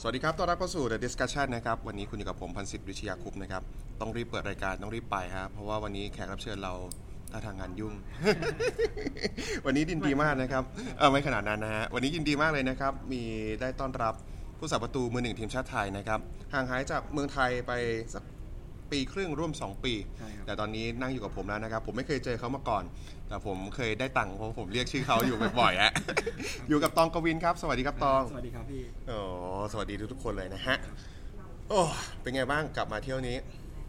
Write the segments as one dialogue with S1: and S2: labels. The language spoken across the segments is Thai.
S1: สวัสดีครับต้อนรับเข้าสู่ The Discussion นะครับ วันนี้คุณอยู่กับผมพันศิษย์วิชยาคุปต์นะครับ ต้องรีบเปิดรายการต้องรีบไปฮะ เพราะว่าวันนี้แขกรับเชิญเราท่าทางงานยุ่ง วันนี้ดินดีมากนะครับ เออไม่ขนาดนั้นนะฮะ วันนี้ยินดีมากเลยนะครับ มีได้ต้อนรับผู้สาประตูมือหนึ่งทีมชาติไทยนะครับ ห่างหายจากเมืองไทยไปสักปีครึ่งร่วม 2 ปี
S2: ใช่ครับ
S1: แต่ตอนนี้นั่งอยู่กับผมแล้วนะครับ ผมไม่เคยเจอเขามาก่อน แต่ผมเคยได้ตังค์เพราะผมเรียกชื่อเขาอยู่บ่อยๆฮะ อยู่กับตองกวินครับ สวัสดีครับตอง
S2: สวัสดีครับพี่
S1: อ๋อสวัสดีทุกๆคนเลยนะฮะ โอ้เป็นไงบ้างกลับมาเที่ยวนี้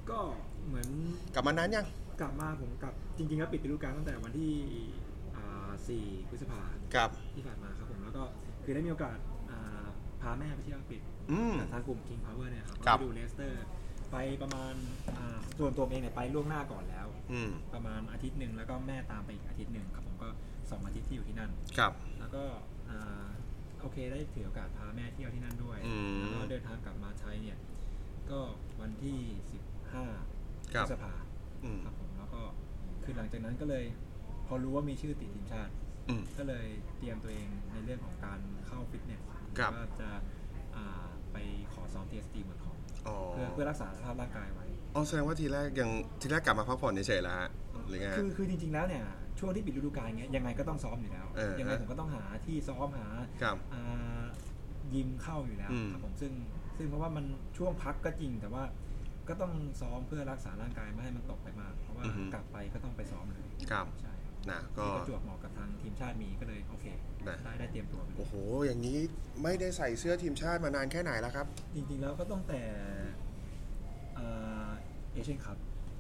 S2: ก็เหมือน
S1: กลับมานานยัง
S2: กลับมาผมกลับจริงๆก็ปิดฤดูกาลตั้งแต่วันที่อ่า4พฤษภา
S1: ครับ
S2: ที่ผ่านมาครับผมแล้วก็คือได้มีโอกาสอ่าพาแม่ไปเที่ยวอังกฤษ
S1: อืม
S2: กับทางกลุ่ม King Power เนี่ยครับ
S1: ครั
S2: ก็
S1: บ
S2: ไปดูเลสเตอร์ไปประมาณอ่าส่วนตัวเองเนี่ยไปล่วงหน้าก่อนแล้ว
S1: อืม
S2: ประมาณอาทิตย์หนึ่งแล้วก็แม่ตามไปอีกอาทิตย์หนึ่งครับผมก็สองอาทิตย์ที่อยู่ที่นั่น
S1: ครับ
S2: แล้วก็อ่าโอเคได้ถือโอกาสพาแม่เที่ยวที่นั่นด้วย
S1: อืม
S2: แล้วก็เดินทางกลับมาไทยเนี่ย ก็วันที่ 15
S1: ครับ
S2: พฤษภา
S1: อืม
S2: ครับผมแล้วก็คือหลังจากนั้นก็เลย พอรู้ว่ามีชื่อติดทีมชาติ
S1: อืม
S2: ก็เลยเตรียมตัวเองในเรื่องของการเข้าฟิตเนส
S1: ครับ
S2: ว่าจะอ่าไปขอซ้อม TST เมืองทอง
S1: อ๋อ
S2: เพื่อเพื่อรักษาสภาพร่างกายไว้
S1: อ๋อแสดงว่าทีแรกยังทีแรกกลับมาพักผ่อนเฉยๆแล้วฮะหรือไงฮะ
S2: คือคือจริงๆแล้วเนี่ยช่วงที่ปิดฤดูกาลเงี้ยยังไงก็ต้องซ้อมอยู่แล้ว
S1: เออ
S2: ยังไง
S1: ฮะ
S2: ผมก็ต้องหาที่ซ้อมหา
S1: ครับ
S2: อ่ายิมเข้าอยู่แล้ว
S1: อืม
S2: ครับผมซึ่งซึ่งเพราะว่ามันช่วงพักก็จริง แต่ว่าก็ต้องซ้อมเพื่อรักษาร่างกายไม่ให้มันตกไปมาก เพราะว่า
S1: อือฮึ
S2: กลับไปก็ต้องไปซ้อมเลย
S1: ครับ
S2: ใช่ครับ
S1: นะก็
S2: ที่ประจวบเหมาะกับทางทีมชาติมีก็เลยโอเค
S1: นะ
S2: ได้ได้เตรียมตัวไปเลย
S1: โอ้โห อย่างนี้ไม่ได้ใส่เสื้อทีมชาติมานานแค่ไหนแล้วครับ
S2: จริงๆแล้วก็ต้องแต่เอเชียนคัพ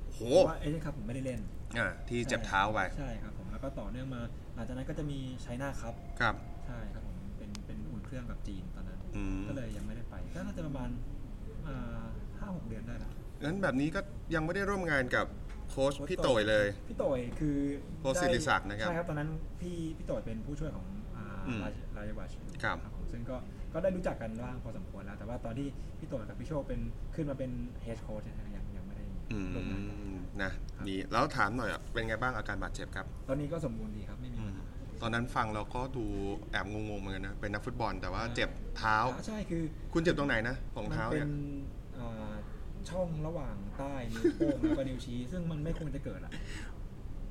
S1: โอ้โห
S2: เพราะว่าเอเชียนคัพผมไม่ได้เล่น
S1: อ่าที่เจ็บเท้าไป
S2: ใช่ครับผมแล้วก็ต่อเนื่องมาหลังจากนั้นก็จะมีไชน่าคัพ
S1: ครับ
S2: ใช่ครับผมเป็นเป็นอุ่นเครื่องกับจีนตอนนั้น
S1: อืม
S2: ก็เลยยังไม่ได้ไปก็น่าจะประมาณห้าหกเดือนได้ละ
S1: งั้นแบบนี้ก็ยังไม่ได้ร่วมงานกับโค้ชพี่โตยเลย
S2: พี่โต่อยคือ
S1: โพสต์ศิริศักดิ์นะครับ
S2: ใช่ครับ ตอนนั้นพี่พี่โต่อยเป็นผู้ช่วยของอ่า
S1: อืม
S2: รายรายวัช
S1: ครับ
S2: ผมซึ่งก็ก็ได้รู้จักกันบ้างพอสมควรแล้ว แต่ว่าตอนที่พี่โต่อยกับพี่โชคเป็นขึ้นมาเป็นเฮดโค้ชเนี่ยยังยังไม่ได้
S1: อื
S2: ลงงานกัน
S1: มนะนี่แล้วถามหน่อยอะเป็นไงบ้างอาการบาดเจ็บครับ
S2: ตอนนี้ก็สมบูรณ์ดีครับไม่มีปัญหา
S1: ตอนนั้นฟังเราก็ดูแอบงงๆเหมือนกันนะ เป็นนักฟุตบอลแต่ว่าเจ็บเท้า
S2: อ่าใช่คือ
S1: คุณเจ็บตรงไหนนะของเท้า
S2: เป็
S1: เนี่ย
S2: นอ่าช่องระหว่างใต้นิ้วโป้งแล้วก็นิ้วชี้ ซึ่งมันไม่ควรจะเกิดอ่ะ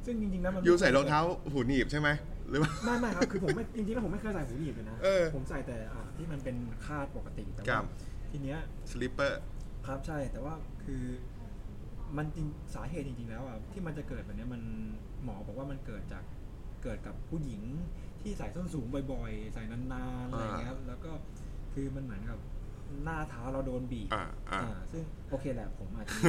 S2: ซึ่งจริงๆแล้วมันไม่
S1: อยู่ใส่รองเท้าหูหนีบใช่ไหมหรือว่า
S2: ไม่ไม่ครับคือผมไม่จริงๆแล้วผมไม่เคยใส่หูหนีบเลยนะ
S1: เออ
S2: ผมใส่แต่อ่ะที่มันเป็นคาดปกติแต่
S1: ครั
S2: ว่า
S1: บ
S2: ทีเนี้ย
S1: สลิปเปอร์
S2: ครับใช่แต่ว่าคือมันจริงสาเหตุจริงๆแล้วอ่ะที่มันจะเกิดแบบเนี้ยมันหมอบอกว่ามันเกิดจากเกิดกับผู้หญิงที่ใส่ส้นสูงบ่อยๆ ใส่นานๆอะไรเงี้ยแล้วก็คือมันเหมือนกับหน้าเท้าเราโดนบีบ
S1: อ่าอ่า
S2: อ่าซึ่งโอเคแหละผมอาจจะมี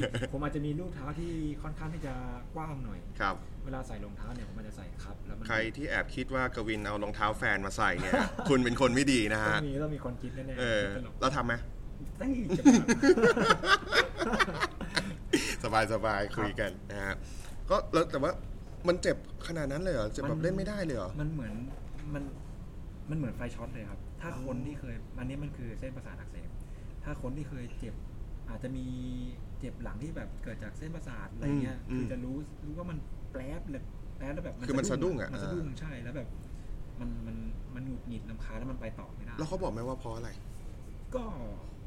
S2: ลูกเท้าที่ผมอาจจะมีลูกเท้าที่ค่อนข้างที่จะกว้างหน่อย
S1: ครับ
S2: เวลาใส่รองเท้าเนี่ยผมอาจจะใส่ครับแล้วมัน
S1: ใครที่แอบคิดว่ากวินเอารองเท้าแฟนมาใส่ เนี่ย คุณเป็นคนไม่ดีนะ
S2: ต้อ
S1: ฮะ
S2: งมีต้องมีคนคิดแน่ๆ
S1: เออ
S2: คิดตลก
S1: เราทำไหม
S2: ได้ยจะ
S1: สบายสบายๆคุยกันนะฮะ ก็แล้วแต่ว่ามันเจ็บขนาดนั้นเลยเหรอ เจ็บแบบเล่นไม่ได้เลยเหรอ
S2: มันเหมือนมันมันเหมือนไฟช็อตเลยครับ ถ้าคนที่เคยอันนี้มันคือเส้นประสาทอักเสบถ้าคนที่เคยเจ็บ อาจจะมีเจ็บหลังที่แบบเกิดจากเส้นประสาทอะไรเงี้ย
S1: อืม
S2: คือจะรู้รู้ว่ามันแปรบเลยแปรบแล้วแบบ
S1: คือมันสะดุ้งอะ
S2: มันสะดุ้งใช่แล้วแบบ มันมันมันหงุดหงิดลำคาญแล้วมันไปต่อไม่ได้
S1: แล้วเขาบอกไหมว่าเพราะอะไร
S2: ก็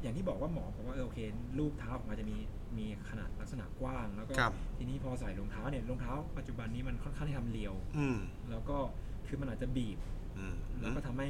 S2: อย่างที่บอกว่าหมอบอกว่าเออโอเครูปเท้าออกมาจะมีมีขนาดลักษณะกว้าง แล้วก็
S1: ครับ
S2: ทีนี้พอใส่รองเท้าเนี่ยรองเท้าปัจจุบันนี้มันค่อนข้างที่ทำเรียว
S1: อืม
S2: แล้วก็คือมันอาจจะบีบ
S1: อืม
S2: แล้วก็ทำให้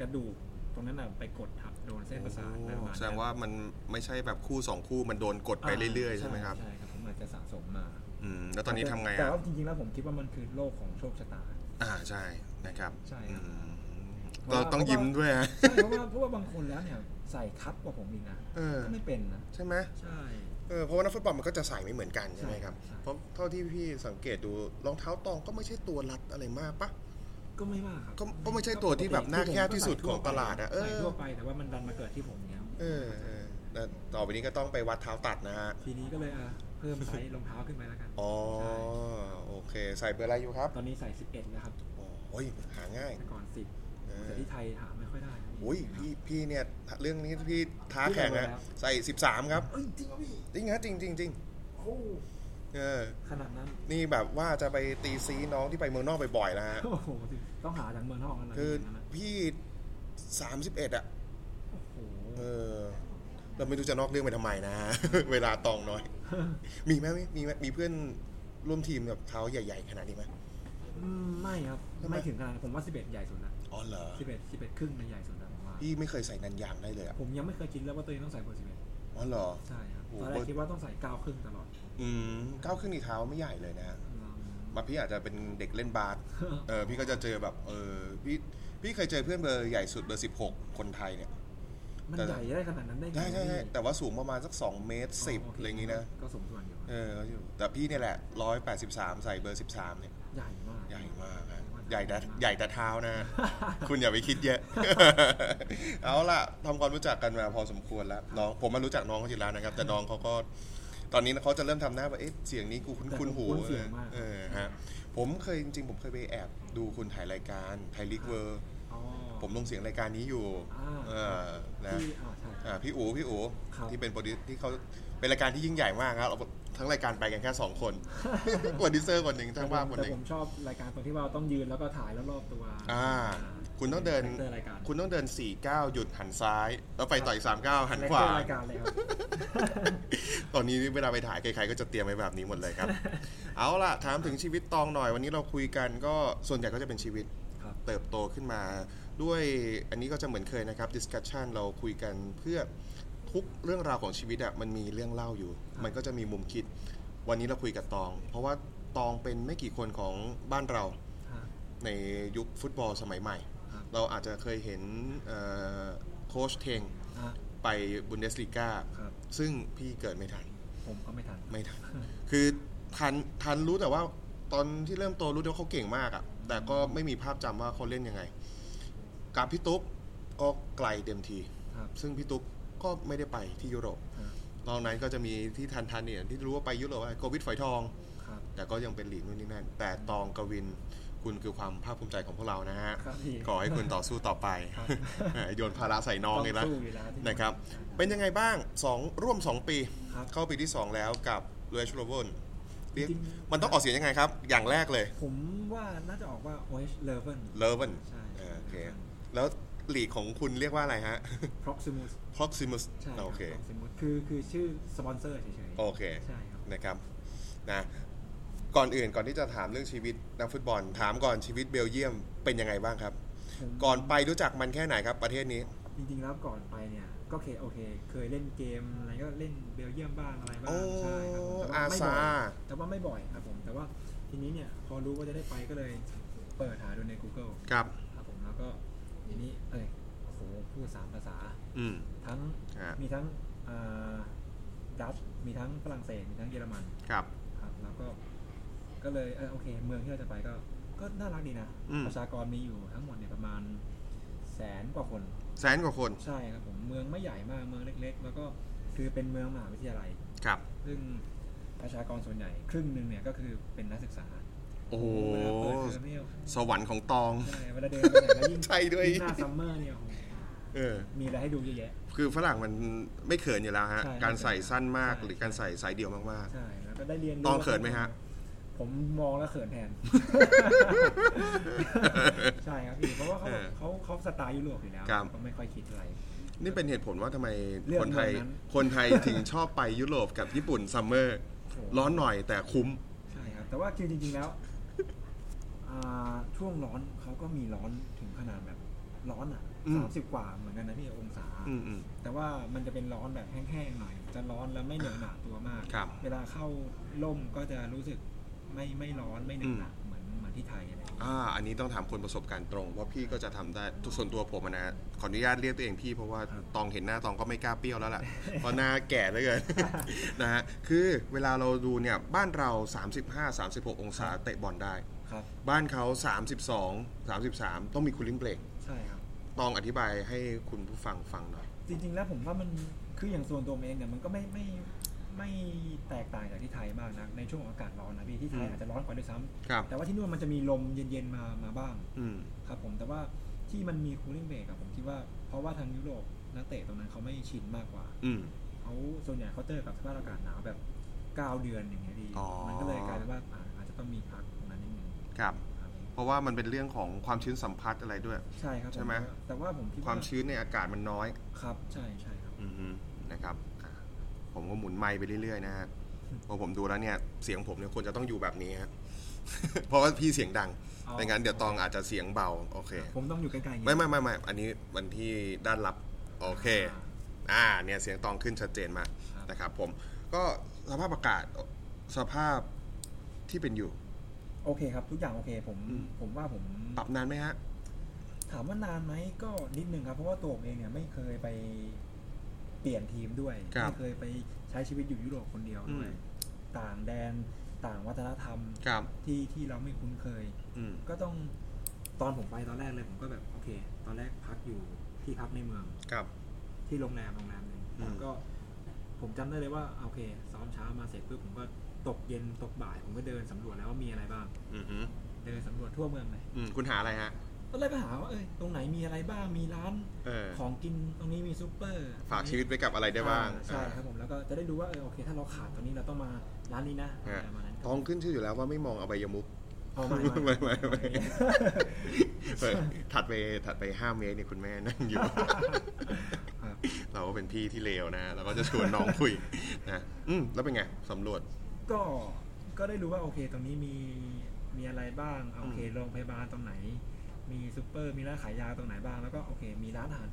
S2: กระดูกตรงนั้นน่ะไปกดทับโดนเส้นประสาทอะไรประมาณ
S1: แสด
S2: นั้
S1: ง
S2: น
S1: ว่ามันไม่ใช่แบบคู่สองคู่มันโดนกดไปเรื่อยๆใช่ไหมครับ
S2: ใช่ครับผมอาจจะสะสมมา
S1: อืมแล้วตอนนี้ทำไง
S2: แต่
S1: อ่ะ
S2: ว่าจริงๆแล้วผมคิดว่ามันคือโรคของโชคชะตา
S1: อ่าใช่นะครับ
S2: ใช่ครับ
S1: อืมเราต้องยิ้มด้วยฮะ
S2: ใช่เพราะว่าเพราะว่าบางคนแล้วเนี่ยใส่คับกว่าผมอีกนะ
S1: เออ
S2: ก็ไม่เป็นนะ
S1: ใช่ไหม
S2: ใช่
S1: เออเพราะว่านักฟุตบอลมันก็จะใส่ไม่เหมือนกันใช่ไหมครับ
S2: ใช่
S1: เพราะเท่าที่พี่สังเกตดูรองเท้าตองก็ไม่ใช่ตัวรัดอะไรมากปะ
S2: ก็ไม่มากครับ
S1: ก็ก็ไม่ใช่ตัวที่แบบหน้าแคบที่สุดของตลาดอะเออ
S2: ใส่ทั่วไปแต่ว่ามันดันมาเกิดที่ผมเนี้ย
S1: เออเออแต่ต่อไปนี้ก็ต้องไปวัดเท้าตัดนะฮะ
S2: ทีนี้ก็เลยอ่ะเพิ่มไซส์รองเท้าขึ้นไปแล้วกัน
S1: อ๋อ
S2: ใช่
S1: โอเค ใส่เบอร์อะไรอยู่ครับ
S2: ตอนนี้ใส่ 11 นะครับ
S1: โอ้ยหาง่าย
S2: แต่ก่อน
S1: เออ
S2: 10แต่ที่ไทยหาไม่ค่อยได้
S1: โอ้ย
S2: ครับ
S1: พี่พี่เนี่ยเรื่องนี้พี่ท้าแข่งนะ
S2: พี่ใส่เบอร์อะไรครับ
S1: ใส่ 13 ครับ
S2: เอ้ยจริงเหรอพี่
S1: จริงฮะจริงจริงจริง
S2: โอ้โห
S1: เออ
S2: ขนาด นั้น
S1: นี่แบบว่าจะไปตีซีน้องที่ไปเมืองนอกบ่อยๆนะฮะ
S2: โอ้โหต้องหาจากเมืองนอกกันเลย
S1: คือ
S2: นะ
S1: พี่ 31 อ่ะ
S2: โอ้โห
S1: เออ เราไม่รู้จะนอกเรื่องไปทำไมนะ เวลาตองน้อย มีไหมมีไหมมีเพื่อนร่วมทีมกับเขาใหญ่ ๆ ขนาดนี้ไหม
S2: อืมไม่ครับ
S1: ทำไม
S2: ไม่ถึงขนาดนั้นผมว่า 11 ใหญ่สุดนะ
S1: อ๋อเหรอ
S2: 11 11 ครึ่งมันใหญ่สุดนะผมว่า
S1: พี่ไม่เคยใส่นันยางได้เลยอะ
S2: ผมยังไม่เคยคิดแล้วว่าตัวเองต้องใส่เบอร์11
S1: อ๋อเหรอ
S2: ใช่ครับ
S1: โอ้
S2: ตอนแร
S1: เบอ
S2: ก
S1: ร์
S2: คิดว่าต้องใส่9ครึ่งตลอด
S1: อืมก้าวขึ้นอีกเท้าไม่ใหญ่เลยนะฮะ
S2: อืม
S1: มาพี่อาจจะเป็นเด็กเล่นบาส เออพี่ก็จะเจอแบบเออพี่พี่เคยเจอเพื่อนเบอร์ใหญ่สุดเบอร์สิบหกคนไทยเนี่ย
S2: มัน
S1: แต่
S2: ใหญ่ได้ขนาดนั้นได้ไง
S1: ใช่ใช่ใช่
S2: พี่
S1: แต่ว่าสูงประมาณสักสองเมตรสิบ
S2: โค
S1: อะไรอย่างงี้นะ
S2: ก็สมส่วนอยู่
S1: เออก็อยู่แต่พี่เนี่ยแหละร้อยแปดสิบสามใส่เบอร์สิบสามเนี่ย
S2: ใหญ่มาก
S1: ใหญ่มากอะใหญ่แต่ใหญ่แต่เท้านะ คุณอย่าไปคิดเยอะ เอาล่ะทำความรู้จักกันมาพอสมควรแล้วน้องผมมารู้จักน้องเขาทีละนะครับ แต่น้องเขาก็ ตอนนี้เขาจะเริ่มทำหน้าว่าเอ๊ะเสียงนี้กูคุ้น
S2: แต่
S1: คุ้นหู
S2: คุ้นเสียงมาก
S1: เออฮะผมเคยจริงๆ ผมเคยไปแอบดูคุณถ่ายรายการไทยลิกเวอร์
S2: อ๋อ
S1: ผมลงเสียงรายการนี้อยู่
S2: อ่า
S1: เออนะ
S2: ที่อ่าใช่
S1: อ่าพี่อู๋พี่อู๋
S2: ครับ
S1: ที่เป็นโปรดิวที่เขาเป็นรายการที่ยิ่งใหญ่มากครับเราทั้งรายการไปกันแค่สองคน โปรดิวเซอร์คนหนึ่งทั้งว่าพคนห
S2: แต่
S1: นึ่ง
S2: ผมชอบรายการตรงที่ว่าต้องยืนแล้วก็ถ่ายรอบๆตัว
S1: อ่า คุณต้องเดิน
S2: เตอร์รายการ
S1: คุณต้องเดิน 4 9 หยุดหันซ้าย แล้วไปต่ออีก3 9 หันขวา
S2: แรกเตอร์รายการเลยครับ
S1: ตอนนี้เวลาไปถ่ายใครๆก็จะเตรียมไว้แบบนี้หมดเลย ครับ เอาล่ะ ถามถึงชีวิตตองหน่อย วันนี้เราคุยกันก็ส่วนใหญ่ก็จะเป็นชีวิต
S2: ครับ
S1: เติบโตขึ้นมา ด้วยอันนี้ก็จะเหมือนเคยนะครับ discussion เราคุยกันเพื่อทุกเรื่องราวของชีวิตอะมันมีเรื่องเล่าอยู่ มันก็จะมีมุมคิด วันนี้เราคุยกับตอง เพราะว่าตองเป็นไม่กี่คนของบ้านเรา
S2: ฮะ
S1: ในยุคฟุตบอลสมัยใหม่
S2: ครับ
S1: เราอาจจะเคยเห็นเอ่อโค้ชเทง
S2: อ่ะ
S1: ไปบุนเดสลีกา
S2: ครับ
S1: ซึ่งพี่เกิดไม่ทัน
S2: ผมก็ไม่ทัน
S1: ไม่ทัน คือทันทันรู้แต่ว่าตอนที่เริ่มโตรู้แต่ว่าเขาเก่งมากอะ่ะ แต่ก็ไม่มีภาพจำว่าเขาเล่นยังไง กับพี่ตุ๊กก็ไกลเต็มที
S2: ครับ
S1: ซึ่งพี่ตุ๊กก็ไม่ได้ไปที่ยุโรป
S2: ฮะ
S1: นอกนั้นก็จะมีที่ทันทันเนี่ยที่รู้ว่าไปยุโรปอะไรโกวิดฝอยทอง
S2: ครับ
S1: แต่ก็ยังเป็นหลีกนู่นนี่นั่น แต่ตองกวินคุณคือความภาคภูมิใจของพวกเรานะฮะ
S2: ครับพี่
S1: ขอให้คุณต่อสู้ต่อไป
S2: ครับ
S1: โยนภาระใส่น้อง
S2: ต้
S1: อีกแล้ว
S2: สู้อยู่แล้วที่
S1: นะครับ เป็นยังไงบ้างสองร่วม 2 ปี
S2: ครับ
S1: เข้าปีที่ 2 แล้วกับเรชโรเวนเรียก
S2: จริง
S1: มันต้องออกเสียงยังไงครับ อย่างแรกเลย
S2: ผมว่าน่าจะออกว่า OH Eleven
S1: เลเวน
S2: ใช่
S1: โอเค แล้วหลีกของคุณเรียกว่าอะไรฮะ
S2: ครับ Proximus
S1: Proximus
S2: ใช่รับ
S1: โอเค
S2: Proximus คือคือชื่อสปอนเซอร์เฉย
S1: โอเค
S2: ๆ ใช่ครับ
S1: นะครับนะก่อนอื่นก่อนที่จะถามเรื่องชีวิตนักฟุตบอล ถามก่อนชีวิตเบลเยียมเป็นยังไงบ้างครับ
S2: ผม
S1: ก่อนไปรู้จักมันแค่ไหนครับ ประเทศนี้
S2: จริงๆแล้วก่อนไปเนี่ยก็โอเคโอเค เคยเล่นเกมอะไรก็เล่นเบลเยียมบ้างอะไรบ้าง
S1: โอ้
S2: ใช่ครับผม
S1: อา
S2: แต่
S1: ซา
S2: ว่าไม่บ่อยแต่ว่าไม่บ่อยครับผมแต่ว่าทีนี้เนี่ยพอรู้ว่าจะได้ไปก็เลยเปิดหาดูใน Google
S1: ครับ
S2: ครับผมแล้วก็ทีนี้เอ้ยโอ้โหพูดสามภาษา
S1: อืม
S2: ทั้ง
S1: ฮะ
S2: มีทั้งดัตช์มีทั้งฝรั่งเศสมีทั้งเยอรมัน
S1: ครับ
S2: ครับแล้วก็ก็เลยเออโอเค เมืองที่เราจะไปก็ก็น่ารักดีนะ
S1: อืม
S2: ประชากรมีอยู่ทั้งหมดเนี่ยประมาณแสนกว่าคน
S1: แสนกว่าคน
S2: ใช่ครับผมเมืองไม่ใหญ่มากเมืองเล็ก ๆ แล้วก็คือเป็นเมืองมหาวิทยาลัย
S1: ครับ
S2: ซึ่งประชากรส่วนใหญ่ครึ่งหนึ่งเนี่ยก็คือเป็นนักศึกษา
S1: โอ้โห
S2: เวลาเปิดเทอมเนี่ย
S1: สวรรค์ของตอง
S2: ใช่เวลาเดินไปไหนแล้วยิ่ง
S1: ใช่ด้วย
S2: งหน้าซัมเมอร์เนี่ยโอ้โห
S1: เออ
S2: มีอะไรให้ดูเยอะแยะ
S1: คือฝรั่งมันไม่เขินอยู่แล้วฮะ
S2: ใช่
S1: การใส่สั้นมาก
S2: ใช่
S1: หรือการใส่สายเดี่ยวมาก
S2: ใช่แล้วก็ได้เรียนรู้
S1: ตองเขินไหมฮะ
S2: ผมมองแล้วเขินแทน ใช่ครับพี่เพราะว่าเขา
S1: เออ
S2: เขาเขาสไตล์ยุโรปอยู่แล้ว
S1: ครับ
S2: เขาไม่ค่อยคิดอะไร
S1: ๆ นี่เป็นเหตุผลว่าทำไม
S2: เลือก
S1: คนไทย
S2: เมืองนั้น
S1: คนไทยถึงชอบไปยุโรปกับญี่ปุ่นซัมเมอร์
S2: โอ้โห
S1: ร้อนหน่อยแต่คุ้ม
S2: ใช่ครับ แต่ว่าคือจริงๆแล้วอ่าช่วงร้อนเขาก็มีร้อนถึงขนาดแบบร้อนอ่ะ
S1: อืม
S2: สามสิบกว่าเหมือนกันนะพี่องศา
S1: อืมอืม
S2: แต่ว่ามันจะเป็นร้อนแบบแห้งๆหน่อย จะร้อนแล้วไม่เหนยวหนาตัวมาก
S1: ครับ
S2: เวลาเข้าร่มก็จะรู้สึกไม่ไม่ร้อนไม่เหนยวหนาเหมือนเหมือนที่ไทยอะไรอย่างเงี้ย
S1: อ่าอันนี้ต้องถามคนประสบการณ์ตรงว่าพี่ก็จะทำได้ส่วนตัวผมอะนะขออนุญาตเรียกตัวเองพี่เพราะว่า
S2: ครับ
S1: ตองเห็นหน้าตองก็ไม่กล้าเปรี้ยวแล้ว ล่ะ เพราะหน้าแก่เหลือเกิน นะฮะคือเวลาเราดูเนี่ยบ้านเรา 35 36 องศา
S2: ครับ
S1: เตะบอลได้
S2: ครับ
S1: บ้านเขา 32 33 ต้องมีคูลิ่งเบรก
S2: ใช่ครับ
S1: ตองอธิบายให้คุณผู้ฟังฟังหน่อย
S2: จริงๆแล้วผมว่ามันคืออย่างส่วนตัวผมเองเนี่ยมันก็ไม่ไม่ไม่แตกต่างจากที่ไทยมากนะในช่วงของอากาศร้อนนะพี่ที่ไทย
S1: อืม
S2: อาจจะร้อนกว่าด้วยซ้ำ
S1: ครับ
S2: แต่ว่าที่นู่นมันจะมีลมเย็นๆมามาบ้าง
S1: อืม
S2: ครับผมแต่ว่าที่มันมีคูลิ่งเบรกอะผมคิดว่าเพราะว่าทางยุโรปนักเตะตรงนั้นเขาไม่ชินมากกว่า
S1: อืม
S2: เขาส่วนใหญ่เขาเจอกับสภาพอากาศหนาวแบบ9เดือนอย่างเงี้ยดี
S1: อ๋อ
S2: มันก็เลยกลายเป็นว่าอ่าอาจจะต้องมีพักตรงนั้นนิดนึง
S1: ครับ
S2: ครับ
S1: เพราะว่ามันเป็นเรื่องของความชื้นสัมผัสอะไรด้วย
S2: ใช่ครับ
S1: ใช่ไหม
S2: แต่ว่าผมคิด
S1: ความชื้นในอากาศมันน้อย
S2: ครับใช่ใช่ครับ
S1: อือฮึนะครับอ่ะผมก็หมุนไมค์ไปเรื่อยๆนะฮะเพอผมดูแล้วเนี่ยเสียงผมเนี่ยควรจะต้องอยู่แบบนี้ฮะ เพราะว่าพี่เสียงดัง
S2: อ๋อ
S1: ไม่งั้นเดี๋ยวตองอาจจะเสียงเบาโอเค
S2: ผมต้องอยู่ไกลๆอย่างนี้
S1: ไม่ไม่ไม่ไม่อันนี้วันที่ด้านลับโอเค อ่าเนี่ยเสียงตองขึ้นชัดเจนมาก
S2: ครับ
S1: นะครับผมก็สภาพอากาศสภาพที่เป็นอยู่
S2: โอเคครับ ทุกอย่างโอเคผม
S1: อืม
S2: ผมว่าผม
S1: ปรับนานไหมฮะ
S2: ถามว่านานไหมก็นิดนึงครับ เพราะว่าตัวผมเองเนี่ยไม่เคยไปเปลี่ยนทีมด้วย
S1: ครับ
S2: ไม่เคยไปใช้ชีวิตอยู่ยุโรปคนเดียวด้วย
S1: อืม
S2: ต่างแดนต่างวัฒนธรรม
S1: ครับ
S2: ที่ที่เราไม่คุ้นเคย
S1: อืม
S2: ก็ต้องตอนผมไปตอนแรกเลยผมก็แบบโอเค ตอนแรกพักอยู่ที่พักในเมือง
S1: ครับ
S2: ที่โรงแรมโรงแรมหนึ่ง
S1: อืม
S2: แล้วก็ผมจำได้เลยว่าโอเค ซ้อมเช้ามาเสร็จปุ๊บผมก็ตกเย็นตกบ่าย ผมก็เดินสำรวจแล้วว่ามีอะไรบ้าง
S1: อือฮึ
S2: เดินสำรวจทั่วเมืองเลย
S1: อืมคุณหาอะไรฮะ
S2: ตอนแรกก็หาว่าเอ้ยตรงไหนมีอะไรบ้างมีร้าน
S1: เออ
S2: ของกินตรงนี้มีซูเปอร์
S1: ฝากชีวิตไว้กับอะไรได้บ้าง
S2: อ่ใช่ครับผมแล้วก็จะได้รู้ว่าเออโอเค ถ้าเราขาดตรงนี้เราต้องมาร้านนี้นะ
S1: ฮะ
S2: อะไรประมาณนั้น
S1: ตองขึ้นชื่ออยู่แล้วว่าไม่มองอบายมุก
S2: เอา ไม่ไม่
S1: ไม่ไม่ไม่ เออถัดไปถัดไปห้าเมตรนี่คุณแม่นั่งอยู่
S2: ครับ
S1: เราก็เป็นพี่ที่เลวนะเราก็จะชวนน้องคุยนะอืมแล้วเป็นไงสำรวจ
S2: ก็ก็ได้รู้ว่าโอเค ตรงนี้มีมีอะไรบ้างโอเคโรงพยาบาลตรงไหน มีซูเปอร์มีร้านขายยาตรงไหนบ้างแล้วก็โอเค มีร้านอาหาร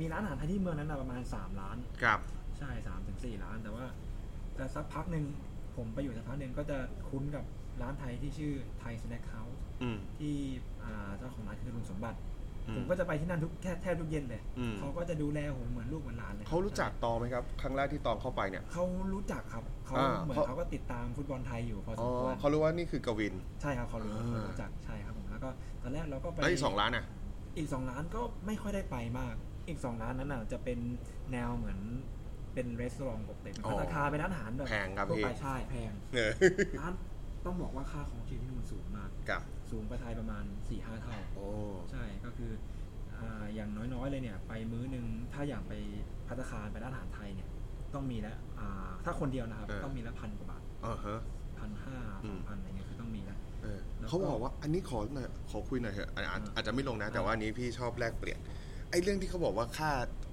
S2: มีร้านอาหารไทยที่เมืองนั้นนะประมาณสามร้าน
S1: ครับ
S2: ใช่สามถึงสี่ร้านแต่ว่าแต่สักพักหนึ่งผมไปอยู่สักพักหนึ่งก็จะคุ้นกับร้านไทยที่ชื่อไทยสแน็คเฮาส์
S1: อืม
S2: ที่อ่าเจ้าของร้านคือลุงสมบัติ
S1: อืม
S2: ผมก็จะไปที่นั่นทุกแทบแทบทุกเย็นเลย
S1: อืม
S2: เขาก็จะดูแลผมเหมือนลูกเหมือนหลานเลย
S1: เขารู้จักตองไหมครับ ครั้งแรกที่ตองเข้าไปเนี่ย
S2: เขารู้จักครับเขา
S1: อ่า
S2: เหมือน
S1: เขา
S2: เขาก็ติดตามฟุตบอลไทยอยู่พอส
S1: อ๋อ
S2: มควร
S1: เขารู้ว่านี่คือกวิน
S2: ใช่ครับเขารู้
S1: อ่า
S2: เขารู้จักใช่ครับผมแล้วก็ตอนแรกเราก็ไป
S1: แล้วอีกสองร้านอ่ะ
S2: อีกสองร้านก็ไม่ค่อยได้ไปมาก อีกสองร้านนั้นน่ะจะเป็นแนวเหมือนเป็นรีสอร์ทปกติ
S1: อ๋อ
S2: ราคาเป็นร้านอาหารแบบ
S1: แพงครับ
S2: ทั่วไป
S1: พี่
S2: ใช่แพง
S1: เออ
S2: ร้านต้องบอกว่าค่าของชีพที่นู่นสูงมาก
S1: ครับ
S2: สูงกว่าไทยประมาณ4ี่ห้าเท่า
S1: โอ้
S2: ใช่ก็คืออาอย่างน้อยๆเลยเนี่ย ไปมื้อหนึ่งถ้าอย่างไปพัตตาคารไปร้านอาหารไทยเนี่ย ต้องมีแล้วอ่าถ้าคนเดียวนะครับ
S1: เออ
S2: ต้องมีละพันกว่าบาท
S1: อ่าฮะ
S2: พันห้า
S1: อื
S2: สอง
S1: ม
S2: พันอะไรเงี้ยคือต้องมีแล้ว
S1: เออ
S2: แล้วก็
S1: เขาบอกว่าอันนี้ขอหน่อยขอคุยหน่อยเถอะอาจอาจ
S2: อ่า
S1: อาจจะไม่ลงนะ แต่ว่าอันนี้พี่ชอบแลกเปลี่ยนไอ้เรื่องที่เขาบอกว่าค่า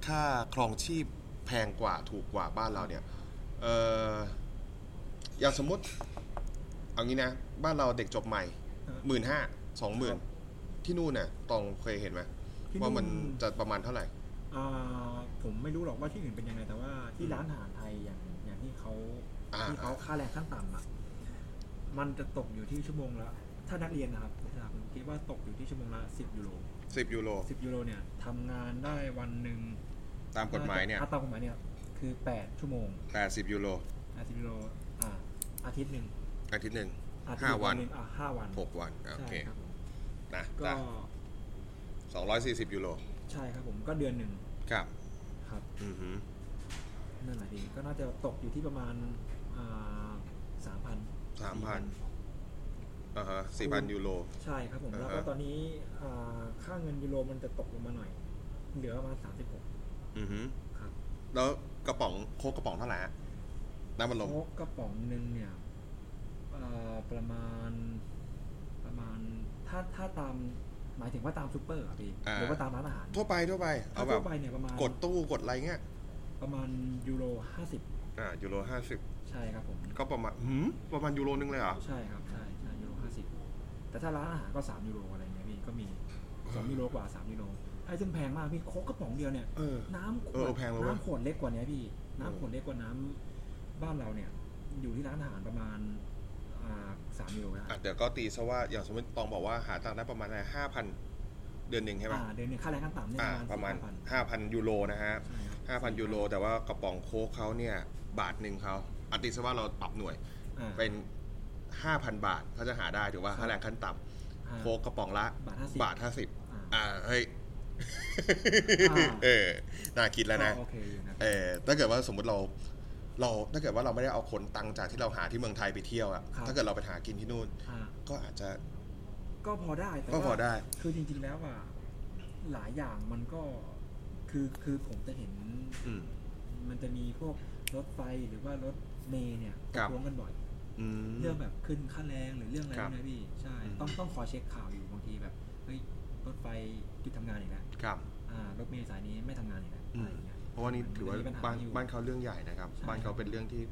S1: ค่าครองชีพแพงกว่าถูกกว่าบ้านเราเนี่ยเอออย่างสมมติ เอางี้นะ บ้านเราเด็กจบใหม่หมื่นห้าสองหมื่นที่นู่นน่ะตองเคยเห็นไหม
S2: ที่
S1: ว่ามันจะประมาณเท่าไหร่
S2: อ่าผมไม่รู้หรอกว่าที่อื่นเป็นยังไง แต่ว่าที่
S1: อืม
S2: ร้านอาหารไทยอย่างอย่างที่เขา
S1: อ่า
S2: ที่เขาค่าแรงขั้นต่ำอะมันจะตกอยู่ที่ชั่วโมงละถ้านักเรียนนะครับผมคิดว่าตกอยู่ที่ชั่วโมงละสิบยูโร
S1: สิบยูโร
S2: สิบยูโรเนี่ยทำงานได้วันหนึ่ง
S1: ตามกฎหมายเนี่ย
S2: อ่ะตามกฎหมายเนี่ย คือแปดชั่วโมง
S1: แปดสิบยูโร
S2: อ่ะสิบยูโรอ่ะอาทิตย์หนึ่ง
S1: อาทิตย์หนึ่ง
S2: อาทิต
S1: ห้า
S2: ย์
S1: วัน
S2: งอ่ะห้าวัน
S1: หกวันอ่ะโอ
S2: ใช่
S1: เค
S2: ครับผม
S1: นะ
S2: ก็
S1: สองร้อยสี่สิบยูโร
S2: ใช่ครับผมก็เดือนหนึ่ง
S1: ครับ
S2: ครับ
S1: อือหือ
S2: นั่นแหละดีก็น่าจะตกอยู่ที่ประมาณสามพัน
S1: สามพันอ่าฮะสี่พันยูโร
S2: ใช่ครับผม แล้วก็
S1: อ่าฮะ
S2: ตอนนี้อ่าค่าเงินยูโรมันจะตกลงมาหน่อย เหลือประมาณสามสิบหก
S1: อือฮึ
S2: ครับ
S1: แล้วกระป๋องโคกกระป๋องเท่าไหร่ฮะน้ำมันลม
S2: โค้กกระป๋องหนึ่งเนี่ยอ่าประมาณประมาณถ้าถ้าตามหมายถึงว่าตามซูเปอร์อะพี่
S1: อ่า
S2: หรือว่าตามร้านอาหาร
S1: ทั่วไปทั่วไป
S2: ถ้า
S1: เอาแบ
S2: ทั่
S1: บ
S2: วไปเนี่ยประมาณ
S1: กดตู้กดอะไรเงี้ย
S2: ประมาณยูโรห้าสิบ
S1: อ่ายูโรห้าสิบ
S2: ใช่ครับผม
S1: ก็ประมาณหืมประมาณยูโรนึงเลยเหรอ
S2: ใช่ครับใช่ใช่ยูโรห้าสิบแต่ถ้าร้านอาหารก็สามยูโรอะไรเงี้ยพี่ก็มีสองยูโรกว่าสามยูโรไอ้ซึ่งแพงมากพี่โค้กกระป๋องเดียวเนี่ย
S1: เออ
S2: น้ำข
S1: เอ
S2: วด
S1: อแพงเลยเว้ย
S2: น้ำขวดเล็กกว่านี้พี่ น้ำขวดเล็กกว่าน้ำบ้านเราเนี่ย อยู่ที่ร้านอาหารประมาณอ่าสามยูโรนะ
S1: อ่ะเดี๋ยวก็ตีซะว่า อย่างสมมติตองบอกว่าหาตังค์ได้ประมาณห้าพันเดือนหนึ่งใช่ไหม
S2: อ่าเดือนหนึงค่าแรงขั้นต่ำเนี่ย
S1: อ่า ป
S2: ประ
S1: มา
S2: ระมา
S1: ณ
S2: ณสี่พัน
S1: ห้าพันยูโรนะฮะ
S2: ใช่ครับ
S1: ห้าพันยูโร แต่ว่ากระป๋องโคกเขาเนี่ย บาทหนึ่งเขาอัติซะว่าเราปรับหน่วย
S2: อ่า
S1: เป็นห้าพันบาทเขาจะหาได้ถือว่าค่าแรงขั้นต่ำ
S2: อ่า
S1: โคกกระป๋องละ
S2: บาท50
S1: บาทห้าสิบ
S2: อ่า
S1: อ่าเฮ้ย
S2: อ่า
S1: เออน่าคิดแล้วนะ
S2: ก็โอเคอยู่นะ
S1: เออถ้าเกิดว่าสมมติเรา เราถ้าเกิดว่าเราไม่ได้เอาขนตังค์จากที่เราหาที่เมืองไทยไปเที่ยวอะถ้าเกิดเราไปหากินที่นู่น
S2: อ่า
S1: ก็อาจจะ
S2: ก็พอได้แต่
S1: ก็
S2: ว่า
S1: พอได้
S2: คือจริง ๆแล้วอ่ะหลายอย่างมันก็คือคือผมจะเห็น
S1: อืม
S2: มันจะมีพวกรถไฟหรือว่ารถเมล์เนี่ย
S1: ครับ
S2: ประท้วงกันบ่อย
S1: อืม
S2: เรื่องแบบขึ้นค่าแรงหรือเรื่องอะไร
S1: ครับ
S2: พวกเนะพี่ใช่
S1: อืม
S2: ต้องต้องคอยเช็คข่าวอยู่บางทีแบบเฮ้ยรถไฟหยุดทำงานอีกแล้ว
S1: ครับ
S2: อ่ารถเมล์สายนี้ไม่ทำงานอีกแล้ว
S1: อื
S2: อะไร
S1: ม
S2: อย่างเงี้ย
S1: เพราะว่านี่ถือว่า
S2: มัจะมีปัญห
S1: บ้าน
S2: อยู่
S1: บ้านเขาเรื่องใหญ่นะครับ
S2: ใช่
S1: บ้านเขาเป็นเรื่องที่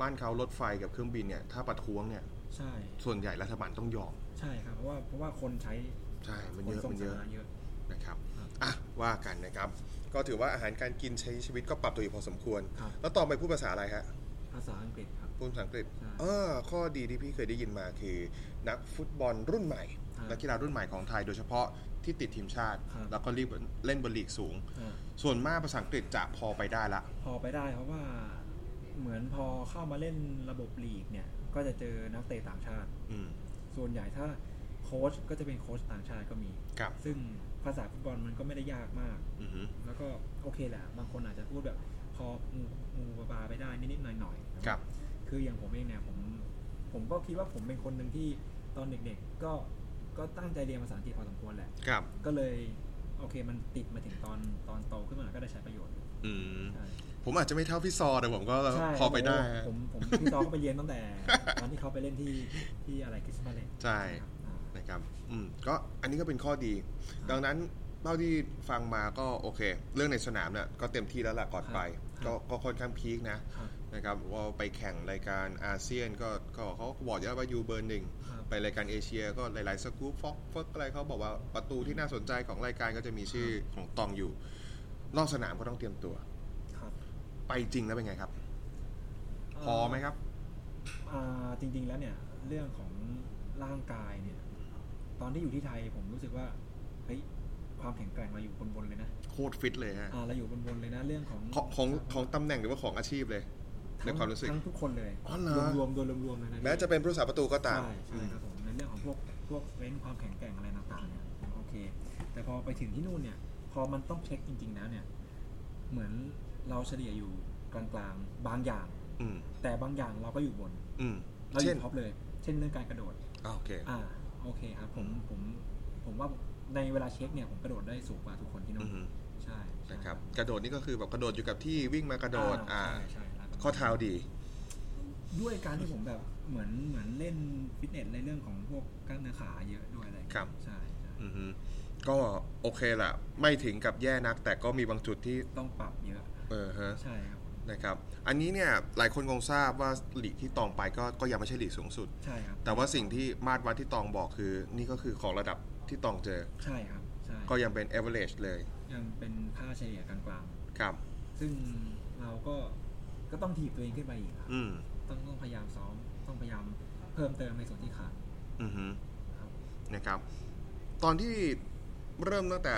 S1: บ้านเขารถไฟกับเครื่องบินเนี่ย ถ้าประท้วงเนี่ย
S2: ใช่
S1: ส่วนใหญ่รัฐบาลต้องยอม
S2: ใช่ครับเพราะว่าเพราะว่าคนใช้
S1: ใช่ มัน
S2: ข
S1: เย
S2: น
S1: อะ
S2: ส่ง
S1: มัน
S2: สา
S1: เยอะ
S2: ธารณะเยอะ
S1: นะครับ
S2: ครับ
S1: อ่ะ ว่ากันนะครับ ก็ถือว่าอาหารการกินใช้ชีวิตก็ปรับตัวอยู่พอสมควร
S2: ครับ
S1: แล้วต่อไปพูดภาษาอะไรฮะ
S2: ภาษาอังกฤษครับ
S1: พูดภาษาอังกฤษ
S2: ใช่
S1: เออข้อดีที่พี่เคยได้ยินมาคือ นักฟุตบอลรุ่นใหม่
S2: ครับ
S1: นักกีฬารุ่นใหม่ของไทยโดยเฉพาะที่ติดทีมชาติ
S2: ครับ
S1: แล้วก็รีบเล่นบนลีกสูง
S2: อ่า
S1: ส่วนมากภาษาอังกฤษจะพอไปได้ละ
S2: พอไปได้เพราะว่าเหมือนพอเข้ามาเล่นระบบลีกเนี่ยก็จะเจอนักเตะต่างชาติ
S1: อืม
S2: ส่วนใหญ่ถ้าโค้ชก็จะเป็นโค้ชต่างชาติก็มี
S1: ครับ
S2: ซึ่งภาษาฟุตบอลมันก็ไม่ได้ยากมาก
S1: อือหือ
S2: แล้วก็โอเคแหละ บางคนอาจจะพูดแบบพองูงูปลาปลาไปได้นิดๆหน่อยๆนะครับ คืออย่างผมเองเนี่ยผม ผมก็คิดว่าผมเป็นคนหนึ่งที่ตอนเด็กๆก็ก็ตั้งใจเรียนภาษาอังกฤษพอสมควรแหละ
S1: ครับ
S2: ก็เลยโอเคมันติดมาถึงตอนตอนโตขึ้นมาก็ได้ใช้ประโยชน์
S1: อืม
S2: ใช่
S1: ผมอาจจะไม่เท่าพี่ซอแต่ผมก็
S2: ใช่
S1: พอไปได้
S2: ผม ผมพี่ซอก็ไปเรียนตั้งแต่ ตอนที่เขาไปเล่นที่ที่อะไรคริสต์มาสเลย
S1: ใช่
S2: ครับอ่า
S1: นะครับ อืม ก็อันนี้ก็เป็นข้อดี
S2: ครับ
S1: ดังนั้นเท่าที่ฟังมาก็โอเค เรื่องในสนามเนี่ยก็เต็มที่แล้วล่ะก่อนไป
S2: ครั
S1: ก็
S2: บ
S1: ก็ค่อนข้างพีคนะ
S2: ครับ
S1: นะครับว่าไปแข่งรายการอาเซียนก็ก็เขาก็บอกอยู่แล้วว่ายูเบอร์หนึ่ง
S2: ครับ
S1: ไปรายการเอเชียก็หลาย ๆ สกู๊ปฟอกฟอกอะไรเขาบอกว่าประตูที่น่าสนใจของรายการก็จะมีชื่อของตองอยู่ นอกสนามก็ต้องเตรียมตัว
S2: ครับ
S1: ไปจริงแล้วเป็นไงครับ พอไหมครับ
S2: อ่าจริง ๆ แล้วเนี่ยเรื่องของร่างกายเนี่ย ตอนที่อยู่ที่ไทยผมรู้สึกว่าเฮ้ยความแข็งแกร่งเราอยู่บนๆเลยนะ
S1: โคตรฟิตเลยฮะ
S2: อ่าเราอยู่บนๆเลยนะเรื่องของ
S1: ของของของตำแหน่งหรือว่าของอาชีพเลย
S2: ทั้ง
S1: ในความรู้สึก
S2: ทั้งทุกคนเลย
S1: อ๋อเหรอ
S2: รวมๆโดยรวมๆเลยนะ
S1: แม้จะเป็นผู้รักษาประตูก็ตาม
S2: ใช่ใช่ครับผมในเรื่องของพวกพวกเว้นความแข็งแกร่งอะไรต่างๆเนี่ยโอเค แต่พอไปถึงที่นู่นเนี่ย พอมันต้องเช็คจริง ๆ แล้วเนี่ย เหมือนเราเฉลี่ยอยู่กลางๆบางอย่าง
S1: อืม
S2: แต่บางอย่างเราก็อยู่บน
S1: อืม
S2: เราอ
S1: เช่น
S2: ยู่ท็อปเลย เช่นเรื่องการกระโดด
S1: อ่าโอเค
S2: อ่าโอเคครับผมผมผมว่าในเวลาเช็คเนี่ยผมกระโดดได้สูงกว่าทุกคนที่นู่
S1: อื
S2: น
S1: อฮึ
S2: ใช่ใช่
S1: นะครับกระโดดนี่ก็คือแบบกระโดดอยู่กับที่วิ่งมากระโดดอ่า
S2: ใช่ใช่ครับ
S1: ข้อเท้าดี
S2: ด้วยการที่ผมแบบเหมือนเหมือนเล่นฟิตเนสในเรื่องของพวกกล้ามเนื้อขาเยอะด้วยอะไรอย่างเงี้ย
S1: ครับ
S2: ใช่ใช่
S1: อือฮึก็โอเคละไม่ถึงกับแย่นัก แต่ก็มีบางจุดที่
S2: ต้องปรับเยอะ
S1: เออฮะ
S2: ใช่ครับ
S1: นะครับ อันนี้เนี่ยหลายคนคงทราบว่าหลีกที่ตองไปก็ก็ยังไม่ใช่หลีกสูงสุด
S2: ใช่ครับ
S1: แต่ว่าสิ่งที่มาตรวัดที่ตองบอกคือ นี่ก็คือของระดับที่ตองเจอ
S2: ใช่ครับใช่
S1: ก็ยังเป็น average เลย
S2: ยังเป็นค่าเฉลี่ยกลาง
S1: ครับ
S2: ๆซึ่งเราก็ก็ต้องถีบตัวเองขึ้นไปอีกครับ
S1: อืม
S2: ต้องต้องพยายามซ้อมต้องพยายามเพิ่มเติมในส่วนที่ขาด
S1: อือฮึ
S2: ครับ
S1: นะครับ ตอนที่เริ่มตั้งแต่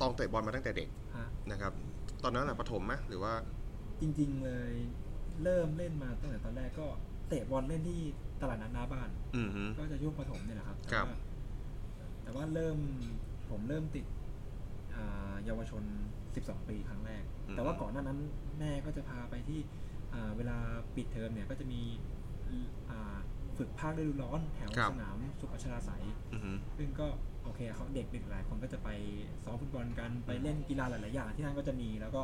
S1: ตองเตะบอลมาตั้งแต่เด็ก
S2: ฮะ
S1: นะครับ ตอนนั้นน่ะประถมไหมหรือว่า
S2: จริงๆเลยเริ่มเล่นมาตั้งแต่ตอนแรกก็เตะบอลเล่นที่ตลาดนัดหน้าบ้าน
S1: อือฮึ
S2: ก็จะช่วงประถมเนี่ยแหละครับ
S1: ครับ
S2: แต่ว่าแต่ว่าเริ่มผมเริ่มติดอ่าเยาวชน 12 ปีครั้งแรก แต่ว่าก่อนหน้านั้นแม่ก็จะพาไปที่อ่าเวลาปิดเทอมเนี่ยก็จะมีอ่าฝึกภาคฤดูร้อนแถวสนามสุพัชราไสย
S1: อือฮึ
S2: ซึ่งก็โอเคเขาเด็กๆหลายคนก็จะไปซ้อมฟุตบอลกันไปเล่นกีฬาหลายๆอย่างที่นั่นก็จะมีแล้วก็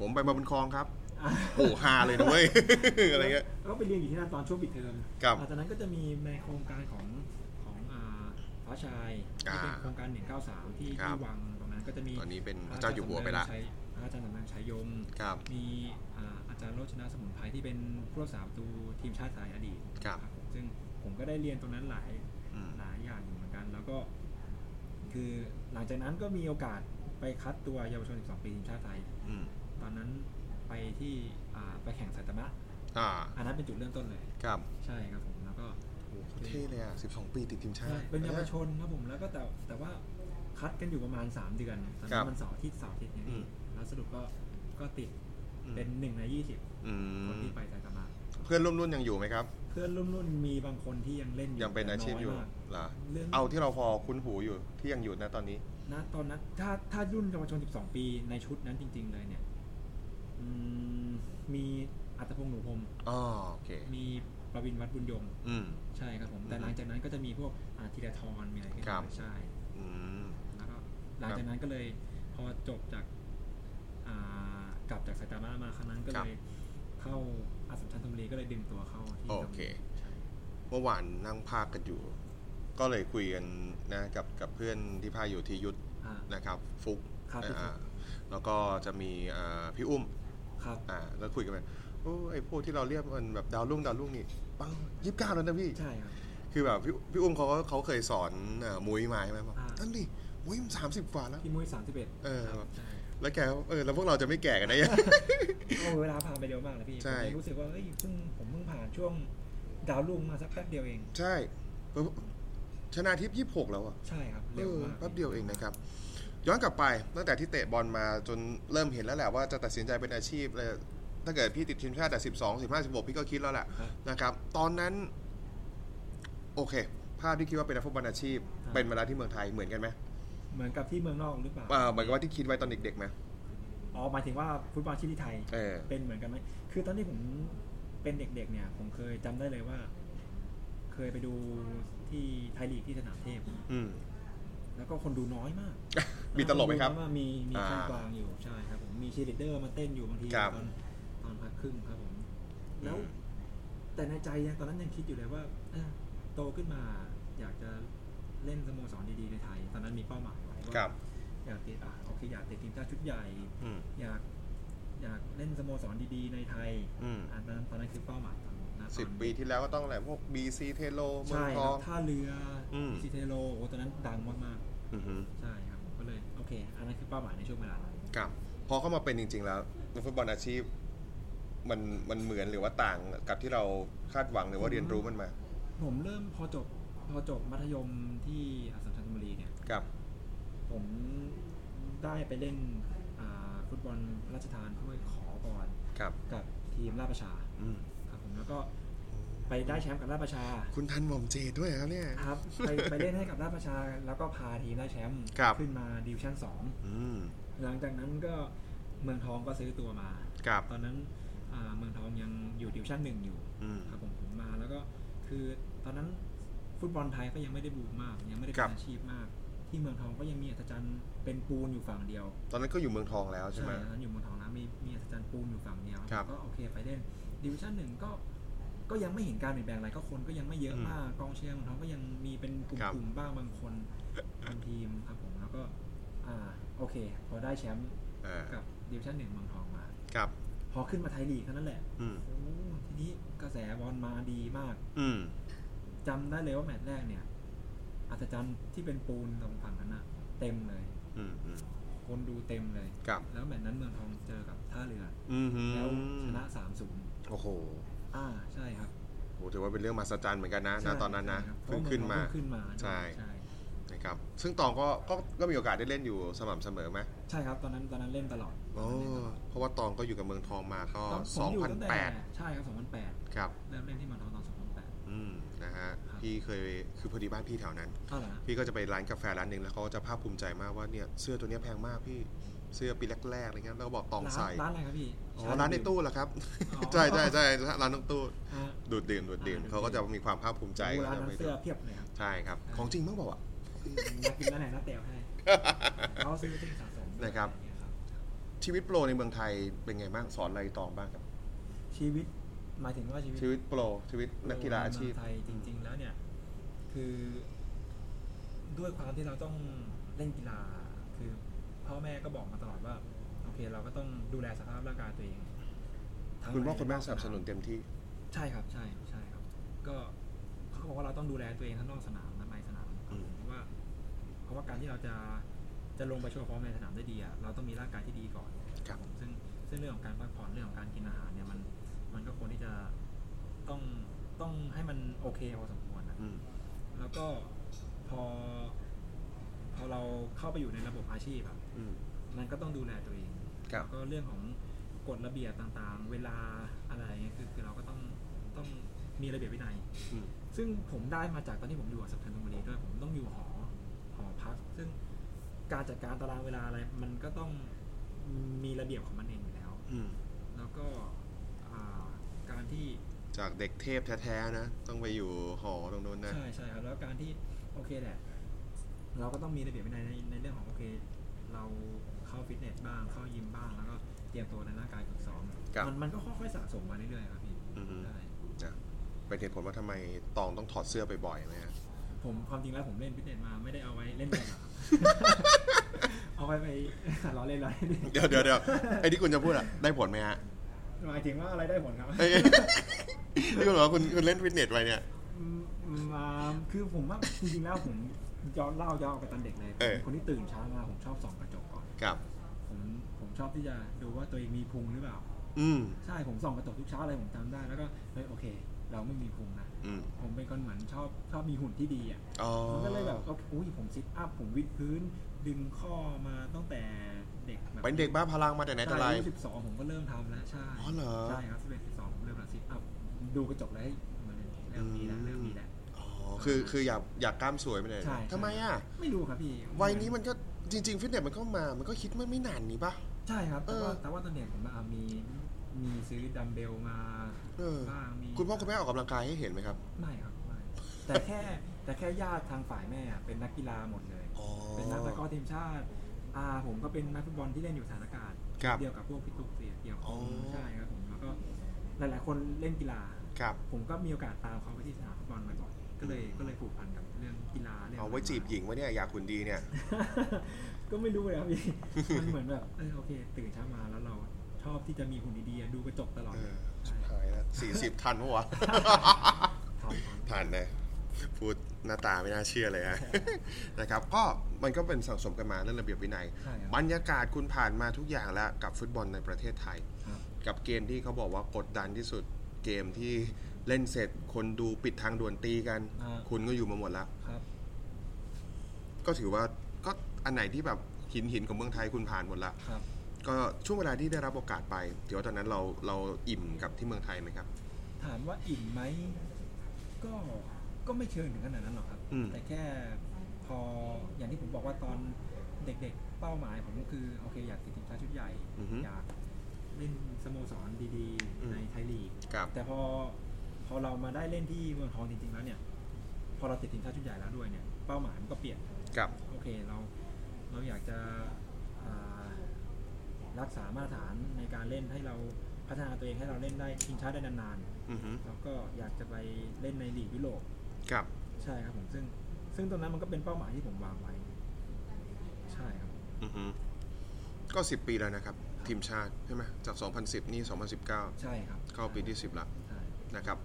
S1: ผมไปมาบุญคลองครับ
S2: อ่า
S1: โอ้ฮาเลยนะเว้ย อะไรเงี้ย
S2: แล้วก็ไปเรียนอยู่ที่นั่นตอนช่วงปิดเทอม
S1: ครับ
S2: หลังจากนั้นก็จะมีในโครงการของของอ่าฟ้าชาย
S1: อ่า
S2: ที่เป็นโครงการ 193 ที่
S1: ครั
S2: ที่
S1: บ
S2: วังตรงนั้นก็จะมี
S1: ตอนนี้เป็น
S2: พระ
S1: เจ้าอยู่หัวไปละ
S2: ใช้พระอาจารย์สำนักชายยม
S1: ครับ
S2: มีอ่าอาจารย์โรจนะสมุนไพรที่เป็นผู้รักษาประตูทีมชาติไทยอดีต
S1: ครับ
S2: ผมซึ่งผมก็ได้เรียนตรงนั้นหลาย
S1: อืม
S2: หลายอย่างอยู่เหมือนกัน แล้วก็ คือหลังจากนั้นก็มีโอกาสไปคัดตัวเยาวชน 12 ปีทีมชาติไทย
S1: อืม
S2: ตอนนั้นไปที่อ่าไปแข่งสัตมะ
S1: อ่า
S2: อันนั้นเป็นจุดเริ่มต้นเลย
S1: ครับ
S2: ใช่ครับผมแล้วก็
S1: โอ้โหเท่เลยอ่ะ 12 ปีติดทีมชา
S2: ใช่
S1: ติ
S2: เป็นเยาวชนครับผมแล้วก็แต่แต่ว่าคัดกันอยู่ประมาณ 3 เดือนตอน
S1: ครั
S2: นั้
S1: บ
S2: นมันเสาร์อาที่เสาร์อาทิตย์เนี่ย
S1: อืม
S2: แล้วสรุปก็ก็ติด
S1: อืม
S2: เป็นหนึ่งในยี่สิบ
S1: อื
S2: คน
S1: ม
S2: ที่ไปไซตามะ
S1: เพื่อนร่วมรุ่นยังอยู่ไหมครับ
S2: เพื่อนรุ่นรุ่นมีบางคนที่ยังเล่นอยู่
S1: ยังเป็น
S2: แต่
S1: อาชีพอยู่
S2: มาก
S1: เหรอ
S2: เรื่อง
S1: เอาที่เราพอคุ้นหูอยู่ที่ยังอยู่นะตอนนี้
S2: ณตอนนั้นถ้าถ้ารุ่นเยาวชน 12 ปีในชุดนั้นจริง ๆ เลยเนี่ยอืมมีอัตภพงษ์หนูพรหม
S1: อ๋อโอเค
S2: มีประวินวัดบุญยง
S1: อืม
S2: ใช่ครับผมแต่
S1: อืม
S2: หลังจากนั้นก็จะมีพวกอาธีรทรมีอะไรขึ้น
S1: ครั
S2: มา
S1: บ
S2: ใช่
S1: อืม
S2: แล้วก็หลังจากนั้นก็เลยพอจบจากอ่ากลับจากไซตามะมาครั้งนั้นก็
S1: ครั
S2: เล
S1: บ
S2: ยเข้าอาสัมชัญธมรีก็เลยดึงตัวเข้าที่
S1: โอเค
S2: ตรงนี้ใช่
S1: เมื่อวานนั่งพากกันอยู่ ก็เลยคุยกันนะกับกับเพื่อนที่พากอยู่ที่ยุทธ
S2: อ่า
S1: นะครับฟุก
S2: ครับพี่ฟุก
S1: อ่าแล้วก็จะมีอ่าพี่อุ้ม
S2: ครับ
S1: อ่าแล้วคุยกันไปโอ้ไอพวกที่เราเรียกมันแบบดาวรุ่งดาวรุ่งนี่ปังยี่สิบเก้าแล้วนะพี่
S2: ใช่ครับ
S1: คือแบบพี่พี่อุ้มเขาก็เขาเคยสอนเอ่อมุ้ยมาใช่ไหมบอก
S2: อ่า
S1: นั่นดิมุ้ยมันสามสิบกว่าแล้ว
S2: พี่มุ้ยสามสิบเอ็ด
S1: เออ
S2: ใช่
S1: แล้วแกก็เออแล้วพวกเราจะไม่แก่กันได้ยัง
S2: โอ้เวลาผ่านไปเร็วมากเลยพี่
S1: ใช่
S2: ผมยังรู้สึกว่าเฮ้ยเพิ่งผมเพิ่งผ่านช่วงดาวรุ่งมาสักแป๊บเดียวเอง
S1: ใช่เพิ่งชนะทิพย์ยี่สิบหกแล้วอ่ะ
S2: ใช่ครับ เร็วมาก
S1: แป๊บเดียวเองนะครับ ย้อนกลับไปตั้งแต่ที่เตะบอลมาจนเริ่มเห็นแล้วแหละว่าจะตัดสินใจเป็นอาชีพเลยถ้าเกิดพี่ติดทีมชาติแต่สิบสองสิบห้าสิบหกพี่ก็คิดแล้วแหละ
S2: ครับ
S1: นะครับ ตอนนั้น โอเค ภาพที่คิดว่าเป็นนักฟุตบอลอาชีพ
S2: ครับ
S1: เป็นเวลาที่เมืองไทยเหมือนกันไหม
S2: เหมือนกับที่เมืองนอกหรือเปล่า
S1: เอ่อเหมือนกับว่าที่คิดไว้ตอนเด็กๆไหม
S2: อ๋อหมายถึงว่าฟุตบอลอาชีพที่ไทย
S1: เออ
S2: เป็นเหมือนกันไหม คือตอนที่ผมเป็นเด็กๆเนี่ย ผมเคยจำได้เลยว่า เคยไปดูที่ไทยลีกที่สนามเทพ
S1: อืม
S2: แล้วก็คนดูน้อยมาก
S1: มีตลกไหมครับ
S2: นดูน้อยากมีมี
S1: อ่า
S2: ข้างกลางอยู่ ใช่ครับผม มีเชียร์ลีดเดอร์มาเต้นอยู่บางที
S1: ครับ
S2: ตอนตอนพักครึ่งครับผม
S1: อืม
S2: แล้ว แต่ในใจนะตอนนั้นยังคิดอยู่เลยว่าเอ้อโตขึ้นมา อยากจะเล่นสโมสรดีๆในไทย ตอนนั้นมีเป้าหมายไว้ว่า
S1: ครับ
S2: อยากติดอ่ะโอเคอยากติดทีมชาติชุดใหญ่
S1: อืม
S2: อยากอยากเล่นสโมสรดีๆในไทย
S1: อืม
S2: อ่าตอนนั้นตอนนั้นคือเป้าหมายตอนนั้นนะ
S1: สิบ
S2: ตอน
S1: ปีที่แล้วก็ต้องอะไรพวกบีซีเทโลเมือง
S2: ใช่
S1: ท
S2: ครั
S1: อบ ง
S2: ท่าเรืออ
S1: ม
S2: ซีเทโลโอ้ตอนนั้นดังมาก
S1: อือฮึ
S2: ๆใช่ครับผมก็เลยโอเค อันนั้นคือเป้าหมายในช่วงเวลานั้น
S1: ครับ พอเข้ามาเป็นจริง ๆ แล้วนักฟุตบอลอาชีพ มันมันเหมือนหรือว่าต่างกับที่เราคาดหวังหรือว่าเรียนรู้มันมา
S2: ผมเริ่มพอจบพอจบมัธยมที่อัสสัมชัญธนบุรีเนี่ย
S1: ครับ
S2: ผมได้ไปเล่นอ่าฟุตบอลพระราชทานถ้วยขอก่อน
S1: ครับ
S2: กับทีมราชประชา
S1: อืม
S2: ครับผมแล้วก็ไปได้แชมป์กับราชประชา
S1: คุณทันหม่อมเจดด้วยครับเนี่ย
S2: ครับไปไปเล่นให้กับราชประชาแล้วก็พาทีมได้แชมป์
S1: ครับ
S2: ขึ้นมาดิวชั่นสอง
S1: อืม
S2: หลังจากนั้นก็เมืองทองก็ซื้อตัวมา
S1: ครับ
S2: ตอนนั้นอ่าเมืองทองยังอยู่ดิวชั่นหนึ่งอยู่
S1: อืม
S2: ครับผมผมมาแล้วก็คือตอนนั้นฟุตบอลไทยก็ยังไม่ได้บูมมาก ยังไม่ได้
S1: ค
S2: เป็
S1: รับ
S2: นอาชีพมาก ที่เมืองทองก็ยังมีอัศจรรย์เป็นปูนอยู่ฝั่งเดียว
S1: ตอนนั้นก็อยู่เมืองทองแล้วใช่ไหม
S2: ตอนนั้นอยู่เมืองทองนะมีมีอัศจรรย์ปูนอยู่ฝั่งเดียว
S1: ครับ
S2: ก็โอเคไปเล่นดิวชั่นหนึ่งก็ก็ยังไม่เห็นการเปลี่ยนแปลงอะไรก็คนก็ยังไม่เยอะ
S1: อืม
S2: มากกองเชียร์เมืองทองก็ยังมีเป็นกลุ่ม
S1: ครับ
S2: กลุ่มบ้างบางคนบางทีมครับผมแล้วก็อ่าโอเค พอได้แชมป์
S1: อ่า
S2: กับดิวชั่นหนึ่งเมืองทองมา
S1: ครับ
S2: พอขึ้นมาไทยลีกเท่านั้นแหละ
S1: อืม
S2: โอ้ทีนี้กระแสบอลมาดีมาก
S1: อืม
S2: จำได้เลยว่าแมตช์แรกเนี่ยอัศจรรย์ที่เป็นปูนตรงฝั่งนั้นอะเต็มเลย
S1: อืมอืม
S2: คนดูเต็มเลย
S1: ครับ
S2: แล้วแมตช์นั้นเมืองทองเจอกับท่าเรือ
S1: อืมฮึ
S2: อแล้วชนะ3 0
S1: โอ้โห
S2: อ่าใช่ครับ
S1: โหถือว่าเป็นเรื่องมหัศจรรย์เหมือนกันนะ
S2: ใช่
S1: นะตอนนั้นนะ
S2: ใช่ครับเพ
S1: เพิ่ง
S2: ระว่
S1: ขึ้นมา
S2: เองทองเพิ่งขึ้นมา
S1: ใช่
S2: ใช่
S1: นะครับ ซึ่งตองก็ก็ก็มีโอกาสได้เล่นอยู่สม่ำเสมอไหม
S2: ใช่ครับตอนนั้นตอนนั้นเล่นตลอด
S1: โอ้เพราะว่าตองก็อยู่กับเมืองทองมาก็
S2: ตอนผมอยู่ตั้งแต่
S1: 2008
S2: ใช่ครับ2008
S1: ครับ
S2: เริ่มเล่นที่เมืองทองตอน2008
S1: อืม นะฮะ
S2: ครับ
S1: พี่เคย คือพอดีบ้านพี่แถวนั้น
S2: เท่าไหร่นะ
S1: พี่ก็จะไปร้านกาแฟร้านหนึ่งแล้วเขาก็จะภาคภูมิใจมากว่าเนี่ยเสื้อตัวเนี้ยแพงมากพี่ เสื้อปีแรกๆอะไรเงี้ย แล้วก็บอกตองใส่
S2: ร้านอะไรครับพี่
S1: อ๋อ ร้านในตู้เหรอครับ
S2: อ๋อ
S1: ใช่ใช่ใช่ร้านในตู้
S2: ฮะ
S1: ดูดดื่มดูดดื่ม
S2: อ่า
S1: เขาก็จะมีความภาคภูมิใจ
S2: ร้าน
S1: ก็จะ
S2: นั้
S1: ไป
S2: นเสื้อเพียบเลย ครับ
S1: ใช่ครับ ของจริงมากเปล่าอ่ะ
S2: นักกินแล้วไหนนักเตะให้ เขาซื้อที่สะสมด้วย
S1: นะครับ
S2: อไอย่างเงี้ยครับ
S1: ชีวิตโปรในเมืองไทยเป็นไงบ้างสอนอะไรตองบ้างครับ
S2: ชีวิตหมายถึงว่าชีวิต
S1: ชีวิตโปรชีวิตนักกีฬาอาชีพ
S2: ในเมืงไทยจริง ๆ แล้วเนี่ย คือ ด้วยความที่เราต้องเล่นกีฬา คือพ่อแม่ก็บอกมาตลอดว่า โอเค เราก็ต้องดูแลสภาพร่างกายตัวเองทั้ง
S1: คุณพ่อ
S2: ใน
S1: คุณแม่
S2: และก
S1: สนับสนุนเต็มที่
S2: ใช่ครับ ใช่ใช่ครับ ก็เขาก็บอกว่าเราต้องดูแลตัวเองทั้งนอกสนามและในสนาม
S1: อืม
S2: เพราะว่า เพราะว่าการที่เราจะจะลงไปโชว์ฟอร์มในสนามได้ดีอะเราต้องมีร่างกายที่ดีก่อน
S1: ครับ
S2: ซึ่งซึ่งเรื่องของการพักผ่อนเรื่องของการกินอาหารเนี่ยมันมันก็ควรที่จะต้องต้องให้มันโอเคพอสมควรนะ
S1: อืม
S2: แล้วก็พอพอเราเข้าไปอยู่ในระบบอาชีพอะ
S1: อืม
S2: มันก็ต้องดูแลตัวเอง
S1: ครับ
S2: แล้วก็เรื่องของกฎระเบียบต่างๆ เวลาอะไรอย่างเงี้ยคือคือเราก็ต้องต้องมีระเบียบวินัย
S1: อืม
S2: ซึ่งผมได้มาจากตอนที่ผมอยู่อัสสัมชัญธนบุรีด้วยผมต้องอยู่หอหอพัก ซึ่งการจัดการตารางเวลาอะไร มันก็ต้องมีระเบียบของมันเองอยู่แล้ว
S1: อืม
S2: แล้วก็อ่าการที่
S1: จากเด็กเทพแท้ๆนะ ต้องไปอยู่หอตรงนู้นนะ
S2: ใช่ใช่ครับแล้วการที่โอเคแหละ เราก็ต้องมีระเบียบวินัยในในเรื่องของโอเค เราเข้าฟิตเนสบ้างเข้ายิมบ้างแล้วก็เตรียมตัวในร่างกายฝึกซ้อม
S1: ครับ
S2: มันมันก็ค่อยๆสะสมมาเรื่อยๆครับพี่
S1: อือฮึ
S2: ใช่
S1: นะ เป็นเหตุผลว่าทำไมตองต้องถอดเสื้อไปบ่อยๆไหมฮะ
S2: ผมความจริงแล้วผมเล่นพิตเนสมาไม่ได้เอาไว้เล่นเลยครับ เอาไว้ไป ล้อเล่นล้อเล่น
S1: เดี๋ยวเดี๋ยวเดี๋ยวไอ้ที่คุณจะพูดอะได้ผลไหมฮะ
S2: หมายถึงว่าอะไรได้ผลครับ
S1: ไอ้ ที่คุณบอกว่าคุณคุณ เล่นฟิตเนสไปเนี่ย
S2: อืมมาคือผมว่าจริงๆแล้วผมย้อนเล่าย้อนออกไปตอนเด็กเลย
S1: เออ
S2: ผมคนที่ตื่นเช้ามาผมชอบส่องกระจกก่อน
S1: ครับ
S2: ผมผมชอบที่จะดูว่าตัวเองมีพุงหรือเปล่า
S1: อืม
S2: ใช่ผมส่องกระจกทุกเช้าเลยผมจำได้แล้วก็เฮ้ยโอเค เราไม่มีพุงนะ
S1: อืม
S2: ผมเป็นคนเหมือนชอบชอบมีหุ่นที่ดีอ่ะ
S1: อ๋อ
S2: ผมก็เลยแบบก็อุ้ยผมซิทอัพผมวิดพื้น ดึงข้อมาตั้งแต่เด็กแบบ
S1: เป็นเด็กบ้าพลังมาแต่ไหนแต่ไร
S2: ใช่อายุสิบสองผมก็เริ่มทำแล้วใช่
S1: อ๋อเหรอ
S2: ใช่ครับสิบเอ็ดสิบสองผมเริ่มละซิทอัพดูกระจกแล้วเฮ้ยมันเริ่มดีแล้วเริ่มดีแล้ว
S1: อ๋อคือคืออยากอยากกล้ามสวยไปเลย
S2: ใช่
S1: ทำไมอ่ะ
S2: ไม่รู้ครับพี่
S1: วัยนี้มันก็จริง ๆ ฟิตเนสมันก็มา มันก็คิดไม่ไม่นานนี้ปะ
S2: ใช่ครับ แต่ว่า
S1: เออ
S2: แต่ว่าตอนเด็กผมอะมีมีซื้อดัมเบลมา
S1: เออ
S2: บ้างมี
S1: คุณพ่อคุณแม่ออกกำลังกายให้เห็นไหมครับ
S2: ไม่ครับไม่แต่แค่แต่แค่ญาติทางฝ่ายแม่อะเป็นนักกีฬาหมดเลย
S1: อ๋อ
S2: เป็นนักตะกร้อทีมชาติอาผมก็เป็นนักฟุตบอลที่เล่นอยู่สถานอากาศ
S1: ครับ
S2: เดียวกับพวกพี่ตุ๊กเสียเดียวกับ
S1: อ๋อ
S2: ใช่ครับผมแล้วก็หลาย ๆ คนเล่นกีฬา
S1: ครับ
S2: ผมก็มีโอกาสตามเขาไปที่สนามฟุตบอลบ่อยๆก็เลยก็เลยผูกพันกับเรื่องกีฬาเรื่อง
S1: เอาไว้จีบหญิงวะเนี่ยอยากคุณดีเนี่ย
S2: ก็ไม่รู้เลยครับ พี่ มันเหมือนแบบเออโอเค ตื่นเช้ามาแล้วเราชอบที่จะมีหุ่นดีๆอะดูกระจกตลอด
S1: เอ
S2: เลย
S1: อชิบหายแล้วสี่สิบทันปะ วะ
S2: ทอมทอม
S1: ทันนะพูดหน้าตาไม่น่าเชื่อเลยฮะ นะครับ ก็มันก็เป็นสังสมกันมาเรื่องระเบียบวินัย
S2: ใช่ครับ
S1: รรยากาศคุณผ่านมาทุกอย่างแล้วกับฟุตบอลในประเทศไทย
S2: ครับ
S1: กับเกมที่เขาบอกว่ากดดันที่สุด เกมที่เล่นเสร็จ คนดูปิดทางด่วนตีกัน
S2: อ่า
S1: คุณก็อยู่มาหมดแล้ว
S2: ครับ
S1: ก็ถือว่าก็อันไหนที่แบบหินหินของเมืองไทยคุณผ่านหมดละ
S2: ครับ
S1: ก็ช่วงเวลาที่ได้รับโอกาสไปถือว่าตอนนั้นเราเราอิ่มกับที่เมืองไทยไหมครับ
S2: ถามว่าอิ่มไหมก็ก็ไม่เชิงถึงขนาดนั้นหรอกครับ
S1: อืม
S2: แต่แค่พออย่างที่ผมบอกว่าตอนเด็กๆ เป้าหมายผมก็คือโอเคอยากติดทีมชาติชุดใหญ่
S1: อือฮึ
S2: อยากเล่นสโมสรดี
S1: อืม
S2: ๆ ในไทยลีก
S1: กับ
S2: แต่พอพอเรามาได้เล่นที่เมืองทองจริงๆแล้วเนี่ย พอเราติดทีมชาติชุดใหญ่แล้วด้วยเนี่ยเป้าหมายมันก็เปลี่ยน
S1: กับ
S2: โอเคเราเราอยากจะอ่ารักษามาตรฐานในการเล่นให้เราพัฒนาตัวเองให้เราเล่นได้ทีมชาติได้นาน
S1: อือฮึ
S2: ๆแล้วก็อยากจะไปเล่นในลีกยุโรป
S1: กับ
S2: ใช่ครับผมซึ่งซึ่งตรงนั้นมันก็เป็นเป้าหมายที่ผมวางไว้ใช่ครับ
S1: อือฮึก็ 10 ปีแล้วนะครับ ทีมชาติใช่ไหมจาก 2010 นี่ 2019
S2: ใช่ครับ
S1: เข้าปีที่ 10 ละ
S2: ใช่
S1: นะครับ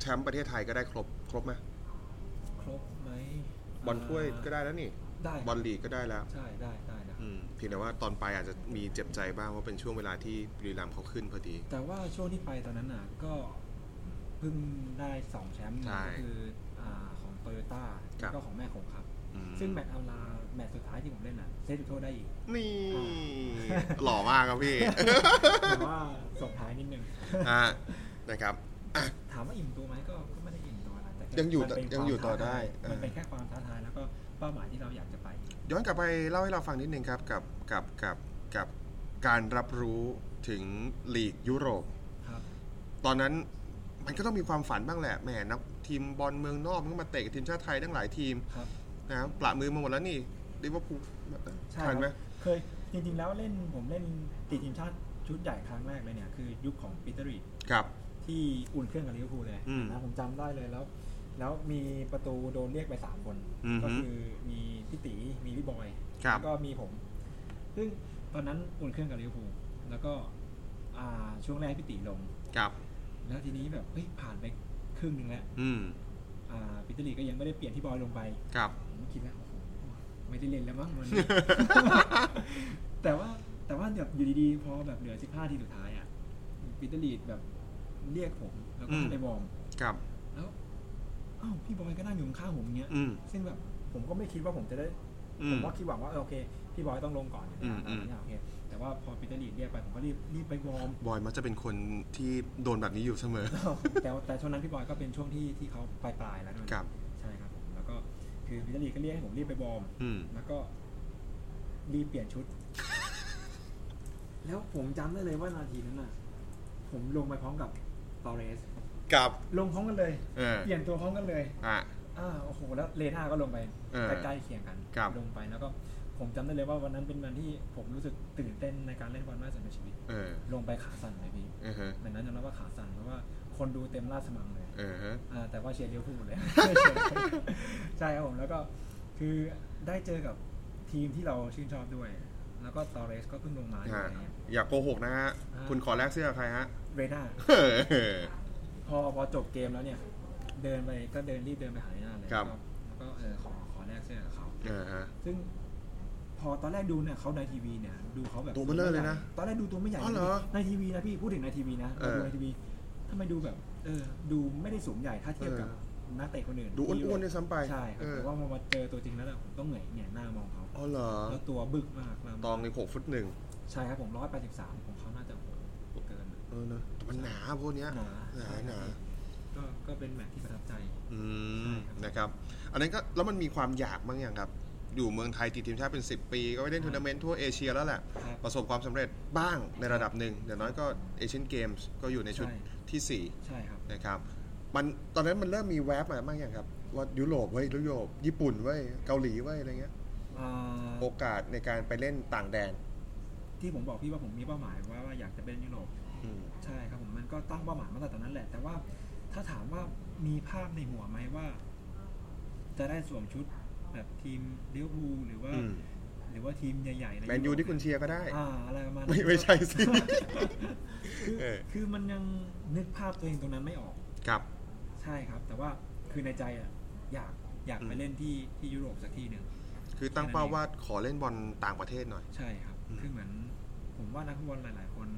S1: แชมป์ประเทศไทยก็ได้ครบ ครบไหม
S2: ครบไหม
S1: บอลถ้วยก็ได้แล้วนี่
S2: ได้
S1: บอลลีกก็ได้แล้ว
S2: ใช่ได้ได้นะครับ
S1: อืมเพียงแต่ว่าตอนไปอาจจะมีเจ็บใจบ้างว่าเป็นช่วงเวลาที่บุรีรัมย์เขาขึ้นพอดี
S2: แต่ว่าช่วงที่ไปตอนนั้นน่ะก็เพิ่งได้สองแชมป์
S1: ใช่
S2: ก็คืออาของโตโยต้า
S1: ครั
S2: แล้
S1: บ
S2: วก็ของแม่คงครับ
S1: อืม
S2: ซึ่งแมตช์เอาลาแมตช์สุดท้ายที่ผมเล่นน่ะเซตจุดโทษได้อี ก
S1: นี่ หล่อมากครับพี่
S2: แต่ว่าส่งท้ายนิดนึง
S1: อ่ะนะครับ
S2: ถามว่าอิ่มตัวไหมก็ก็ไม่ได้อิ่มตัวนะแต่แค่
S1: ยังอยู่
S2: มันเป็น
S1: ยังอยู่
S2: ความ
S1: ต่อได้
S2: ท้าทาย
S1: เอ
S2: มัน
S1: อ
S2: เป็นแค่ความท้าทายแล้วก็เป้าหมายที่เราอยากจะไป
S1: ย้อนกลับไปเล่าให้เราฟังนิดนึงครับกับกับกับกับการรับรู้ถึงลีกยุโรป
S2: ครับ
S1: ตอนนั้นมันก็ต้องมีความฝันบ้างแหละแหมนักทีมบอลเมืองนอกมันก็มาเตะกับทีมชาติไทยตั้งหลายทีม
S2: ครับ
S1: นะครับปละมือมาหมดแล้วนี่ลิเวอร์พูล
S2: ใช่
S1: ทันไหม
S2: ครับเคยจริงๆแล้วเล่นผมเล่นติดทีมชาติชุดใหญ่ครั้งแรกเลยเนี่ยคือยุคของปีเตอร์รีด
S1: ครับ
S2: ที่อุ่นเครื่องกับลิเวอร์พูลเลย
S1: อืม
S2: นะผมจำได้เลยแล้ว แล้วมีประตูโดนเรียกไปสามคน
S1: อือฮึ
S2: ก็คือมีพี่ตีมีพี่บอย
S1: ครับ
S2: แล้วก็มีผม ซึ่งตอนนั้นอุ่นเครื่องกับลิเวอร์พูลแล้วก็อ่าช่วงแรกพี่ตีลง
S1: ครับ
S2: แล้วทีนี้แบบเฮ้ยผ่านไปครึ่งหนึ่งแล้ว
S1: อืม
S2: อ่าปิเตอร์ลีก็ยังไม่ได้เปลี่ยนที่บอยลงไป
S1: ครับ
S2: ผมคิดแล้วโอ้โหไม่ได้เล่นแล้วมั้งวันนี้ แต่ว่าแต่ว่าแบบอยู่ดีๆ พอแบบเหลือ 15 ทีสุดท้ายอ่ะปีเตอร์ลีดแบบเรียกผมแล้วก็
S1: อืม
S2: ให้ไปวอร์ม
S1: ครับ
S2: แล้วอ้าวพี่บอยก็นั่งอยู่ข้างๆผมเงี้ย
S1: อืม
S2: ซึ่งแบบผมก็ไม่คิดว่าผมจะได้
S1: อืม
S2: ผมก็คิดหวังว่าเออโอเค พี่บอยต้องลงก่อนอยู่แล้ว
S1: อืมอืม
S2: เนี่ยโอเค แต่ว่าพอปีเตอร์ลีดเรียกไปผมก็รีบรีบไปวอร์ม
S1: บอยมักจะเป็นคนที่โดนแบบนี้อยู่เสมอ
S2: แต่แต่ช่วงนั้นพี่บอยก็เป็นช่วงที่ที่เขาปลายปลายๆแล้วด้วย
S1: ครับ
S2: ใช่ครับผม แล้วก็คือปีเตอร์ลีดก็เรียกให้ผมรีบไปวอร์ม
S1: อืม
S2: แล้วก็รีบเปลี่ยนชุด แล้วผมจำได้เลยว่านาทีนั้นน่ะ ผมลงไปพร้อมกับตอเรส
S1: ครับ
S2: ลงพร้อมกันเลย
S1: เออ
S2: เปลี่ยนตัวพร้อมกันเลย
S1: อ่ะ
S2: อ่าโอ้โหแล้วเลน่าก็ลงไป
S1: เออ
S2: ใกล้ๆเคียงกัน
S1: ครับ
S2: ลงไปแล้วก็ผมจำได้เลยว่าวันนั้นเป็นวันที่ผมรู้สึกตื่นเต้นในการเล่นบอลมากที่สุดในชีวิต
S1: เออ
S2: ลงไปขาสั่นเลยพี่
S1: เออฮะ
S2: ดังนั้นยอมรับว่าขาสั่นเพราะว่าโค คนดูเต็มราชมังเลย
S1: เออฮะ
S2: อ่าแต่ว่าเชียร์ลิเวอร์พูลหมดเลย ใช่ครับผมแล้วก็คือได้เจอกับทีมที่เราชื่นชอบด้วย แล้วก็ตอเรสก็เพิ่งลงมาด้วย
S1: ฮะ
S2: อะไรเงี้ย
S1: อย่าโกหกนะฮะ
S2: อ่า
S1: คุณขอแลกเสื้อใครฮะ
S2: เรน่าพอพอจบเกมแล้วเนี่ย เดินไปก็เดินรีบเดินไปหาเรน่าเลย
S1: ครับ
S2: แล้วก็แล้วก็เออขอขอแลกเสื้อกับเขา
S1: เออฮะ
S2: ซึ่งพอตอนแรกดูเนี่ยเขาในทีวีเนี่ยดูเขาแบบ
S1: ตัวเบลอเลยนะ
S2: ตอนแรกดูตัวไม่ใหญ่
S1: อ๋อเหรอ
S2: ในทีวีนะพี่พูดถึงในทีวีนะ
S1: เออ
S2: ดูในทีวีทำไมดูแบบเออดูไม่ได้สูงใหญ่ถ้าเทียบกับนักเตะคนอื่น
S1: ดู
S2: ที่
S1: อ้วนๆด้วยซ้ำไป
S2: ใช่ครับ
S1: เออ
S2: แต่ว่าพอมาเจอตัวจริงแล้วเนี่ยผมต้องเหนื่อยเหนื่อยหน้ามองเขา
S1: อ๋อเหรอ
S2: แล้วตัวบึกมากล
S1: ตองในหกฟุตหนึ่ง
S2: ำใช่ครับผมร้อยแปดสิบสามของเขาน่าจะโหเกิน
S1: เออเนอะแต่มันหนาพวกเนี้ย
S2: หนา
S1: หนา
S2: ใช่
S1: หนา
S2: ก็ก็เป็นแมตช์ที่ประทับใจ
S1: อื
S2: ใช่
S1: ม
S2: ครับ
S1: นะครับ อันนั้นก็ แล้วมันมีความอยากบ้างอย่างครับ อยู่เมืองไทยติดทีมชาติเป็น 10 ปี ก็ไปเล่นทัวร์นาเมนต์ทั่วเอเชียแล้วแหละ
S2: ครับ
S1: ประสบความสำเร็จบ้างในระดับหนึ่งอย่างน้อยก็เอเชียนเกมส์ก็อยู่ในชุด
S2: ใช่
S1: ที่สี่
S2: ใช่ครับ
S1: นะครับมันตอนนั้นมันเริ่มมีแวบมาบ้างอย่างครับ ว่ายุโรปเว้ยยุโรปญี่ปุ่นเว้ยเกาหลีเว้ยอะไรเงี้ย
S2: อ่า
S1: โอกาสในการไปเล่นต่างแดน
S2: ที่ผมบอกพี่ว่าผมมีเป้าหมายว่าว่าอยากจะเป็นยุโรป
S1: อืม
S2: ใช่ครับผมมันก็ตั้งเป้าหมายมาตั้งแต่ตอนนั้นแหละ แต่ว่าถ้าถามว่ามีภาพในหัวไหมว่า จะได้สวมชุดแบบทีมเลี้ยวภูลหรือว่า
S1: อืม
S2: หรือว่าทีมใหญ่ๆใน
S1: แมนยูที่คุณเชียร์ก็ได้
S2: อ่าอะไรประมาณนั้น
S1: ไม่ไม่ใช่สิ
S2: คือ
S1: เออ
S2: คือมันยังนึกภาพตัวเองตรงนั้นไม่ออก
S1: ครับ
S2: ใช่ครับ แต่ว่าคือในใจอ่ะอยากอยากไป
S1: อืม
S2: เล่นที่ที่ยุโรปสักที่หนึ่ง
S1: คือตั้งเป้าว่าขอเล่นบอลต่างประเทศหน่อย
S2: ใช่ครับ
S1: อืม
S2: คือเหมือน ผมว่านักฟุตบอลหลาย ๆ คน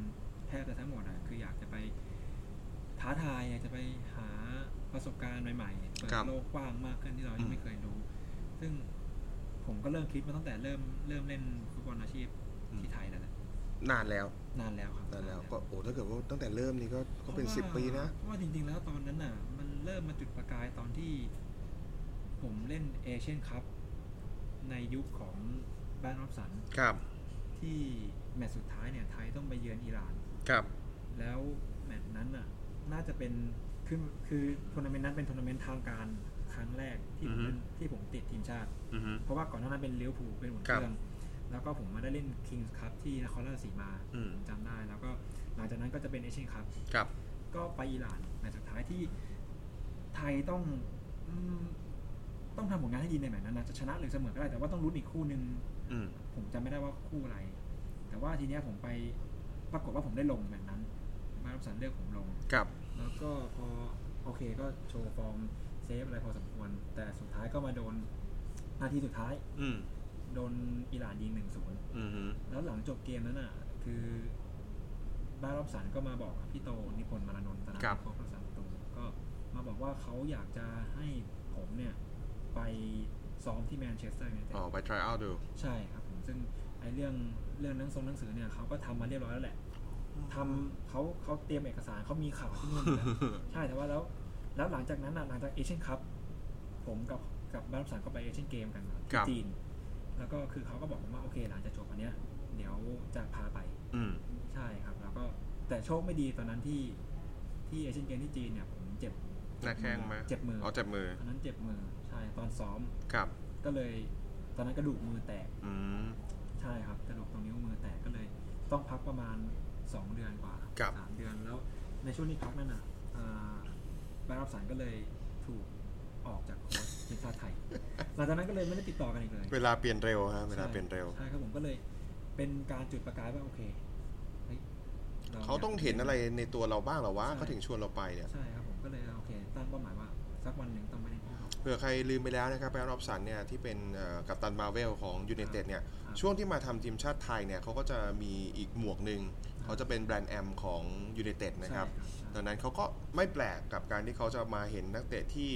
S2: แทบจะทั้งหมดอ่ะคืออยากจะไปท้าทายอยากจะไปหาประสบการณ์ใหม่ๆเปิดโลกกว้างมากขึ้นที่เรายังไม่เคยรู้ ซึ่งผมก็เริ่มคิดมาตั้งแต่เริ่มเริ่มเล่นฟุตบอลอาชีพที่ไทยแล้วแหละ
S1: นานแล้ว
S2: นานแล้วครับ
S1: นานแล้วก็โอ้ถ้าเกิดว่าตั้งแต่เริ่มนี่ก็ก็เป็น
S2: พราะว่า
S1: 10 ปีนะ
S2: เพราะว่าจริงๆ แล้วตอนนั้นน่ะ มันเริ่มมาจุดประกายตอนที่ผมเล่นเอเชียนคัพในยุคของแบนรอบสัน
S1: ครับ
S2: ที่แมตช์สุดท้ายเนี่ย ไทยต้องไปเยือนอิหร่าน
S1: ครับ
S2: แล้วแมตช์นั้นน่ะ น่าจะเป็นคือคือทัวร์นาเมนต์นั้นเป็นทัวร์นาเมนต์ทางการครั้งแรกที่ผม
S1: อือฮึ
S2: เล่นที่ผมติดทีมชาติ
S1: อือฮึ
S2: เพราะว่าก่อนหน้านั้นเป็นเลี้ยวผูลเป็นหุ่นเค
S1: ครับ
S2: รื่อง แล้วก็ผมมาได้เล่นคิงส์คัพที่นครราชสีมา
S1: อืม
S2: ผมจำได้ แล้วก็หลังจากนั้นก็จะเป็นเอเชียนคัพ
S1: ครับ
S2: ก็ไปอิหร่านแมตช์สุดท้ายที่ไทยต้องอืมต้องทำผลงานให้ดีในแมตช์นั้นนะจะชนะหรือเสมอก็ได้แต่ว่าต้องลุ้นอีกคู่หนึ่ง
S1: อืม
S2: ผมจำไม่ได้ว่าคู่อะไร แต่ว่าทีเนี้ยผมไปปรากฏว่าผมได้ลงแมตช์นั้นมารับสันเลือกผมลง
S1: ครับ
S2: แล้วก็พอโอเคก็โชว์ฟอร์มเซฟอะไรพอสมควร แต่สุดท้ายก็มาโดนนาทีสุดท้าย
S1: อืม
S2: โดนอิหร่านยิงหนึ่งศูนย์
S1: อืม
S2: แล้วหลังจบเกมนั้นอ่ะ คือบ้านรอบสันก็มาบอกกับพี่โตนิพนธ์มารานนท์ตอนนั้นเป็นโค้ชรักษาประตูก็มาบอกว่าเขาอยากจะให้ผมเนี่ย ไปซ้อมที่แมนเชสเตอร์ยูไนเต็ด
S1: อ๋อไป try out ดู
S2: ใช่ครับผมซึ่งไอ้เรื่องเรื่องหนังทรงหนังสือเนี่ยเขาก็ทำมาเรียบร้อยแล้วแหละทำเขาเขาเตรียมเอกสารเขามีข่าวที่นู่นอยู่ แล้ว ใช่แต่ว่าแล้วแล้วหลังจากนั้นน่ะหลังจากเอเชียนคัพผมกับกับบ้านสันก็ไปเอเชียนเกมกันครับ
S1: ครับ
S2: ที่จีน แล้วก็คือเขาก็บอกผมว่าโอเคหลังจากจบอันเนี้ยเดี๋ยวจะพาไป
S1: อืม
S2: ใช่ครับ แล้วก็แต่โชคไม่ดีตอนนั้นที่ที่เอเชียนเกมที่จีนเนี่ยผมเจ็บ
S1: หน้าแข้งไหม
S2: เจ็บมือ
S1: อ๋อเจ็บมือ
S2: ตอนนั้นเจ็บมือใช่ตอนซ้อม
S1: ครับ
S2: ก็เลยตอนนั้นกระดูกมือแตก
S1: อืม
S2: ใช่ครับกระดูกตรงนิ้วมือแตกก็เลย ต้องพักประมาณสองเดือนกว่า
S1: ครับ
S2: สามเดือนแล้วในช่วงที่พักนั่นน่ะอ่าแบรนด์รับสันก็เลยถูกออกจากโค้ชทีมชาติ ไทยหลังจากนั้นก็เลยไม่ได้ติดต่อกันอีกเลย
S1: เวลาเปลี่ยนเร็วฮะเวลาเปลี่ยนเร็ว
S2: ใช่ครับผมก็เลยเป็นการจุดประกายว่าโอเคเฮ้ยร
S1: เขาต้องเห็นอะไรในตัวเราบ้างเหรอวะเขาถึงชวนเราไปเนี่ย
S2: ใช่ครับผมก็เลยเอาโอเคตั้งเป้าหมายว่าสักวันหนึ่งต้องไปเล่นที่ยุโรป
S1: เผื่อใครลืมไปแล้วนะครับแบรนด์รอบสันเนี่ยที่เป็นเอ่อกัปตันมาร์เวลของยูไนเต็ดเนี่ย
S2: ครับ
S1: ช่วงที่มาทำทีมชาติไทยเนี่ยเขาก็จะมีอีกหมวกหนึ่งเขาจะเป็นแบรนด์แอมของยูไนเต็ดนะครับ
S2: ใช่ค
S1: ดั
S2: รับ
S1: งนั้นเขาก็ไม่แปลกกับการที่เขาจะมาเห็นนักเตะที่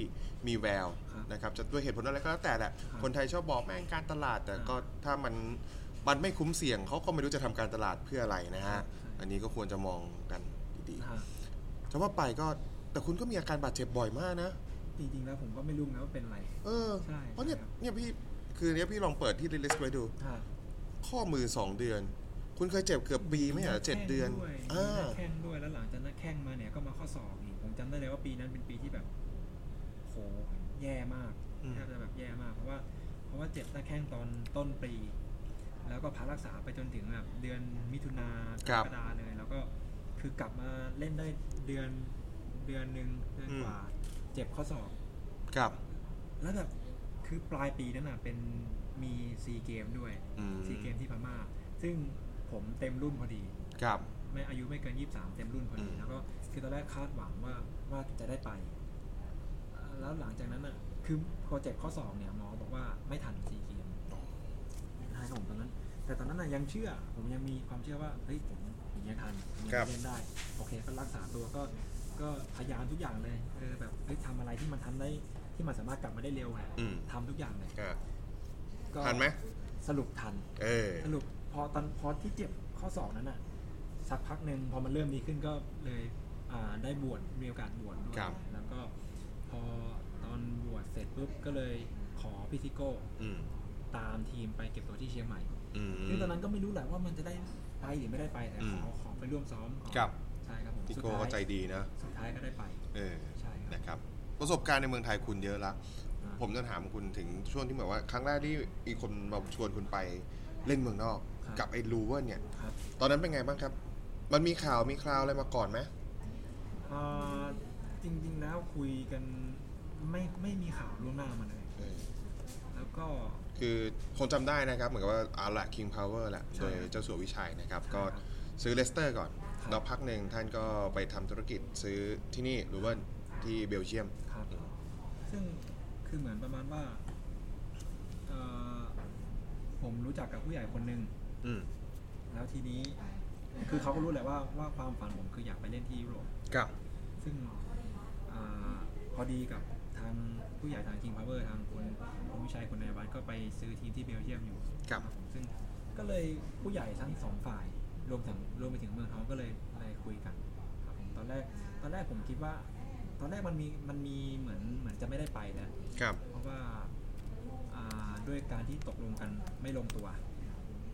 S1: มีแวว
S2: ครับ
S1: นะครับจะด้วยเหตุผลอะไรก็แล้วแต่แหละ
S2: ครับ
S1: คนไทยชอบบอกแม่งการตลาด แต่
S2: ครับ
S1: ก็ถ้ามันมันไม่คุ้มเสี่ยงเขาก็ไม่รู้จะทำการตลาดเพื่ออะไรนะฮะอันนี้ก็ควรจะมองกันดีๆ
S2: ครับ
S1: จะว่าไปก็แต่คุณก็มีอาการบาดเจ็บบ่อยมากนะ
S2: จริงๆแล้วผมก็ไม่รู้นะว่าเป็นอะไร
S1: เออ
S2: ใช่
S1: เพราะเนี่ย
S2: ครับ
S1: เนี่ยพี่คือเนี่ยพี่ลองเปิดที่ลิลิสไว้ดู
S2: ครับ
S1: ข้อมือ 2 เดือน คุณเคยเจ็บเกือบปีไหมเหรอเจ็ดเดือน
S2: มีห
S1: อ่า
S2: น้าแข้งด้วยแล้วหลังจากนั้นแข้งมาเนี่ยก็มาข้อศอกอีกผมจำได้เลยว่าปีนั้นเป็นปีที่แบบโหแย่มากแทบจะแบบแย่มากเพราะว่า เพราะว่าเจ็บหน้าแข้งตอนต้นปี แล้วก็พักรักษาไปจนถึงแบบเดือนมิถุนากรกฎาเลย แล้วก็คือกลับมาเล่นได้เดือน เดือนหนึ่งเดือนกว่า เจ็บข้อศอก
S1: ครับ
S2: แล้วแบบคือปลายปีนั้นน่ะเป็นมีซีเกมด้วย
S1: อืม
S2: ซีเกมที่พม่า ซึ่งผมเต็มรุ่นพอดี
S1: ครับ
S2: ไม่อายุไม่เกิน 23 เต็มรุ่นพอดี
S1: อืม
S2: แล้วก็คือตอนแรกคาดหวังว่าว่าจะได้ไป แล้วหลังจากนั้นอ่ะคือโปรเจกต์ข้อสองเนี่ยหมอบอกว่าไม่ทันซีเกมท้ายของผมตอนนั้น แต่ตอนนั้นน่ะยังเชื่อ ผมยังมีความเชื่อว่าเฮ้ยผมผมยังทันผมยังเล่นได้ โอเคก็รักษาตัวก็ก็พยายามทุกอย่างเลยเออแบบเฮ้ยทำอะไรที่มันทำได้ที่มันสามารถกลับมาได้เร็วอะ
S1: อืม
S2: ทำทุกอย่างเลย
S1: อ่ะ
S2: ก็
S1: ทันไหม
S2: สรุปทัน
S1: เออ
S2: สรุปพอตอนพอที่เจ็บข้อศอกนั้นอะสักพักหนึ่งพอมันเริ่มดีขึ้นก็เลยอ่าได้บวชมีโอกาสบวชด้วย
S1: ครับ
S2: แล้วก็พอตอนบวชเสร็จปุ๊บก็เลยขอพี่ซิโก้
S1: อืม
S2: ตามทีมไปเก็บตัวที่เชียงใหม่
S1: อืม
S2: ซึ่งตอนนั้นก็ไม่รู้แหละว่ามันจะได้ไปหรือไม่ได้ไปแต่ขอ
S1: อืม
S2: ขอไปร่วมซ้อมก่อน
S1: ครับ
S2: ใช่ครับผม
S1: ติ
S2: สุด
S1: โก้
S2: ท้า
S1: ก็ใจ
S2: ย
S1: ดีนะ
S2: สุดท้ายก็ได้ไป
S1: เออ
S2: ใช่ครับ
S1: นะครับ ประสบการณ์ในเมืองไทยคุณเยอะละ ผมจะถามคุณถึงช่วงที่แบบว่า ครั้งแรกที่อีกคนมาชวนคุณไปเล่นเมืองนอก กับไอ้ลูเวอร์เนี่ย
S2: ครับ
S1: ตอนนั้นเป็นไงบ้างครับ มันมีข่าวมีคราวอะไรมาก่อนไหม
S2: อ่าจริงๆแล้วคุยกันไม่ไม่มีข่าวล่วงหน้ามาเลย แล้วก็
S1: คือคงจำได้นะครับ เหมือนกับว่าอาละคิงพาวเวอร์แหละ
S2: ใช่
S1: โดยเจ้าสัววิชัยนะครับ
S2: ใช่
S1: ก็
S2: ครับ
S1: ซื้อเลสเตอร์ก่อน
S2: ครับ
S1: แล้วพักหนึ่งท่านก็ไปทำธุรกิจซื้อที่นี่ลูเวอร์ที่เบลเยียม
S2: ครับ ซึ่งคือเหมือนประมาณว่าเอ่อผมรู้จักกับผู้ใหญ่คนหนึ่ง
S1: อืม
S2: แล้วทีนี้ คือเขาก็รู้แหละว่าว่าความฝันผมคืออยากไปเล่นที่ยุโรป
S1: ครับ
S2: ซึ่งอาพอดีกับทางผู้ใหญ่ทาง King Power ทางคุณคุณวิชัยคุณนายวัฒน์ก็ไปซื้อทีมที่เบลเยียมอยู่
S1: ครับ
S2: ผมซึ่งก็เลยผู้ใหญ่ทั้งสองฝ่ายรวมถึงรวมไปถึงเมืองทองก็เลยเลยคุยกันครับผมตอนแรกตอนแรกผมคิดว่า ตอนแรกมันมีมันมีเหมือนเหมือนจะไม่ได้ไปนะ
S1: ครับ
S2: เพราะว่าอ่าด้วยการที่ตกลงกันไม่ลงตัว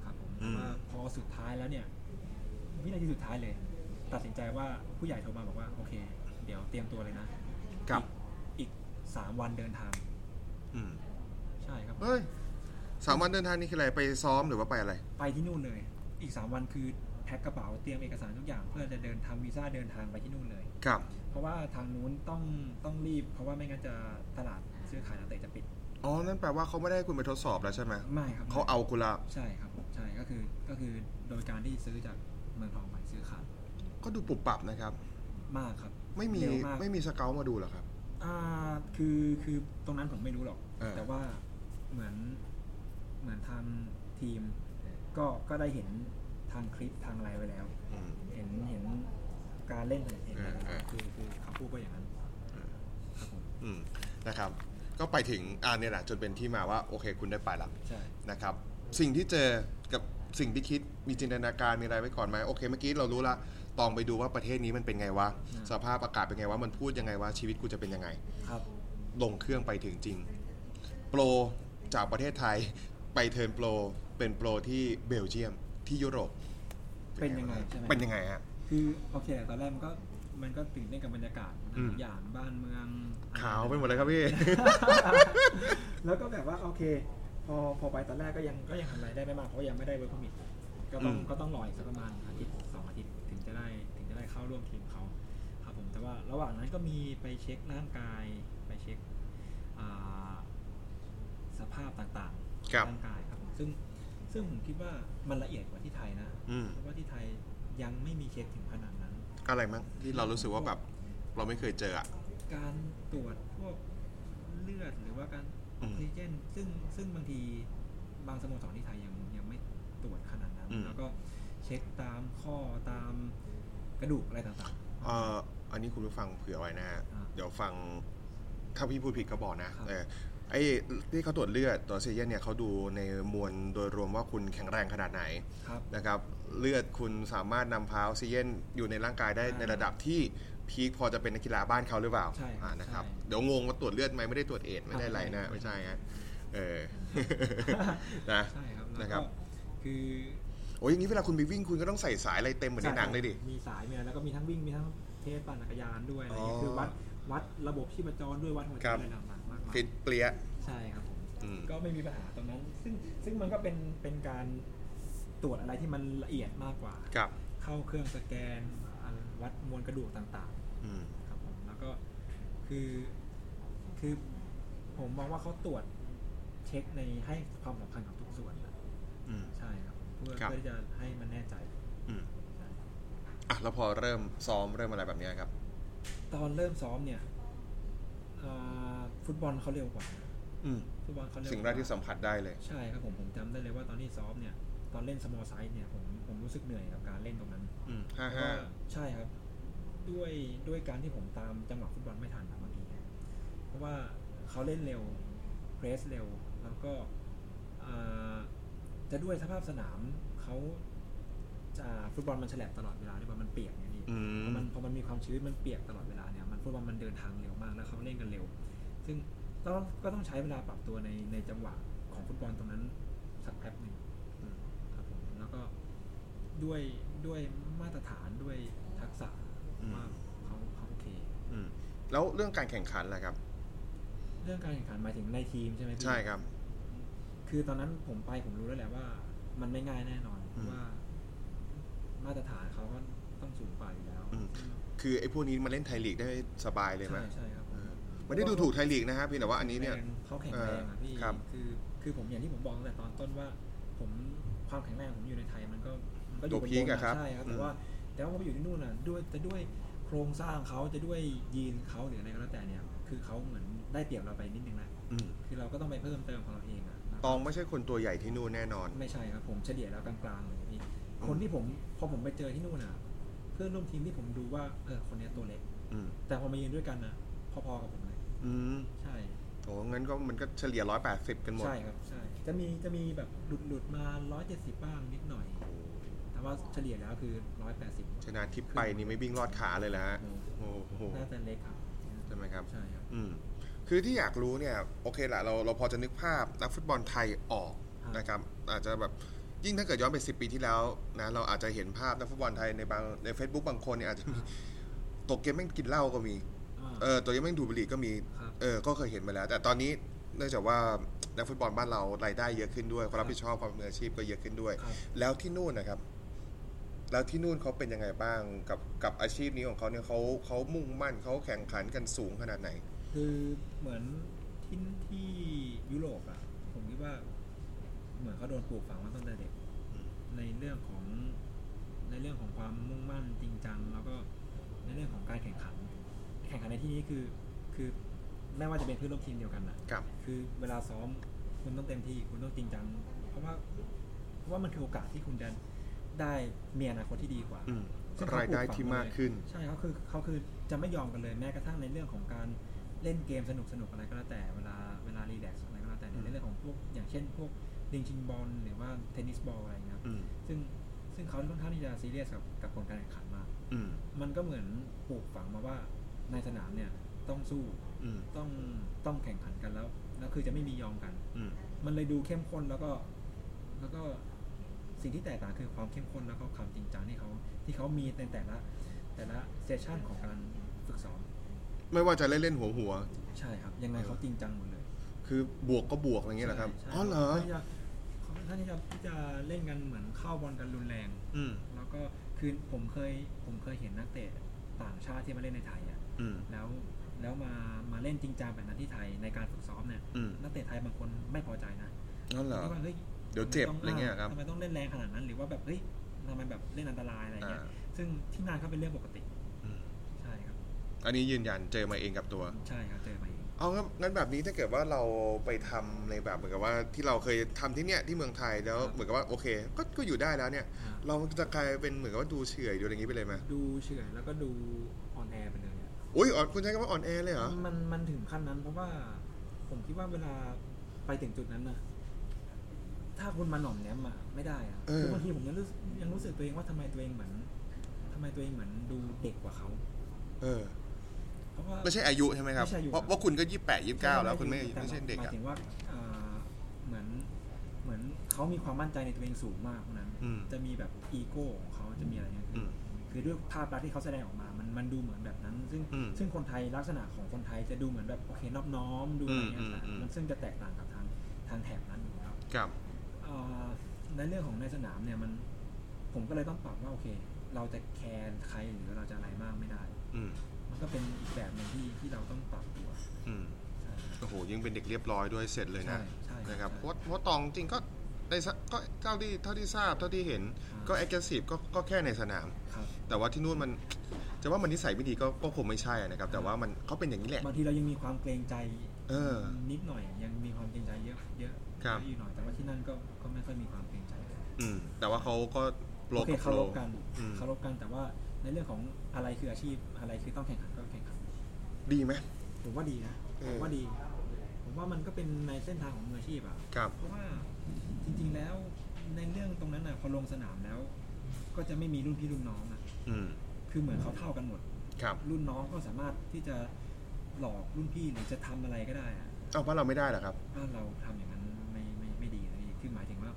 S2: ครับผม
S1: อืม
S2: แต่ว่าพอสุดท้ายแล้วเนี่ย วินาทีสุดท้ายเลย ตัดสินใจว่าผู้ใหญ่โทรมาบอกว่า โอเค เดี๋ยวเตรียมตัวเลยนะ
S1: ครับ
S2: อีกสามวันเดินทาง
S1: อืม
S2: ใช่ครับผม
S1: เฮ้ยสามวันเดินทางนี่คืออะไร ไปซ้อมหรือว่าไปอะไร
S2: ไปที่นู่นเลย อีกสามวันคือแพ็คกระเป๋าเตรียมเอกสารทุกอย่าง เพื่อจะเดินทำวีซ่าเดินทางไปที่นู่นเลย
S1: ครับ
S2: เพราะว่าทางนู้นต้องต้องรีบ เพราะว่าไม่งั้นจะตลาดซื้อขายนักเตะจะปิด
S1: อ๋อ นั่นแปลว่าเขาไม่ได้ให้คุณไปทดสอบแล้วใช่ไหม
S2: ไม่ครับ
S1: เขาเอาคุณละ
S2: ใช่ครับผมใช่ก็คือก็คือโดยการที่ซื้อจากเมืองทองไปซื้อขาด
S1: ก็ดูปุบปับนะครับ
S2: มากครับ
S1: ไม่มี
S2: เร็วมาก
S1: ไม่มีสเกลมาดูเหรอครับ
S2: อ่าคือคือตรงนั้นผมไม่รู้หรอก
S1: เออ
S2: แต่ว่าเหมือนเหมือนทางทีม ก็ก็ได้เห็นทางคลิปทางอะไรไว้แล้ว
S1: อืม
S2: เห็นเห็นการเล่นเห็นอะไร
S1: เออเออ
S2: คือคือเขาพูดก็อย่างนั้นครับผม
S1: อืมนะครับ ก็ไปถึงอ่าเนี่ยแหละจนเป็นที่มาว่าโอเคคุณได้ไปละ
S2: ใช่
S1: นะครับสิ่งที่เจอกับสิ่งที่คิดมีจินตนาการมีอะไรไว้ก่อนไหมโอเคเมื่อกี้เรารู้ละตองไปดูว่าประเทศนี้มันเป็นไงวะ
S2: อืม
S1: สภาพอากาศเป็นไงวะมันพูดยังไงวะชีวิตกูจะเป็นยังไง
S2: ครับ
S1: ลงเครื่องไปถึงจริง โปรจากประเทศไทย ไปเทิร์นโปรเป็นโปรที่เบลเยียมที่ยุโรป
S2: เป็นยังไงใช่ไหม
S1: เป็นยังไงฮะ
S2: คือโอเคตอนแรกมันก็มันก็ตื่นเต้นกับบรรยากาศ
S1: อืม
S2: อย่างบ้านเมือง
S1: ขาวไปหมดเลยครับพี่
S2: แล้วก็แบบว่าโอเค พอพอไปตอนแรกก็ยังก็ยังทำอะไรได้ไม่มากเพราะยังไม่ได้เวิร์คพมิตก็ต้อง
S1: อืม
S2: ก็ต้องรออีกสักประมาณอาทิตย์สองอาทิตย์ถึงจะได้ถึงจะได้เข้าร่วมทีมเขาครับผมแต่ว่าระหว่างนั้นก็มีไปเช็คร่างกายไปเช็คอ่าสภาพต่างๆ
S1: ครับ
S2: ร่างกายครับผมซึ่งซึ่งผมคิดว่ามันละเอียดกว่าที่ไทยนะ
S1: อืม
S2: เพราะว่าที่ไทยยังไม่มีเช็คถึงขนาดนั้น
S1: อะไรมั้งที่เรารู้สึกว่าแบบเราไม่เคยเจออะ
S2: การตรวจพวกเลือดหรือว่าการ
S1: อื
S2: ออ
S1: ม
S2: กซิเจนซึ่งซึ่งบางทีบางสโมสรที่ไทยยังยังไม่ตรวจขนาดนั้น
S1: อืม
S2: แล้วก็เช็คตามข้อตามกระดูกอะไรต่างๆ
S1: เอ่ออันนี้คุณผู้ฟังเผื่อไว้นะฮะ
S2: อ่า
S1: เดี๋ยวฟัง ถ้าพี่พูดผิดก็บอกนะครับ เออไอ้ที่เขาตรวจเลือดตรวจเซเยนเนี่ยเขาดูในมวลโดยรวมว่าคุณแข็งแรงขนาดไหน
S2: ครับ
S1: นะครับ เลือดคุณสามารถนำพาออกซิเจนอยู่ในร่างกายได้
S2: อ่า
S1: ในระดับที่พีคพอจะเป็นนักกีฬาบ้านเขาหรือเปล่า
S2: ใช่ครับ
S1: อ่านะครับ
S2: ใช่
S1: เดี๋ยวงงว่าตรวจเลือดไหมไม่ได้ตรวจเอดส์ไม่ได้อะไรนะ
S2: อ่า
S1: ไม่ใช่ฮะเออ นะ
S2: ใช่ครับ
S1: นะ
S2: แล้ว
S1: ครั
S2: ก็
S1: บ
S2: คือ
S1: โอ้ยอย่างนี้เวลาคุณไปวิ่งคุณก็ต้องใส่สายอะไรเต็มเหมือนในหนังเลยดิ
S2: มีสายมีอะไรแล้วก็มีทั้งวิ่งมีทั้งเทสปั่นจักรยานด้วยอะไรเงี้
S1: อ๋
S2: ย
S1: อ
S2: คือวัดวัดระบบชีพจรด้วยวัดหัวใจ
S1: ครับ
S2: อะไรต่างๆมากมาย
S1: ฟิตเปรี้ย
S2: ใช่ครับผม
S1: อืม
S2: ก็ไม่มีปัญหาตรงนั้น ซึ่งซึ่งมันก็เป็นเป็นการตรวจอะไรที่มันละเอียดมากกว่า
S1: ครับ
S2: เข้าเครื่องสแกนอันวัดมวลกระดูกต่าง
S1: อืม
S2: ๆ ครับผม ก็คือคือผมมองว่าเขาตรวจเช็คในให้ความสำคัญกับทุกส่วนนะ
S1: อืม
S2: ใช่ครับเพื่อ
S1: ครับ
S2: เพื่อที่จะให้มันแน่ใจ
S1: อืม
S2: ใช่
S1: อ่ะแล้วพอเริ่มซ้อมเริ่มอะไรแบบเนี้ยครับ
S2: ตอนเริ่มซ้อมเนี่ยเอ่อฟุตบอลเขาเร็วกว่า
S1: อืม
S2: ฟุตบอลเขาเร็ว
S1: สิ่งแรกที่สัมผัสได้เลย
S2: ใช่ครับผมผมจำได้เลยว่าตอนที่ซ้อมเนี่ยตอนเล่นสมอลไซส์เนี่ยผมผมรู้สึกเหนื่อยกับการเล่นตรงนั้น
S1: อืมห้า
S2: เพระ
S1: ห้า
S2: ว่ใช่ครับ ด้วยด้วยการที่ผมตามจังหวะฟุตบอลไม่ทันนะบางทีเนี่ยเพราะว่าเขาเล่นเร็วเพรสเร็ว แล้วก็เอ่อจะด้วยสภาพสนามเขาจะฟุตบอลมันแฉลบตลอดเวลาด้วยมันเปียกอย่างนี้
S1: อื
S2: พอ
S1: ม
S2: มันพอมันมีความชื้นมันเปียกตลอดเวลาเนี่ยมันฟุตบอลมันเดินทางเร็วมากแล้วเขาเล่นกันเร็ว ซึ่งต้องก็ต้องใช้เวลาปรับตัวในในจังหวะของฟุตบอลตรงนั้นสักแป๊บหนึ่ง
S1: อืม
S2: ครับผมแล้วก็ด้วยด้วยมาตรฐานด้วยทักษะว่าเขาเขาโอเค
S1: อืมแล้วเรื่องการแข่งขันล่ะครับ
S2: เรื่องการแข่งขันหมายถึงในทีมใช่ไหมพี่
S1: ใช่ครับ
S2: คือตอนนั้นผมไปผมรู้แล้วแหละว่า มันไม่ง่ายแน่นอนเพ
S1: อืม
S2: ราะว่า มาตรฐานเขาก็ต้องสูงกว่าอยู่แล้ว
S1: อืม คือไอ้พวกนี้มาเล่นไทยลีกได้สบายเลยไหม
S2: ใช่ใช่ครับผ
S1: เอ
S2: ม
S1: อไม่ได้ดูถูกไทยลีกนะฮะเพียงแต่ว่าอันนี้เนี่ย
S2: แรงเขาแข็งแรงอะพี่
S1: เออครับ
S2: คือคือผมอย่างที่ผมบอกตั้งแต่ตอนต้นว่า ผมความแข็งแรงของผมอยู่ในไทยมันก็มันก็อ
S1: ตัว
S2: ยู่บน
S1: พีก
S2: บน
S1: อะครับ
S2: ใช่ครับแต่ว่าแต่ว่าพอไปอยู่ที่นู่นอะด้วยจะด้วยโครงสร้างเขาจะด้วยยีนเขาหรืออะไรก็แล้วแต่เนี่ย คือเขาเหมือนได้เปรียบเราไปนิดนึงนะ
S1: อืม
S2: คือเราก็ต้องไปเพิ่มเติมของเราเองอะ
S1: ตองไม่ใช่คนตัวใหญ่ที่นู่นแน่นอน
S2: ไม่ใช่ครับผมเฉลี่ยแล้วกลางๆเลยพี่คนที่ผมพอผมไปเจอที่นู่นอะเพื่อนร่วมทีมที่ผมดูว่าเออคนเนี้ยตัวเล็ก
S1: อืม
S2: แต่พอมายืนด้วยกันอะพอๆกับผมเลย
S1: อืม
S2: ใช่
S1: โอ้งั้นก็มันก็เฉลี่ยร้อยแปดสิบกันหมด
S2: ใช่ครับใช่จะมีจะมีแบบหลุดหลุดมาร้อยเจ็ดสิบบ้างนิดหน่อย
S1: โอ้
S2: แต่ว่าเฉลี่ยแล้วคือร้อยแปดสิบ
S1: ชนะทิพย์ไปนี่ไม่วิ่งลอดขาเลยละฮะโอ้โห
S2: น่าจะเล็กครับ
S1: ใช่ไหมครับ
S2: ใช่ครับ
S1: อืมคือที่อยากรู้เนี่ยโอเคละเราเราพอจะนึกภาพนักฟุตบอลไทยออกนะครับ อาจจะแบบยิ่งถ้าเกิดย้อนไป 10 ปีที่แล้วนะเราอาจจะเห็นภาพนักฟุตบอลไทยในบางใน Facebook บางคนเนี่ยอาจจะมีตกเกมแม่งกินเหล้าก็มี
S2: อ่า
S1: เออตัวยังแม่งดูดบุหรี่ก็มี
S2: ครับ
S1: เออก็เคยเห็นมาแล้ว แต่ตอนนี้เนื่องจากว่านักฟุตบอลบ้านเรารายได้เยอะขึ้นด้วยความรับผิดชอบความมืออาชีพก็เยอะขึ้นด้วย
S2: ครับ
S1: แล้วที่นู่นนะครับ แล้วที่นู่นเขาเป็นยังไงบ้างกับกับอาชีพนี้ของเขาเนี่ยเขาเขามุ่งมั่นเขาแข่งขันกันสูงขนาดไหน
S2: คือเหมือนที่ที่ยุโรปอะผมคิดว่า เหมือนเขาโดนปลูกฝังมาตั้งแต่เด็ก ในเรื่องของในเรื่องของความมุ่งมั่นจริงจัง แล้วก็ในเรื่องของการแข่งขัน แข่งขันในที่นี้คือคือไม่ว่าจะเป็นเพื่อนร่วมทีมเดียวกันนะ
S1: ครับ
S2: คือเวลาซ้อมคุณต้องเต็มที่คุณต้องจริงจัง เพราะว่าเพราะว่ามันคือโอกาสที่คุณจะได้มีอนาคตที่ดีกว่า
S1: อืม
S2: ซึ่งเขาปลู
S1: ราย
S2: กฝัง
S1: ได้ที่มากขึ้น
S2: ใช่เขาคือเขาคือจะไม่ยอมกันเลยแม้กระทั่งในเรื่องของการเล่นเกมสนุกสนุกอะไรก็แล้วแต่เวลาเวลารีแลกซ์อะไรก็แล้วแต่เนี่ย
S1: อืม
S2: ในเรื่องของพวกอย่างเช่นพวกดิงชิงบอลหรือว่าเทนนิสบอลอะไรอย่างเงี้ยครับ
S1: อืม
S2: ซึ่งซึ่งเขาค่อนข้างที่จะซีเรียสกับกับผลการแข่งขันมาก
S1: อืม
S2: มันก็เหมือนปลูกฝังมาว่าในสนามเนี่ยต้องสู้
S1: อืม
S2: ต้องต้องแข่งขันกันแล้วแล้วคือจะไม่มียอมกัน
S1: อืม
S2: มันเลยดูเข้มข้นแล้วก็ แล้วก็สิ่งที่แตกต่างคือความเข้มข้นแล้วก็ความจริงจังที่เขาที่เขามีในแต่ละ แต่ละเซสชันของการฝึกซ้อม
S1: ไม่ว่าจะเล่นเล่นหัวหัว
S2: ใช่ครับ ยังไงเขาจริงจังหมดเลย
S1: ๆคือบวกก็บวกอะไรเงี้ยเหรอครับ
S2: ใช่
S1: อ๋อเหรอ
S2: ท่านที่จะเขาท่านที่จะที่จะเล่นกันเหมือนเข้าบอลกันรุนแรง
S1: อืม
S2: แล้วก็คือผมเคยผมเคยเห็นนักเตะต่างชาติที่มาเล่นในไทยอ่ะ
S1: อืม
S2: แล้วแล้วมามาเล่นจริงจังแบบนั้นที่ไทยในการฝึกซ้อมเนี่ย
S1: อืม
S2: นักเตะไทยบางคนไม่พอใจนะ
S1: นั่นเหรอ
S2: ที่ว่าเฮ้ย
S1: เดี๋ยวเจ็บอะไรเงี้ยครับ
S2: ทำไมต้องเล่นแรงขนาดนั้น หรือว่าแบบเฮ้ยทำไมแบบเล่นอันตรายอะไร
S1: อ่า
S2: เงี้ย ซึ่งที่นั่นก็เป็นเรื่องปกติ
S1: อืม
S2: ใช่ครับ
S1: อันนี้ยืนยันเจอมาเองกับตัว
S2: ใช่ครับเจอมาเอง
S1: เอางั้นงั้นแบบนี้ถ้าเกิดว่าเราไปทำในแบบเหมือนกับว่าที่เราเคยทำที่เนี่ยที่เมืองไทยแล้วเหมือนกับว่าโอเค ก็ก็อยู่ได้แล้วเนี่ย
S2: อ่า
S1: เราจะกลายเป็นเหมือนกับว่าดูเฉอยดูอะไรอย่างงี้ไปเลยไหม
S2: ดูเฉื่อยแล้วก็ดูออนแอร์ไปเลยอะ
S1: อุ้ยอ่อนคุณใช้คำว่าอ่อนแอเลยเหรอ
S2: มันมันถึงขั้นนั้นเพราะว่าผมคิดว่าเวลาไปถึงจุดนั้นนะถ้าคุณมาหน่อมแนมอะไม่ได้อะคือบางทีผมยังรู้สึกยังรู้สึกตัวเองว่าทำไมตัวเองเหมือนทำไมตัวเองเหมือนดูเด็กกว่าเขา
S1: เออ
S2: เพราะว่า
S1: ไม่ใช่อายุใช่ไหมครับ
S2: ไม่ใช่อายุ
S1: เพราะว่าคุณก็ยี่แปดยี่เก้าแล้วคุณไม่
S2: ใช่
S1: ไม่ใช่เด็ก
S2: หมา
S1: อะ
S2: ยถึงว่าเอ่อเหมือนเหมือนเขามีความมั่นใจในตัวเองสูงมากเพราะนั้น
S1: อืม
S2: จะมีแบบอีโก้ของเขาจะมีอะไรเงี้ย
S1: อื
S2: คือ
S1: ม
S2: คือด้วยภาพลักษณ์ที่เขาแสดงออกมา มันมันดูเหมือนแบบนั้น ซึ่ง
S1: อืม
S2: ซึ่งคนไทยลักษณะของคนไทยจะดูเหมือนแบบโอเคนอบน้อมดูอะไรเงี้ย
S1: อืมอืมอืม
S2: มันซึ่งจะแตกต่างกับทางทางแถบนั้นอยู่แล้ว
S1: ครับ
S2: เอ่อในเรื่องของในสนามเนี่ยมันผมก็เลยต้องปรับว่าโอเค เราจะแคร์ใครหรือเราจะอะไรมากไม่ได้
S1: อืม
S2: มันก็เป็นอีกแบบหนึ่งที่ที่เราต้องปรับตัว
S1: อืม
S2: ใช่
S1: โอ้โหยิ่งเป็นเด็กเรียบร้อยด้วยเสร็จเลยนะ
S2: ใช่ใช่
S1: นะครับ
S2: ใช่
S1: โค้ดโค้ดตองจริงก็ได้สก็เท่าที่เท่าที่ทราบเท่าที่เห็น
S2: อ่า
S1: ก็แอคทีฟก็ก็แค่ในสนาม
S2: ครับ
S1: แต่ว่าที่นู่นมันจะว่ามันนิสัยไม่ดีก็ก็คงไม่ใช่นะครับ แต่ว่ามันเขาเป็นอย่างนี้แหละ
S2: บางทีเรายังมีความเกรงใจ
S1: เออ
S2: นิดหน่อยยังมีความเกรงใจเยอะเยอะ
S1: ครับ
S2: เยอะอยู่หน่อยแต่ว่าที่นั่นก็ก็ไม่ค่อยมีความเกรงใจ
S1: อืมแต่ว่าเขาก็โล
S2: โอเค
S1: กับ
S2: เคา
S1: โล
S2: รพกัน
S1: อืม
S2: เคารพกันแต่ว่าในเรื่องของอะไรคืออาชีพอะไรคือต้องแข่งขันก็แข่งขัน
S1: ดีไหม
S2: ผมว่าดีนะ
S1: เออ
S2: ผมว่าดี ผมว่ามันก็เป็นในเส้นทางของมืออาชีพอะ
S1: ครับ
S2: เพราะว่าจริงๆแล้วในเรื่องตรงนั้นอะพอลงสนามแล้ว ก็จะไม่มีรุ่นพี่รุ่นน้องอะ
S1: อืม
S2: คือเหมือนเขาเท่ากันหมด
S1: ครับ
S2: รุ่นน้องก็สามารถที่จะหลอกรุ่นพี่หรือจะทำอะไรก็ได้อะ
S1: เอาว่าเราไม่ได้เหรอครับ
S2: ถ้าเราทำอย่างนั้นไม่ไม่ไม่ดีนะพี่คือหมายถึงว่า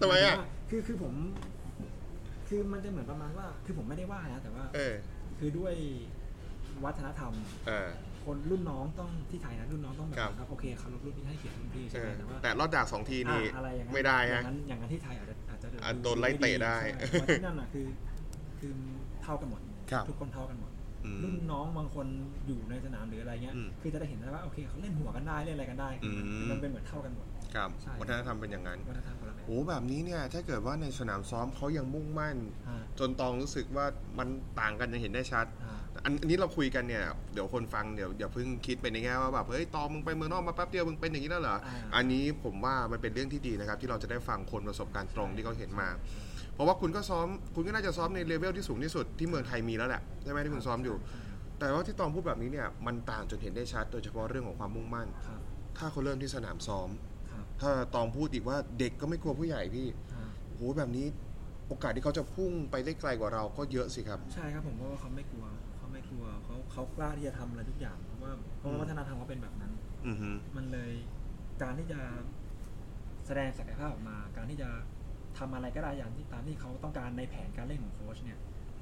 S1: ทำไมอ่ะ
S2: คือคือผม คือมันจะเหมือนประมาณว่า คือผมไม่ได้ว่านะแต่ว่า
S1: เออ
S2: คือด้วยวัฒนธรรม
S1: เออ
S2: คนรุ่นน้องต้องที่ไทยนะรุ่นน้องต้องแบบ
S1: ครับ
S2: ว่าโอเคเคารพรุ่นพี่ให้เกียรติรุ่นพี่
S1: เอ
S2: ใช่ไหม
S1: อ
S2: แต่ว่า
S1: แต่รอดจากสองทีนี่
S2: อ่ะอะไรอย่างนั้น
S1: ไม่ได้
S2: อย่า
S1: ฮะ
S2: งนั้นอย่างนั้นที่ไทยอาจจะอาจจะ
S1: อ่ะโดนไล่เตะได้
S2: ใช่แต่ว่าที่นั่นน่ะคือ คือเท่ากันหมด
S1: ครับ
S2: ทุกคนเท่ากันหมด
S1: อืม
S2: รุ่นน้องบางคนอยู่ในสนามหรืออะไรเงี้ย
S1: อืม
S2: คือจะได้เห็นได้ว่าโอเคเขาเล่นหัวกันได้เล่นอะไรกันได้
S1: อืม
S2: มันเป็นเหมือนเท่ากันหมด
S1: ครับ
S2: ใช่
S1: วัฒนธรรมเป็นอย่างนั้น
S2: วัฒนธรรมคนละแบบ
S1: โอ้แบบนี้เนี่ยถ้าเกิดว่าในสนามซ้อมเขายังมุ่งมั่น
S2: อ่า
S1: จนตองรู้สึกว่ามันต่างกันยังเห็นได้ชัด
S2: อ่า
S1: อันอันนี้เราคุยกันเนี่ยเดี๋ยวคนฟังเดี๋ยวอย่าเพิ่งคิดไปในแง่ว่าแบบเฮ้ยตอมึงไปเมืองนอกมาแป๊บเดียวมึงเป็นอย่างนี้แล้วเหรอ
S2: อ่า
S1: อันนี้ผมว่ามันเป็นเรื่องที่ดีนะครับ ที่เราจะได้ฟังคนประสบการณ์ตรงที่เขาเห็นมา เพราะว่าคุณก็ซ้อมคุณก็น่าจะซ้อมในเลเวลที่สูงที่สุดที่เมืองไทยมีแล้วแหละใช่ไหมที่คุณซ้อมอยู่ แต่ว่าที่ตองพูดแบบนี้เนี่ยมันต่างจนเห็นได้ชัด โดยเฉพาะเรื่องของความมุ่งมั่น
S2: ครับ
S1: ถ้าเขาเริ่มที่สนามซ้อม
S2: ครับ
S1: ถ้าตองพูดอีกว่าเด็กก็ไม่กลัวผู้ใหญ่พี่
S2: อ่า
S1: โอ้โหแบบนี้โอกาสที่เขาจะพุ่งไปได้ไกลกว่าเราก็เยอะสิครับ
S2: ใช่ครับผมเพราะว่าเขาไม่กลัวเขาไม่กลัวเขาเขากล้าที่จะทำอะไรทุกอย่างเพราะว่าเพราะ
S1: อื
S2: ว่าม วัฒนธรรมเขาเป็นแบบนั้น
S1: อือฮึ
S2: มันเลยการที่จะแสดงศักยภาพออกมา การที่จะทำอะไรก็ได้อย่างที่ตามที่เขาต้องการในแผนการเล่นของโค้ชเนี่ย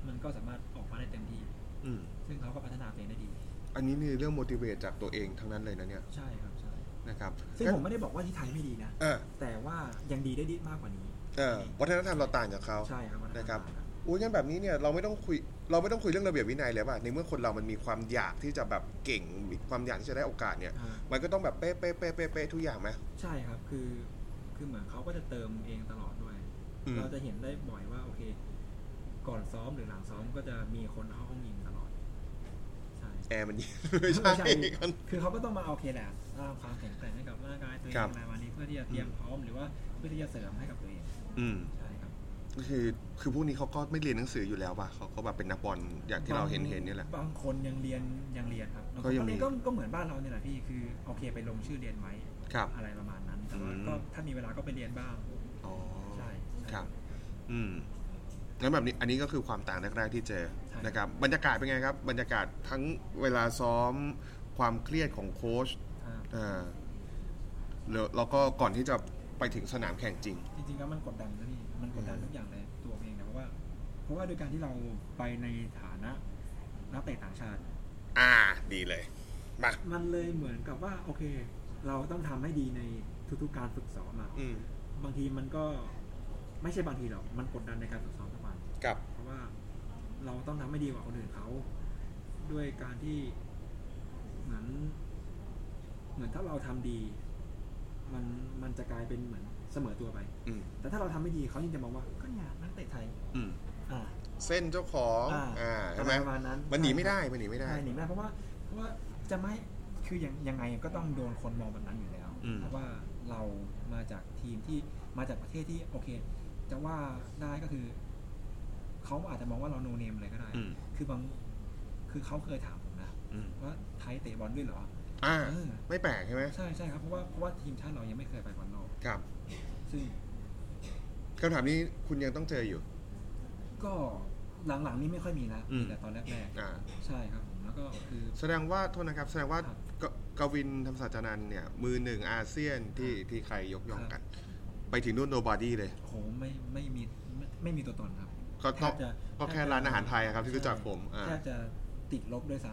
S2: มันก็สามารถออกมาได้เต็มที่
S1: อืม
S2: ซึ่งเขาก็พัฒนาตัวเองได้ดี
S1: อันนี้มีเรื่อง motivate จากตัวเองทั้งนั้นเลยนะเนี่ย
S2: ใช่ครับใช่
S1: นะครับ
S2: ซึ่งผมไม่ได้บอกว่าที่ไทยไม่ดีนะ
S1: เออ
S2: แต่ว่ายังดีได้ดีมากกว่านี้
S1: เออวัฒนธรรมเราต่างจากเขา
S2: ใช่ครับวัฒธม
S1: นะครับอุ้ยงั้นแบบนี้เนี่ยเราไม่ต้องคุยเราไม่ต้องคุยเรื่องระเบียบวินัยเลยป่ะในเมื่อคนเรามันมีความอยากที่จะแบบเก่งมีความอยากที่จะได้โอกาสเนี่ย
S2: อ่า
S1: มันก็ต้องแบบเป๊ะเป๊ะเป๊ะเป๊ะเป๊ะทุกอย่างไหม
S2: ใช่ครับ คือ คือเหมือนเขาก็จะเติมเองตลอดด้วย
S1: อืม
S2: เราจะเห็นได้บ่อยว่าโอเค ก่อนซ้อมหรือหลังซ้อมก็จะมีคนเข้าห้องยิงตลอด ใช่
S1: แอร์มันเย็น ไม่ใช่มัน
S2: คือเขาก็ต้องมาโอเคแหละสร้างความแข็งแกร่งให้กับร่างกายตัวเอ
S1: ครั
S2: ง
S1: บ
S2: อะไรประมาณนี้เพื่อที่จะเตรียมพร้อมหรือว่าเพื่อที่จะเสริมให้กับตัวเอง
S1: อืม
S2: ใช่ครับ
S1: ก็คือคือพวกนี้เขาก็ไม่เรียนหนังสืออยู่แล้วป่ะเขาก็แบบเป็นนักบอลอย่างที่เราเห็นเห็นเนี่ยแหละ
S2: บางคนยังเรียนยังเรียนครับบางค
S1: ก็
S2: น
S1: ยัง
S2: ก็
S1: มี
S2: เรียนก็ก็เหมือนบ้านเราเนี่ยแหละพี่คือโอเคไปลงชื่อเรียนไว้
S1: ครับ
S2: อะไรประมาณนั้น แต่ว่า
S1: อืม
S2: ก็ถ้ามีเวลาก็ไปเรียนบ้าง
S1: อ๋อ
S2: ใช่ใช่
S1: ครับ อืมงั้นแบบนี้อันนี้ก็คือความต่างแรกๆที่เจอ
S2: ใช่
S1: นะครับบรรยากาศเป็นไงครับ บรรยากาศทั้งเวลาซ้อมความเครียดของโค้ช
S2: อ่า
S1: อ่าแล้วแล้วก็ก่อนที่จะไปถึงสนามแข่งจริง
S2: จริงๆแล้วมันกดดันนะพี่ มันกดดัน
S1: อืม
S2: ทุกอย่างเลยตัวเองนะเพราะว่า เพราะว่าโดยการที่เราไปในฐานะนักเตะต่างชาติ
S1: อ่าดีเลยมา
S2: มันเลยเหมือนกับว่าโอเค เราต้องทำให้ดีในทุกๆการฝึกซ้อมอะ
S1: อืม
S2: บางทีมันก็ไม่ใช่บางทีหรอก มันกดดันในการฝึกซ้อมทุกวัน
S1: กับ
S2: เพราะว่าเราต้องทำให้ดีกว่าคนอื่นเขา ด้วยการที่เหมือน เหมือนถ้าเราทำดี มันมันจะกลายเป็นเหมือนเสมอตัวไป
S1: อืม
S2: แต่ถ้าเราทำไม่ดีเขายังจะมองว่าก็เนี่ยนักเตะไทย
S1: อืม
S2: อ่า
S1: เส้นเจ้าของ
S2: อ่า
S1: อ่า
S2: อะ
S1: ใช่
S2: ไร
S1: ไหม
S2: ประมาณนั้น
S1: มันหนีไม่ได้มันหนีไม่ได้
S2: ใช่หนีไม่ได้เพราะว่าเพราะว่าจะไม่คือยังยังไงก็ต้องโดนคนมองแบบนั้นอยู่แล้ว
S1: อืม
S2: เพราะว่าเรามาจากทีมที่มาจากประเทศที่โอเค จะว่าได้ก็คือเขาอาจจะมองว่าเราโนเนมเลยก็ได้
S1: อืม
S2: คือบางคือเขาเคยถามผมนะ
S1: อืม
S2: ว่าไทยเตะบอลด้วยเหรอ
S1: อ่า
S2: เออ
S1: ไม่แปลกใช่ไหม
S2: ใช่ใช่ครับเพราะว่าเพราะว่าทีมชาติเรายังไม่เคยไปบอลโลก
S1: ครับ
S2: ซึ่ง
S1: คำถามนี้คุณยังต้องเจออยู่
S2: ก็หลังๆนี้ไม่ค่อยมีแล้ว
S1: อืม
S2: มีแต่ตอนแรก
S1: อ่า
S2: ๆใช่ครับผมแล้วก็คือ
S1: แสดงว่าโทษนะครับแสดงว่า
S2: ครับ
S1: กกวินธรรมศาสตร์จานันท์เนี่ยมือหนึ่งอาเซียนที่ที่ใครยกย่อง
S2: ครับ
S1: กัน ไปถึงนู่นโนบอดี้เลย
S2: โหไม่ไม่มีไม่ไม่มีตัวตนครับ
S1: ก็
S2: แท
S1: ก็
S2: บจะ
S1: ก็แค่ร้านอาหารไทยอะครับที่รู้จักผมอ่า
S2: แทบจะติดลบด้วยซ้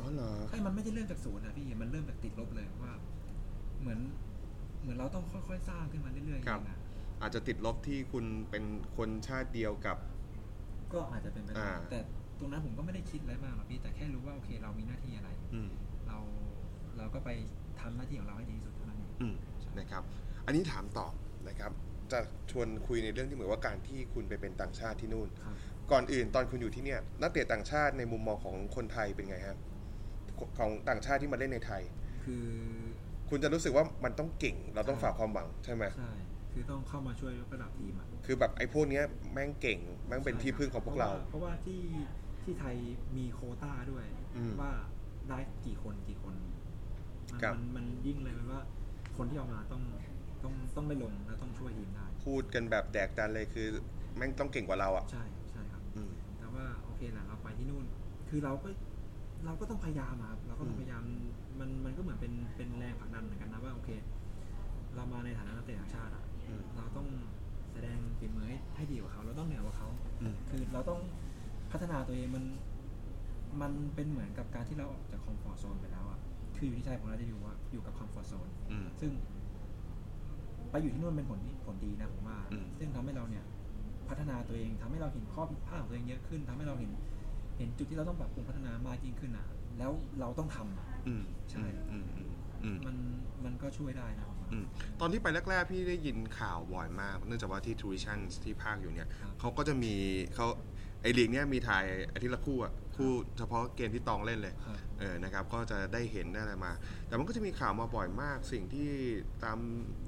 S1: อ๋อเหรอ
S2: ำใช่มันไม่ได้เริ่มจากศูนย์นะพี่มันเริ่มจากติดลบเลยว่า เหมือน เหมือนเราต้องค่อยๆสร้างขึ้นมาเรื่อยๆเองอะ
S1: อาจจะติดลบที่คุณเป็นคนชาติเดียวกับ
S2: ก็อาจจะเป็นไปได้
S1: อ่า
S2: แต่ ตรงนั้นผมก็ไม่ได้คิดอะไรมากหรอกพี่แต่แค่รู้ว่าโอเคเรามีหน้าที่อะไร
S1: อืม
S2: เราเราก็ไปทำหน้าที่ของเราให้ดีที่สุดเท่านั้นเอง
S1: อืมนะครับ อันนี้ถามต่อนะครับ จะชวนคุยในเรื่องที่เหมือนว่าการที่คุณไปเป็นต่างชาติที่นู่น
S2: ครับ
S1: ก่อนอื่นตอนคุณอยู่ที่เนี่ยนักเตะต่างชาติในมุมมองของคนไทยเป็นไงฮะของต่างชาติที่มาเล่นในไทย
S2: คือ
S1: คุณจะรู้สึกว่ามันต้องเก่ง เราต้องฝากความหวังใช่ไหม
S2: ใช่คือต้องเข้ามาช่วยยกระดับทีมอะ
S1: คือแบบไอ้พวกเนี้ยแม่งเก่งแม่งเป็นที่พึ่งของพวกเรา
S2: เพราะว่าที่ที่ไทยมีโควต้าด้วย
S1: อืม
S2: ว่าได้กี่คนกี่คนมัน
S1: ครับ
S2: มันมันยิ่งเลยเป็นว่า คนที่เอามาต้องต้องต้องได้ลงและต้องช่วยทีมได้
S1: พูดกันแบบแดกดันเลยคือ แม่งต้องเก่งกว่าเราอ่ะ
S2: ใช่ใช่ครับ
S1: อืม
S2: แต่ว่าโอเคแหละเราไปที่นู่น คือเราก็เราก็ต้องพยายามอะครับเราก็ต้อ
S1: อื
S2: ง
S1: ม
S2: พยายามมันมันก็เหมือนเป็นเป็นแรงผลักดันเหมือนกันนะว่าโอเค เรามาในฐานะนักเตะต่างชาติอะ
S1: อืม
S2: เราต้องแสดงฝีมือให้ให้ดีกว่าเขา เราต้องเหนือกว่าเขา
S1: อืม
S2: คือเราต้องพัฒนาตัวเองมันมันเป็นเหมือนกับการที่เราออกจากคอมฟอร์ z โซนไปแล้วอะคืออยู่ที่ใจของเราจะอยู่ว่าอยู่กับคอมฟอร์ z โซน
S1: อืม
S2: ซึ่ง ไปอยู่ที่นู่นเป็นผลดีผลดีนะผมว่า
S1: อืม
S2: ซึ่งทำให้เราเนี่ย พัฒนาตัวเองทำให้เราเห็นข้อผิดพลาดของตัวเองเยอะขึ้นทำให้เราเห็น เห็นจุดที่เราต้องปรับปรุงพัฒนามากยิ่งขึ้นอ่ะ แล้วเราต้องทำอะ
S1: อืม
S2: ใช่
S1: อืมอืมอืม
S2: มันมันก็ช่วยได้นะผมว่า
S1: อืมตอนที่ไปแรกๆ พี่ได้ยินข่าวบ่อยมาก เนื่องจากว่าที่ทูริชั่นที่ภาคอยู่เนี่ย
S2: ครับ
S1: เขาก็จะมีเขาไอลีกเนี่ยมีถ่ายอาทิตย์ละคู่อ่ะคู่เฉพาะเกมที่ตองเล่นเลย
S2: ครับ
S1: เออ นะครับ ก็จะได้เห็นได้อะไรมา แต่มันก็จะมีข่าวมาบ่อยมาก สิ่งที่ตาม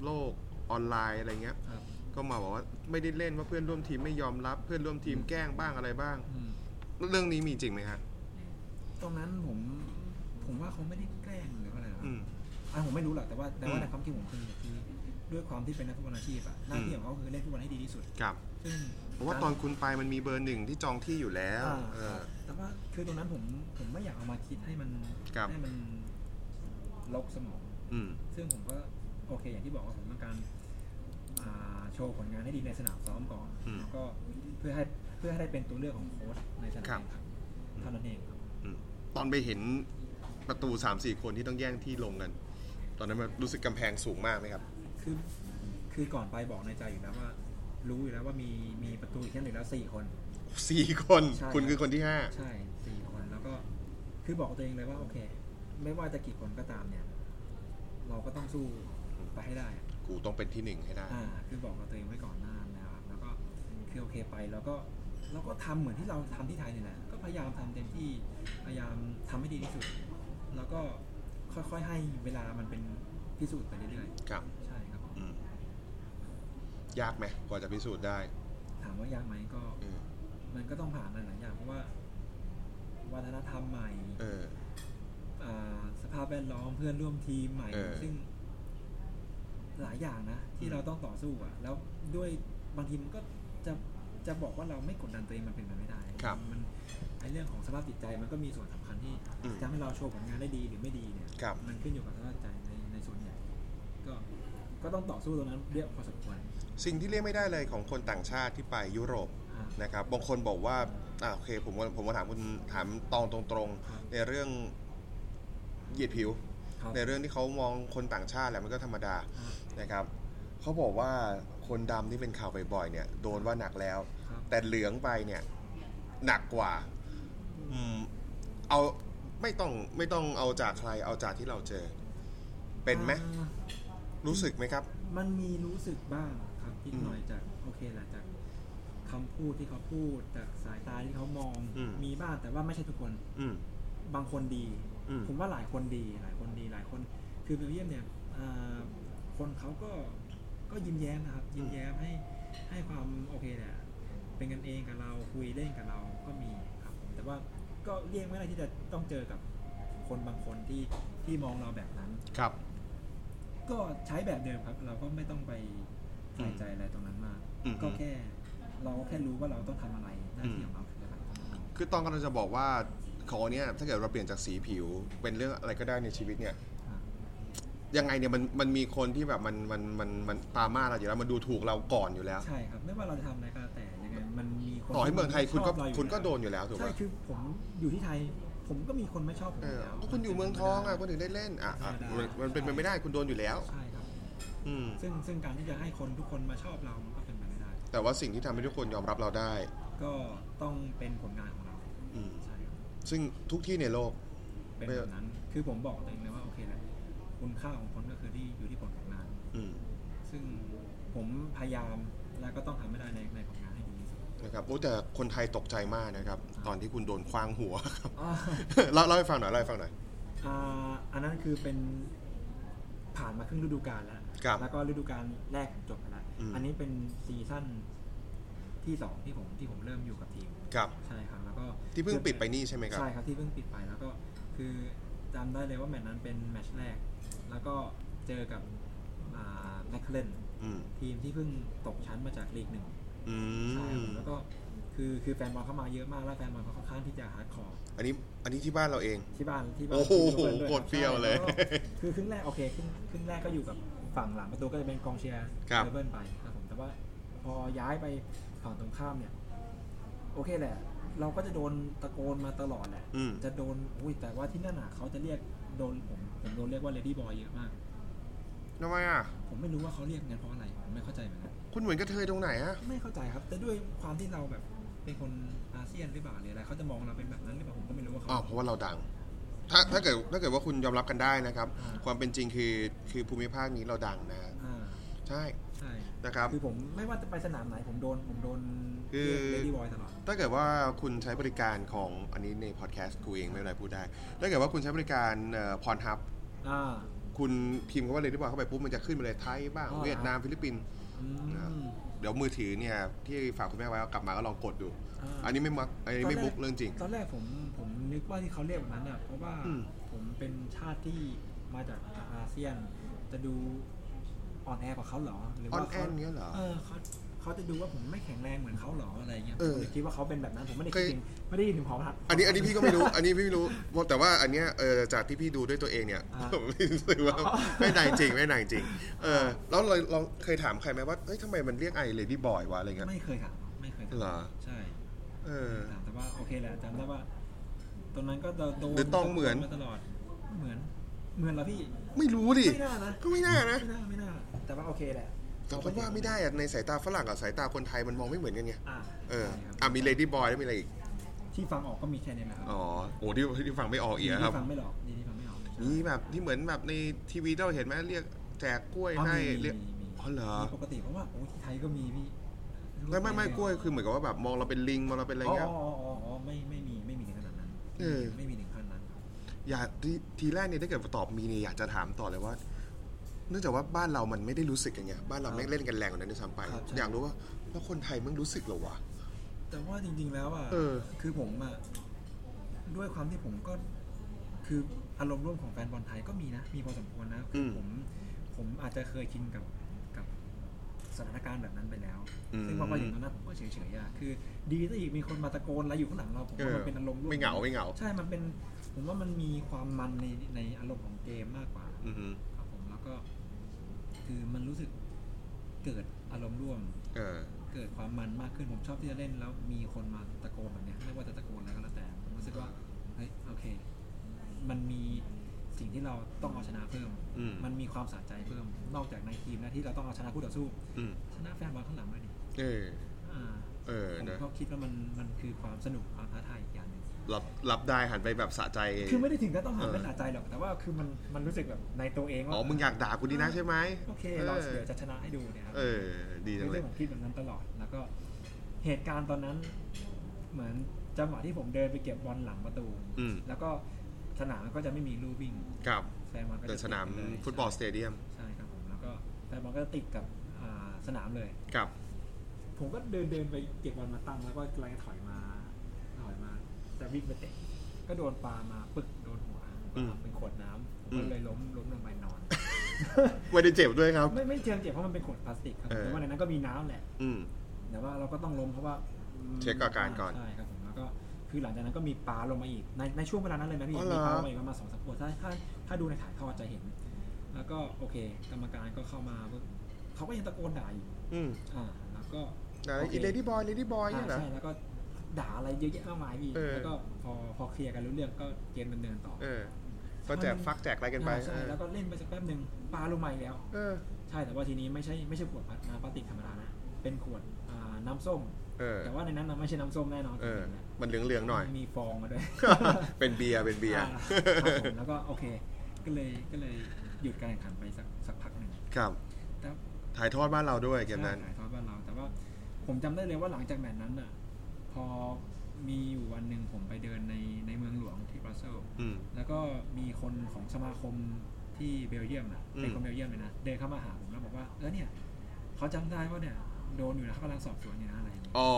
S1: โลกออนไลน์อะไรเงี้ย
S2: ครับ
S1: ก็มาบอกว่าไม่ได้เล่นว่าเพื่อนร่วมทีมไม่ยอมรับ เพื่อนร่วมทีมแกล้งบ้างอะไรบ้าง
S2: อืม
S1: เรื่องนี้มีจริงไหมฮะ
S2: ตรงนั้นผมผมว่าเขาไม่ได้แกล้งหรือว่าอะไรหรอก
S1: อืม
S2: อ่ะผมไม่รู้หรอกแต่ว่าแต่ว่า
S1: อืม
S2: ในความคิดผมคือคือด้วยความที่เป็นนักฟุตบอลอาชีพอะหน้าที่ของเขาคือเล่นฟุตบอลให้ดีที่สุด
S1: ครับ
S2: ซึ่ง
S1: เพราะว่าตอนคุณไปมันมีเบอร์หนึ่งที่จองที่อยู่แล้ว
S2: อ่า
S1: เอ
S2: ค
S1: อ
S2: รับแต่ว่าคือตรงนั้นผมผมไม่อยากเอามาคิดให้มัน
S1: ครับ
S2: ให้มันลกสมอง
S1: อืม
S2: ซึ่งผมก็โอเค อย่างที่บอกว่าผมต้องการอ่าโชว์ผลงานให้ดีในสนามซ้อมก่อน
S1: อืม
S2: แล้วก็เพื่อให้เพื่อให้ได้เป็นตัวเลือกของโค้ชในสนาม
S1: ครับ
S2: แข่งขันเท่านั้นเองครับ
S1: อืม ตอนไปเห็นประตู3ามสี่คนที่ต้องแย่งที่ลงกัน ตอนนั้นมันรู้สึกกำแพงสูงมากไหมครับ
S2: คือคือก่อนไปบอกในใจอยู่แล้วว่า รู้อยู่แล้วว่ามีมีประตูอีกแค่หนึ่งแล้วสี่คน
S1: สี่คน
S2: ใช่
S1: คุณคือคนที่ห้า
S2: ใช่สี่คนแล้วก็คือบอกตัวเองเลยว่าโอเค ไม่ว่าจะกี่คนก็ตามเนี่ย เราก็ต้องสู้ไปให้ได้
S1: กูต้องเป็นที่หนึ่งให้ได้
S2: อ่าคือบอกกับตัวเองไว้ก่อนหน้านะครับแล้วก็คือโอเคไปแล้วก็เราก็ทำเหมือนที่เราทำที่ไทยนี่แหละก็พยายามทำเต็มที่พยายามทำให้ดีที่สุด แล้วก็ค่อยๆให้เวลามันเป็นพิสูจน์ไปเรื่อย
S1: ครับ
S2: ๆใช่ครับผม
S1: อืม ยากไหมกว่าจะพิสูจน์ได้
S2: ถามว่ายากไหมก็
S1: เออ
S2: มันก็ต้องผ่านหลายๆอย่างเพราะว่าวัฒนธรรมใหม่
S1: เออ
S2: อ่าสภาพแวดล้อมเพื่อนร่วมทีมใหม่
S1: เออ
S2: ซึ่งหลายอย่างนะ ที่
S1: อืม
S2: เราต้องต่อสู้อะแล้วด้วยบางทีมันก็จะจะบอกว่าเราไม่กดดันตัวเองมันเป็นไปไม่ได้
S1: ครับ
S2: มันไอเรื่องของสภาพจิตใจมันก็มีส่วนสำคัญที่
S1: อืม
S2: จะทำให้เราโชว์ผลงานได้ดีหรือไม่ดีเนี่ย
S1: ครับ
S2: มันขึ้นอยู่กับสภาพจิตใจในในส่วนใหญ่ก็ก็ต้องต่อสู้ตรงนั้นเรียกพอสมควร
S1: สิ่งที่เรียกไม่ได้เลยของคนต่างชาติที่ไปยุโรป
S2: อ่า
S1: นะครับบางคนบอกว่าอ่าโอเคผมก็ผมก็ถามคุณถามตองตรง
S2: ครับ
S1: ๆ ในเรื่องเหยียดผิว
S2: ครับ
S1: ในเรื่องที่เขามองคนต่างชาติแหละมันก็ธรรมดา
S2: อ่า
S1: นะครับเขาบอกว่าคนดำที่เป็นข่าวบ่อยๆเนี่ยโดนว่าหนักแล้ว
S2: ครับ
S1: แต่เหลืองไปเนี่ยหนักกว่าอืมเอาไม่ต้องไม่ต้องเอาจากใครเอาจากที่เราเจอ เป็นไหม
S2: อ่า
S1: รู้สึกไหมครับ
S2: มันมีรู้สึกบ้างครับนิดหน่อย
S1: อืม
S2: จากโอเคแหละจากคำพูดที่เขาพูดจากสายตาที่เขามอง
S1: อืม
S2: บ้างแต่ว่าไม่ใช่ทุกคน
S1: อืม
S2: บางคนดี
S1: อืม
S2: ผมว่าหลายคนดีหลายคนดีหลายคน คือเบลเยียมเนี่ยอ่าคนเขาก็ก็ยิ้มแย้มนะครับ ยิ้มแย้มให้ให้ความโอเคแหละเป็นกันเองกับเราคุยเล่นกับเราก็มีครับผมแต่ว่าก็เลี่ยงไม่ได้ที่จะต้องเจอกับคนบางคนที่ที่มองเราแบบนั้น
S1: ครับ
S2: ก็ใช้แบบเดิมครับ เราก็ไม่ต้องไปใส่ใจอะไรตรงนั้นมาก
S1: อืม
S2: ก็แค่ เราแค่รู้ว่าเราต้องทำอะไรหน้าที่ของเราคืออะไรเท่านั้นเอง
S1: คือตองกำลังจะบอกว่าขอเนี่ยถ้าเกิดเราเปลี่ยนจากสีผิว เป็นเรื่องอะไรก็ได้ในชีวิตเนี่ย
S2: อ่ะ
S1: ยังไงเนี่ยมันมันมีคนที่แบบมันมันมันมันตามมาเราอยู่แล้วมันดูถูกเราก่อนอยู่แล้ว
S2: ใช่ครับ ไม่ว่าเราจะทำอะไรก็แล้วแต่ยังไงมันมีคน
S1: ต่อให้เมืองไทยคุณก็
S2: ชบเราอยู่
S1: คุณก็
S2: แล้ว
S1: โดนอยู่แล้วถูกไหม
S2: ใช่คือผมอยู่ที่ไทย ผมก็มีคนไม่ชอบผม
S1: เออยู่
S2: อแล้ว
S1: ก็คุณอยู่เมืองทองอ่ะคนถึงได้เล่นอ่ะอ่ะ
S2: ธรรม
S1: มัน
S2: ดามั
S1: มันเป็นไปไม่ได้คุณโดนอยู่แล้ว
S2: ใช่ครับ
S1: อืม
S2: ซึ่งซึ่งการที่จะให้คนทุกคนมาชอบเรามันก็เป็นไปไม่ได้
S1: แต่ว่าสิ่งที่ทำให้ทุกคนยอมรับเราได้
S2: ก็ต้องเป็นผลงานของเรา
S1: อืม ซึ่งทุกที่ในโลก
S2: เป็นแบบนั้น คือผมบอกตัวเองเลยว่าโอเคแหละคุณค่าของคนก็คือที่อยู่ที่ผลของงาน
S1: อืม
S2: ซึ่งผมพยายามแล้วก็ต้องทำให้ได้ในในผลงานให้ดีที่สุด
S1: นะครับโอ้แต่คนไทยตกใจมากนะครับ
S2: อ่า
S1: ตอนที่คุณโดนคว้างหัว
S2: อ่า
S1: เล่าเล่าให้ฟังหน่อยเล่าให้ฟังหน่อย
S2: อ่าอันนั้นคือเป็นผ่านมาครึ่งฤดูกาลแล้ว
S1: ครับ
S2: แล้วก็ฤดูกาลแรกจบไปแล้ว
S1: อืม
S2: อันนี้เป็นซีซั่นที่สองที่ผมที่ผมเริ่มอยู่กับทีม
S1: ครับ
S2: ใช่ครับ แล้วก็
S1: ที่เพิ่งปิดไปนี่ใช่ไหมครับ
S2: ใช่ครับที่เพิ่งปิดไปแล้วก็คือจำได้เลยว่าแมตช์นั้นเป็นแมตช์แรก แล้วก็เจอกับแมคเคลน
S1: อืม
S2: ทีมที่เพิ่งตกชั้นมาจากลีกหนึ่ง
S1: อื
S2: ใช่ครับ
S1: ม
S2: แล้วก็คือคือแฟนบอลเข้ามาเยอะมากแล้วแฟนบอลเขาค่อนข้างที่จะฮาร์ดคอร์
S1: อันนี้อันนี้ที่บ้านเราเอง
S2: ที่บ้านที่บ้าน
S1: โอ้โห
S2: ที่บ้านด้วย
S1: โคตรเปรี้ยว
S2: ใช่
S1: เลย
S2: แก็คือครึ่งแรกโอเคครึ่งครึ่งแรกก็อยู่กับฝั่งหลังประตูก็จะเป็นกองเชียร์
S1: ครับ
S2: เลเบิร์นไปครับผมแต่ว่าพอย้ายไปฝั่งตรงข้ามเนี่ยโอเคแหละ เราก็จะโดนตะโกนมาตลอดแหละ
S1: อืม
S2: จะโดนอุ้ยแต่ว่าที่นั่นอ่ะเขาจะเรียกโดนผมผมโดนเรียกว่า Lady Boy เยอะมาก
S1: ทำไมอ่ะ
S2: ผมไม่รู้ว่าเขาเรียกงั้นเพราะอะไรผมไม่เข้าใจเหมือนกัน
S1: คุณเหมือนกระเทยตรงไหนอ่ะ
S2: ไม่เข้าใจครับ แต่ด้วยความที่เราแบบเป็นคนอาเซียนหรือเปล่าหรืออะไรเขาจะมองเราเป็นแบบนั้นหรือเปล่าผมก็ไม่รู้ว่า
S1: อ๋อ
S2: เขา
S1: เพราะว่าเราดัง ถ้าถ้าเกิดถ้าเกิดว่าคุณยอมรับกันได้นะครับ
S2: อ่า
S1: ความเป็นจริงคือคือภูมิภาคนี้เราดังนะ
S2: อ่า
S1: ใช่
S2: ใช่
S1: นะครับ
S2: คือผมไม่ว่าจะไปสนามไหนผมโดนผมโดน
S1: คือ
S2: เลดี้บอยตลอด
S1: ถ้าเกิดว่าคุณใช้บริการของอันนี้ในพอดแคสต์กูเองไม่เป็นไรพูดได้ ถ้าเกิดว่าคุณใช้บริการพรฮับ
S2: อ่า
S1: คุณพิมพ์คำว่าเลยที่บอกเข้าไปปุ๊บมันจะขึ้นมาเลยไทยบ้าง
S2: อ๋อเหรอ
S1: เวียดนามฟิลิปปินส์
S2: อื
S1: อ่า
S2: ม
S1: เดี๋ยวมือถือเนี่ยที่ฝากคุณแม่ไว้เอากลับมาก็ลองกดดู อั
S2: อ่า
S1: นนี้ไม่มักอันนี้ไม่
S2: ตอนแรก
S1: มุกเรื่องจริง
S2: ตอนแรกผมผมนึกว่าที่เขาเรียกแบบนั้นเนี่ยเพราะว่า
S1: อืม
S2: ผมเป็นชาติที่มาจากอาเซียน จะดูอ่อนแอกว่าเขาเหรอหรือ
S1: ออน
S2: ว่า
S1: แอ
S2: เขา
S1: นเนี้ยเหรอ
S2: เออเขาเขาจะดูว่าผมไม่แข็งแรงเหมือนเขาเหรออะไรเงี้ย
S1: เออ
S2: ผมเลยคิดว่าเขาเป็นแบบนั้นผมไม่ได้
S1: เค
S2: คิด
S1: ย
S2: ถึงไม่ได้ยินถึงความรัก
S1: อันนี้อันนี้พี่ก็ไม่รู้ อันนี้พี่ไม่รู้เพราะแต่ว่าอันเนี้ยเออจากที่พี่ดูด้วยตัวเองเนี่ย
S2: อ่า
S1: ผมรู้สึกว่า ไม่นายจริงไม่นายจริงเออแล้วเราเราเคยถามใครไหมว่าเอ้ยทำไมมันเรียกไอเลดี้บอยวะอะไรเงี้ย
S2: ไม่เคยถามไม่เคยถาม
S1: เหรอ
S2: ใช่
S1: เออ
S2: ถามแต่ว่าโอเคแหละจำได้ว่าตอนนั้นก็โดน
S1: หรือต้องเหมือน
S2: มาตลอดเหมือนเหมือนเหรอพี่
S1: ไม่รู้ดิ
S2: ไม่น่านะ
S1: ก็ไม่น่านะ
S2: ไม่น่าไม่น่าแต่ว่าโอเคแหละ
S1: แต่ผมว่าไม่ได้อะในสายตาฝรั่งกับสายตาคนไทยมันมองไม่เหมือนกันไง
S2: อ่ะ
S1: เออ
S2: ใช่ครับ
S1: อ่ะมีเลดี้บอยแล้วมีอะไรอีก
S2: ที่ฟังออกก็มีแค่นี้แหละครับ
S1: อ๋อโอ้ที่ที่ฟังไม่ออกเอียครับ
S2: ที่ฟังไม่หรอกนี่ที่ฟังไม่ออก
S1: มีแบบที่เหมือนแบบในทีวีที่เราเห็นไหมเรียกแจกกล้วย
S2: อ๋อ
S1: ให้
S2: มีมี
S1: เรียก
S2: มีมี
S1: อ๋อเหรอ
S2: ปกติเพราะว่าโอ้ที่ไทยก็มีพี่
S1: ไม่ไม่ไม่กล้วยคือเหมือนกับว่าแบบมองเราเป็นลิงมองเราเป็นอะไร
S2: อ๋อ
S1: เงี้ย
S2: อ๋ออ๋ออ๋อไม่ไม่มีไม่มีถึงขนาดนั้น
S1: เออ
S2: ไม่มีถึงขั้นนั้น
S1: อยากทีทีแรกเนี่ยถ้าเกิดตอบมีเนี่ยอยากจะถามต่อเลยว่า เนื่องจากว่าบ้านเรามันไม่ได้รู้สึกกันไงบ้านเราไม่งเล่นกันแรงกว่านั้นด้วยซ้ำไป อยากรู้ว่าแล้วคนไทยมึงรู้สึกเหรอวะ
S2: แต่ว่าจริง ๆ แล้วอ่ะ
S1: เออ
S2: คือผมอ่ะด้วยความที่ผมก็คืออารมณ์ร่วมของแฟนบอลไทยก็มีนะ มีพอสมควรนะคืออ
S1: ม
S2: ผมผมอาจจะเคยชินกับกับสถานการณ์แบบนั้นไปแล้ว
S1: อืม
S2: ซึ่งพอมาอยู่ตรงนั้นผมก็เฉยๆอะคือ ดีซะอีกมีคนมาตะโกนอะไรอยู่ข้างหลังเราผม
S1: เออ
S2: ว่ามันเป็นอารมณ์ร่วม
S1: ไม่เหงาไม่เหงา
S2: ใช่ มันเป็น ผมว่ามันมีความมันในในอารมณ์ของเกมมากกว่า
S1: อือฮึ
S2: ครับผม แล้วก็ คือมันรู้สึกเกิดอารมณ์ร่วม
S1: เออ
S2: เกิดความมันมากขึ้น ผมชอบที่จะเล่นแล้วมีคนมาตะโกนแบบเนี้ยไม่ว่าจะตะโกนอะไรก็แล้วแต่ ผมรู้สึกว่า เฮ้ย โอเค มันมีสิ่งที่เราต้องเอาชนะเพิ่ม
S1: อืม
S2: มันมีความสะใจเพิ่ม นอกจากในทีมนะที่เราต้องเอาชนะคู่ต่อสู้
S1: อืม
S2: ชนะแฟนบอลข้างหลังด้วยดิ
S1: เออ
S2: อ่า
S1: เออ
S2: ผม
S1: นะ
S2: ก็คิดว่ามันมันคือความสนุกความท้าทายอีกอย่างหนึ่ง
S1: รับรับได้หันไปแบบสะใจ
S2: คือไม่ได้ถึงก็ต้องหัน
S1: เออ
S2: ไปหนาใจหรอก แต่ว่าคือมันมันรู้สึกแบบในตัวเองว่า
S1: อ๋อมึงอยากด่ากูดีนะใช่ไหม
S2: โอเค เราเดี๋ยวจะชนะให้ดูเนี่ยครับ
S1: เออ ดีจังเล
S2: เรื่อย งของคิดแบบนั้นตลอด แล้วก็เหตุการณ์ตอนนั้น เหมือนจังหวะที่ผมเดินไปเก็บบอลหลังประตู
S1: อืม
S2: แล้วก็สนามก็จะไม่มีลู่วิ่ง
S1: กับ
S2: แฟนบอลก็จะ
S1: แต่สนาม
S2: ติดกัเลย
S1: ฟุตบอลสเตเดียม
S2: ใช่ครับผมแล้วก็แฟนบอลก็ติดกับอ่าสนามเลย
S1: กับ
S2: ผมก็เดินเดินไปเก็บบอลมาตั้งแล้วก็กำลังจะถอยมาถอยมา จะวิ่งไปเตะก็โดนปลามาปึกโดนหัว
S1: อืม
S2: เป็นขวดน้ำผม
S1: อื
S2: ก็
S1: ม
S2: เลยล้มล้มลงไปนอน
S1: ไม่ได้เจ็บด้วยครับ
S2: ไม่ไม่เชิงเจ็บเพราะมันเป็นขวดพลาสติกครับ
S1: เออ
S2: แต่ว่าในนั้นก็มีน้ำแหละ
S1: อืม
S2: แต่ว่าเราก็ต้องล้มเพราะว่าอืม
S1: เช็คอาการก่อน
S2: ใช่ครับผมแล้วก็คือหลังจากนั้นก็มีปลาลงมาอีกในในช่วงเวลานั้นเลยนะพี่
S1: อ๋อ
S2: มี
S1: เหรอ
S2: ปลาลงมาอีกประมาณสองสามขวดถ้าถ้าถ้าดูในถ่ายทอดจะเห็น แล้วก็โอเค กรรมการก็เข้ามาเขาก็ยังตะโกนด่าอยู่
S1: อืม
S2: อ่าแล้วก็
S1: นะ
S2: โค
S1: อีเลดี้บอยเลดี้บอยเนี่ย
S2: อ่า
S1: เหรอ
S2: ใช่แล้วก็ด่าอะไรเยอะแยะมากมายพี่
S1: เออ
S2: แล้วก็พอพอเคลียร์กันรู้เรื่องก็เกมดำเนินต่อ
S1: เออก็แจกฟักแจกอะไรกันไป
S2: อ่าใช่
S1: เออ
S2: แล้วก็เล่นไปสักแป๊บหนึ่งปลาลงมาอีกแล้ว
S1: เออ
S2: ใช่แต่ว่าทีนี้ไม่ใช่ไม่ใช่ขวดพลาสติกธรรมดานะเป็นขวดอ่าน้ำส้ม
S1: เ เออ
S2: แต่ว่าในนั้นน่ะไม่ใช่น้ำส้มแน่นอน
S1: เออ มันเหลืองๆหน่อย
S2: มีฟองมาด้วย
S1: เป็นเบียร์เป็นเบียร์
S2: อ่าครับผมแล้วก็โอเค ก็เลยก็เลยหยุดการแข่งขันไปสักสักพักหนึ่ง
S1: ครับ
S2: แต่
S1: ถ่ายทอดบ้านเราด้วยเกมนั้น
S2: ถ่ายทอดบ้านเรา แต่ว่าผมจำได้เลยว่าหลังจากแมตช์นั้นอ่ะ พอมีอยู่วันหนึ่งผมไปเดินในในเมืองหลวงที่บรัสเซลส์
S1: อืม
S2: แล้วก็มีคนของสมาคมที่เบลเยียมนะ
S1: อืม
S2: เป็นคนเบลเยียมเลยนะเดินเข้ามาหาผมแล้วบอกว่าเออเนี่ยเขาจำได้ว่าเนี่ยโดนอยู่นะเขากำลังสอบสวนอยู่นะอะไรอย่างเงี้ย
S1: อ๋อ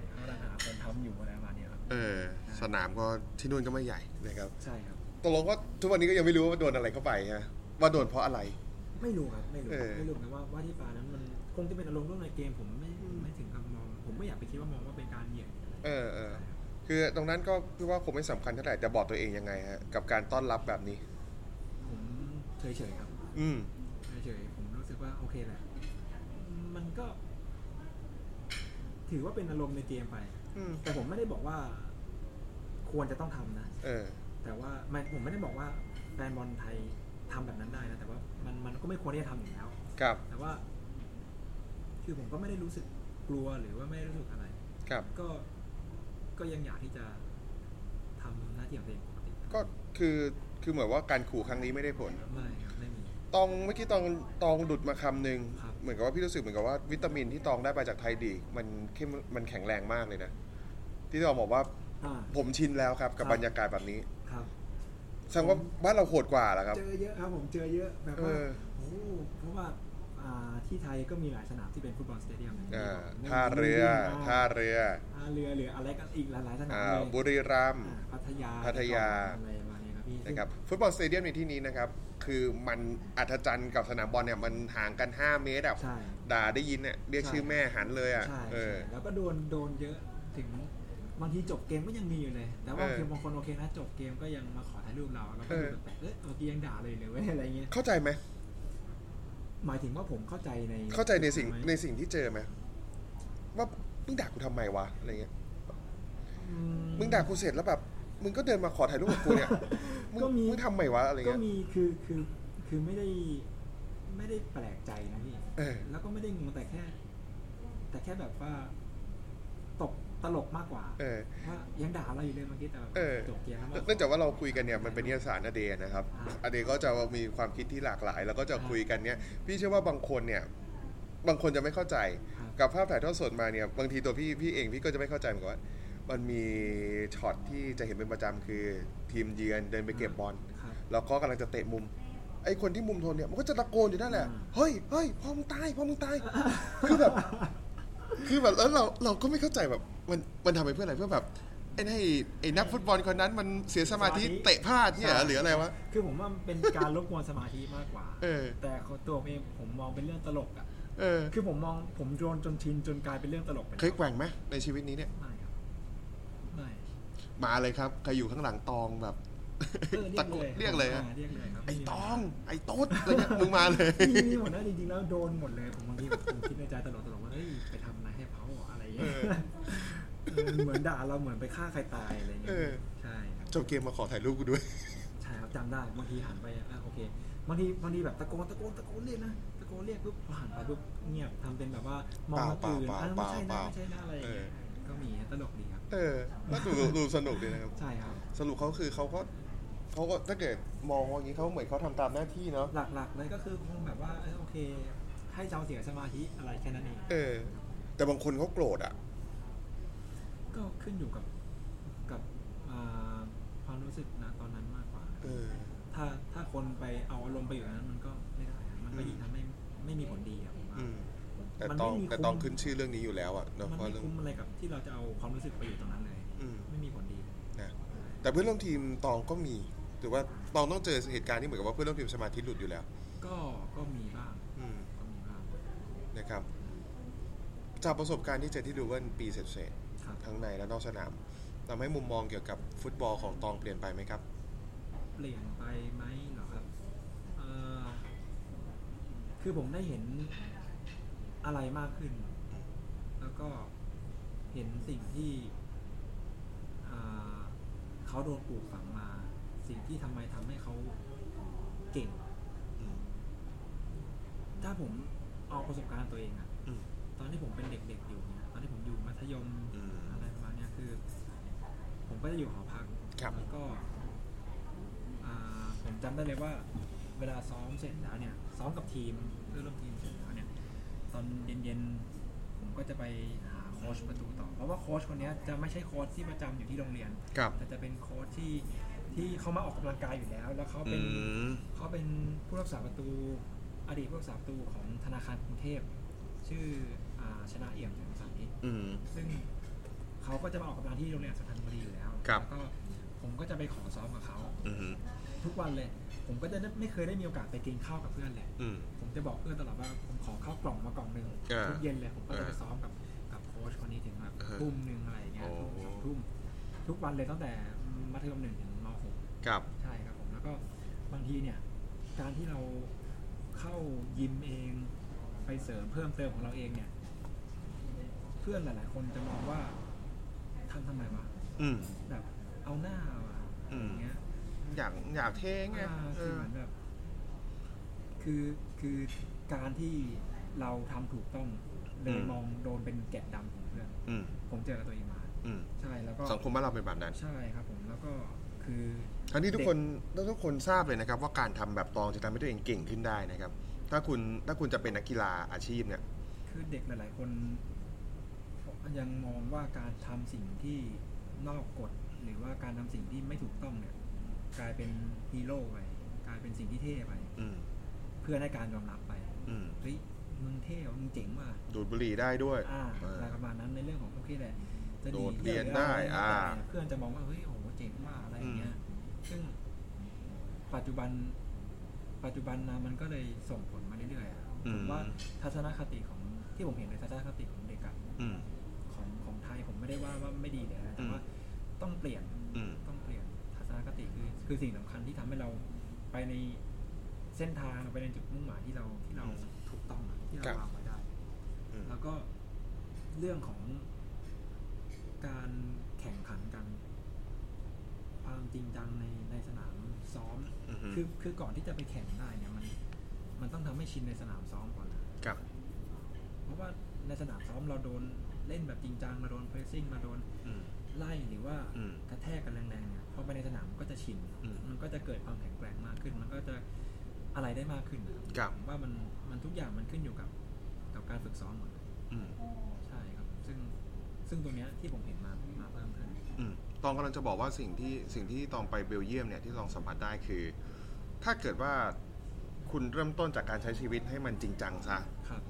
S2: ใช่เขากำลังหาคนทำอยู่อะไรประมาณเนี้ยครับ
S1: เออ สนามก็ที่นู่นก็ไม่ใหญ่นะครับ
S2: ใช่ครับ
S1: ตกลงว่าทุกวันนี้ก็ยังไม่รู้ว่าโดนอะไรเข้าไปฮะว่าโดนเพราะอะไร
S2: ไม่รู้ครับไม่รู้
S1: เออ
S2: ไม่รู้นะว่าว่าที่ปานั้นมันคงจะเป็นอารมณ์ร่วมในเกมผมไม่ไม่ถึงกับมอง ผมไม่อยากไปคิดว่ามองว่าเป็นการเหยียดอะไร
S1: เออเออ คือตรงนั้นก็พี่ว่าคงไม่สำคัญเท่าไหร่แต่บอกตัวเองยังไงฮะกับการต้อนรับแบบนี้
S2: ผมเฉยๆครับ
S1: อืม
S2: เฉยๆผมรู้สึกว่าโอเคแหละมันก็ ถือว่าเป็นอารมณ์ในเกมไป
S1: อืม
S2: แต่ผมไม่ได้บอกว่า ควรจะต้องทำนะ
S1: เออ
S2: แต่ว่ามันผมไม่ได้บอกว่าแฟนบอลไทยทำแบบนั้นได้นะแต่ว่ามันมันก็ไม่ควรที่จะทำอยู่แล้ว
S1: ครับ
S2: แต่ว่า คือผมก็ไม่ได้รู้สึกกลัวหรือว่าไม่ได้รู้สึกอะไร
S1: ครับ
S2: ก็ก็ยังอยากที่จะทำหน้าที่ของตัวเองปกติ
S1: ก็คือ คือเหมือนว่าการขู่ครั้งนี้ไม่ได้ผล
S2: ไม่ครับไม่มี
S1: ตองเมื่อกี้ตองตองดุดมาคำหนึ่ง
S2: ครับ
S1: เหมือนกับว่าพี่รู้สึกเหมือนกับว่าวิตามินที่ตองได้ไปจากไทยดีกมันเข้มมันแข็งแรงมากเลยนะ ที่ตองบอกว่า
S2: อ่า
S1: ผมชินแล้วครับกับ
S2: ครับ
S1: บรรยากาศแบบนี้
S2: ครับ
S1: แสดงว่าบ้านเราโหดกว่าเหรอครับ
S2: เจอเยอะครับผมเจอเยอะแบบ
S1: เอ
S2: ว่า
S1: อ
S2: โอ้โหเพราะว่าอ่าที่ไทยก็มีหลายสนามที่เป็นฟุตบอลสเตเดียมอย่างที่
S1: อ่า
S2: บอก
S1: ท่าเรือท่าเรือ
S2: ท่าเรือหรืออะไรก็อีกหลายๆสนาม
S1: อ่า
S2: เลย
S1: บุรีรัมย์
S2: อ่าพัทยา
S1: พัทยา
S2: อะไรประมาณนี้ครับพี่
S1: นะครับฟุตบอลสเตเดียมในที่นี้นะครับ คือมันอัศจรรย์กับสนามบอลเนี่ยมันห่างกัน 5 เมตรอะ
S2: ใช่
S1: ด่าได้ยินเนี่ยเรียก
S2: ใช่
S1: ชื่อแม่หันเลยอะ
S2: ใช่
S1: เออ
S2: ใช่แล้วก็โดนโดนเยอะถึงบางทีจบเกมก็ยังมีอยู่เลย แต่ว่า
S1: เออ
S2: คือบางคนโอเคนะจบเกมก็ยังมาขอถ่ายรูปเราเราก็
S1: เอ
S2: ดู
S1: อ
S2: แปลกๆเอ๊ะเมื่อกี้ยังด่าเลยเลยเว้ ยอะไรเงี้ย
S1: เข้าใจไหม
S2: หมายถึงว่าผมเข้าใจใน
S1: เข้าใจในสิ่ง
S2: ไหม
S1: ในสิ่งที่เจอไหมว่ามึงด่ากูทำไมวะอะไรเงี้ย
S2: อื
S1: มึงด่ากูเสร็จแล้วแบบ มึงก็เดินมาขอถ่ายรูปกับกูเนี่ย มึง
S2: ก็มี
S1: มึงทำไมวะอะไร
S2: ก็
S1: เงี้ย
S2: มีคือคือคือไม่ได้ไม่ได้แปลกใจนะพี่
S1: เออ
S2: แล้วก็ไม่ได้งงแต่แค่ แต่แค่แบบว่าตกตลกมากกว่า
S1: เออ
S2: ว่ายังด่าเราอยู่เลยเมื่อกี้แต่แบบ
S1: เออ
S2: จบเกมแล้วมาขอ
S1: เนื่องจากว่าเราคุยกันเนี่ยมันเป็นนิยสารอเดย์นะครับอ
S2: อ่า
S1: เดย์ก็จะมีความคิดที่หลากหลาย แล้วก็จะ
S2: อ่า
S1: คุยกันเนี่ยพี่เชื่อว่าบางคนเนี่ย บางคนจะไม่เข้าใจ
S2: ครับ
S1: กับภาพถ่ายทอดสดมาเนี่ยบางทีตัวพี่พี่เองพี่ก็จะไม่เข้าใจเหมือนกันว่า มันมีช็อตที่จะเห็นเป็นประจำคือทีมเยือนเดินไปเก็บบอล
S2: ครับ
S1: แล้วก็กำลังจะเตะมุมไอ้คนที่มุมโทนเนี่ยมันก็จะตะโกนอยู่นั่นแหละ
S2: อ่า
S1: เฮ้ยเฮ้ยพ่อมึงตายพ่อมึงตายคือแบบ คือแบบแล้วเราเราก็ไม่เข้าใจแบบมันมันทำไปเพื่ออะไรเพื่อแบบไอ้ไอ้ไอ้นักฟุตบอลคนนั้นมันเสียสมาธิ
S2: สมาธิ
S1: เตะพลาดเนี่ย
S2: ใช่
S1: หรืออะไรวะ
S2: คือผมว่ามันเป็นการรบกวนสมาธิมากกว่า
S1: เออ
S2: แต่ของตัวผมเองผมมองเป็นเรื่องตลกอะ
S1: เออ
S2: คือผมมองผมโดนจนชินจนกลายเป็นเรื่องตลกไปแล้ว
S1: เคยแกว่งไหมในชีวิตนี้เนี่ย
S2: ไม่ครับ ไม่
S1: มาเลยครับใครอยู่ข้างหลังตองแบบ
S2: เออ
S1: ตะโกนเรียกเลย
S2: อ่า
S1: อะ
S2: เรียกเลยครับ
S1: ไอ้ตอง ไอ้ต๊ดอะไรเงี้ยมึงมา เลย
S2: นี่นี่ผมนะจริงๆแล้วโดนหมดเลยผมบางทีผมคิดในใจตลกๆว่าเฮ้ยไปทำอะไรให้เขาเหรออะไรอย่างเงี้ยเออเหมือนด่าเราเหมือนไปฆ่าใครตายอะไรอย่างเงี้
S1: เอย อ
S2: ใช่ครับ
S1: จบเกมมาขอถ่ายรูปกูด้วย
S2: ใช่ครับจำได้บางทีหันไปอ่ะโอเคบางทีบางทีแบบตะโกนตะโกนตะโกนเรียกนะตะโกนเรียกปุ๊บพอหันไปปุ๊บเงียบทำเป็นแบบว่ามองคนอื่น
S1: เปล่า
S2: อ่ะ
S1: เป
S2: ไม่
S1: ล่า
S2: ใช่
S1: เป
S2: นะ
S1: ล่า
S2: ไม่ใช่นะอะไรอย่างเงี้ย
S1: เอ
S2: ก็มีนะตลกดีครับ
S1: เออก็ดูดูสนุกดีนะครับ
S2: ใช่ครับ
S1: สรุปเขาคือเขาก็เขาก็ถ้าเกิดมองว่าอย่างนี้เขาเหมือนเขาทำตามหน้าที่เนาะ
S2: หลักๆเลยก็คือคงแบบว่าเออโอเค ให้เราเสียสมาธิอะไรแค่นั้นเอง
S1: เออ แต่บางคนเขาโกรธอ่ะ
S2: ก็ขึ้นอยู่กับกับอ่าความรู้สึกนะตอนนั้นมากกว่า
S1: เออ
S2: ถ้าถ้าคนไปเอาอารมณ์ไปอยู่ในนั้นมันก็ไม่ได้ครับมันก็ยิ่งทำให้ไม่มีผลดีอะผมว่า
S1: อืมแต่
S2: มัน
S1: ต
S2: ไม่
S1: อง
S2: มี
S1: แต่
S2: คุ้ม
S1: ตองขึ้นชื่อเรื่องนี้อยู่แล้วอ่ะ
S2: มั
S1: เนาะ
S2: น
S1: เพราะ
S2: ไม่
S1: เรื่อง
S2: คุ้มอะไรกับที่เราจะเอาความรู้สึกไปอยู่ตรงนั้นเลย
S1: อืม
S2: ไม่มีผลดี
S1: นะแต่เพื่อนร่วมทีมตองก็มีถือว่าตองต้องเจอเหตุการณ์ที่เหมือนกับว่าเพื่อนร่วมทีมสมาธิหลุดอยู่แล้ว
S2: ก็ก็มีบ้าง
S1: อืม
S2: ก็มีบ้าง
S1: นะครับ จากประสบการณ์ที่เจอที่ดูเว่าปีเศษ
S2: ครับ
S1: ๆทั้งในและนอกสนามทำให้มุมมองเกี่ยวกับฟุตบอลของตองเปลี่ยนไปไหมครับ
S2: เปลี่ยนไปไหมเหรอครับเอ่อคือผมได้เห็นอะไรมากขึ้น แล้วก็เห็นสิ่งที่อ่าเขาโดนปลูกฝังมา สิ่งที่ทำไมทำให้เขาเก่ง
S1: อืม
S2: ถ้าผมเอาประสบการณ์ตัวเองอะ
S1: อืม
S2: ตอนที่ผมเป็นเด็กๆอยู่เนี่ยตอนที่ผมอยู่มัธยม
S1: อืม
S2: อะไรประมาณเนี้ยคือ ผมก็จะอยู่หอพัก
S1: ครับ
S2: แล้วก็อ่าผมจำได้เลยว่า เวลาซ้อมเสร็จแล้วเนี่ย ซ้อมกับทีมเพื่อนร่วมทีมเสร็จแล้วเนี่ย ตอนเย็นๆผมก็จะไปหาโค้ชประตูต่อ เพราะว่าโค้ชคนเนี้ยจะไม่ใช่โค้ชที่ประจำอยู่ที่โรงเรียน
S1: ครับ
S2: แต่จะเป็นโค้ชที่ที่เขามาออกกำลังกายอยู่แล้ว แล้วเขา
S1: อื
S2: เป็น
S1: ม
S2: เขาเป็นผู้รักษาประตูอดีตผู้รักษาประตูของธนาคารกรุงเทพ ชื่ออาชนะเอี่ยมแสงใส
S1: อืม
S2: ซึ่งเขาก็จะมาออกกำลังที่โรงเรียนสุพรรณบุรีอยู่แล้ว
S1: ครับ
S2: แล้วก็ผมก็จะไปขอซ้อมกับเขา
S1: อืม
S2: ทุกวันเลย ผมก็จะไม่เคยได้มีโอกาสไปกินข้าวกับเพื่อนเลย
S1: อืม
S2: ผมจะบอกเพื่อนตลอดว่าผมขอข้าวกล่องมากล่องหนึ่ง
S1: อ่า
S2: ทุกเย็นเลยผมก็จะไป
S1: อ่า
S2: ซ้อมกับกับโค้ชคนนี้ถึงแบบ
S1: อ่าฮะ
S2: ทุ่มหนึ่งอะไรอย่างเงี้ย
S1: โอ้
S2: ทุ่มสองทุ่มทุกวันเลยตั้งแต่มัธยมหนึ่งถึงมหก
S1: ครับ
S2: ใช่ครับผมแล้วก็บางทีเนี่ย การที่เราเข้ายิมเองไปเสริมเพิ่มเติมของเราเองเนี่ย เพื่อนหลาย ๆ คนจะมองว่าทำทำไมวะ
S1: อืม
S2: แบบเอาหน้าวะ
S1: อืม
S2: อย่างเงี้ย
S1: อยากอยากเท่ไง
S2: อ่า
S1: เอ
S2: คือ
S1: อ
S2: เหมือนแบบคือคือการที่เราทำถูกต้องเลยมองโดนเป็นแกะดำของเพื่อน
S1: อืม
S2: ผมเจอกับตัวเองมา
S1: อืม
S2: ใช่แล้วก็
S1: สังคมบ้านเราเป็นแบบนั้น
S2: ใช่ครับผมแล้วก็คือ
S1: ทั้งที่ทุกคนทุกคนทราบเลยนะครับ ว่าการทำแบบตองจะทำให้ตัวเองเก่งขึ้นได้นะครับ ถ้าคุณถ้าคุณจะเป็นนักกีฬาอาชีพเนี่ย
S2: คือเด็กหลาย ๆ คนยังมองว่าการทำสิ่งที่นอกกฎหรือว่าการทำสิ่งที่ไม่ถูกต้องเนี่ย กลายเป็นฮีโร่ไปกลายเป็นสิ่งที่เท่ไป
S1: อืม
S2: เพื่อให้การยอมรับไป
S1: อืม
S2: เฮ้ยมึงเท่ว่ะมึงเจ๋งว่ะ
S1: ดูดบุหรี่ได้ด้วย
S2: อ่า
S1: เออ
S2: อะไรประมาณนั้นในเรื่องของโอเคแหละจะ
S1: โด
S2: ดี
S1: ด
S2: ที่ว
S1: เรียนได้
S2: หรือ
S1: อ่า
S2: อะไรก็ตมเนี่ยเพื่อนจะมองว่าเฮ้ยโอ้โหเจ๋งว่ะอะไรอย่างเงี้ยซึ่งปัจจุบัน ปัจจุบันนะมันก็เลยส่งผลมาเรื่อยๆอะผมว่าทัศนคติของที่ผมเห็นในทัศนคติของเด็กอะ
S1: อืม
S2: ของของไทยผมไม่ได้ว่าว่าไม่ดีเลย
S1: อื
S2: นะแต่
S1: ม
S2: ว่าต้องเปลี่ยน
S1: อืม
S2: ต้องเปลี่ยนทัศนคติคือคือสิ่งสำคัญที่ทำให้เราไปในเส้นทางไปในจุดมุ่งหมายที่เราที่เรา
S1: อืม
S2: ถูกต้องอะที่เรา
S1: ครับ
S2: วางไว้ได้
S1: อืม
S2: แล้วก็เรื่องของการแข่งขันกันความจริงจังในในสนามซ้อม
S1: อืม
S2: คือคือก่อนที่จะไปแข่งได้เนี่ยมันมันต้องทำให้ชินในสนามซ้อมก่อนนะ
S1: ครับ
S2: เพราะว่าในสนามซ้อมเราโดนเล่นแบบจริงจังมาโดนเพรสซิ่งมาโดน
S1: อืม
S2: ไล่หรือว่า
S1: อืม
S2: กระแทกกันแรงๆเนี่ยพอไปในสนามก็จะชิน
S1: อืม
S2: มันก็จะเกิดความแข็งแกร่งมากขึ้น มันก็จะอะไรได้มากขึ้นนะครับ ผมว่ามันมันทุกอย่างมันขึ้นอยู่กับกับการฝึกซ้อมหมดเลย
S1: อืม
S2: ใช่ครับ ซึ่งซึ่งตรงเนี้ยที่ผมเห็นมามาเพิ่มขึ้น
S1: อืมตองกำลังจะบอกว่าสิ่งที่สิ่งที่ตองไปเบลเยียมเนี่ยที่ตองสัมผัสได้คือ ถ้าเกิดว่าคุณเริ่มต้นจากการใช้ชีวิตให้มันจริงจังซะ
S2: ครับ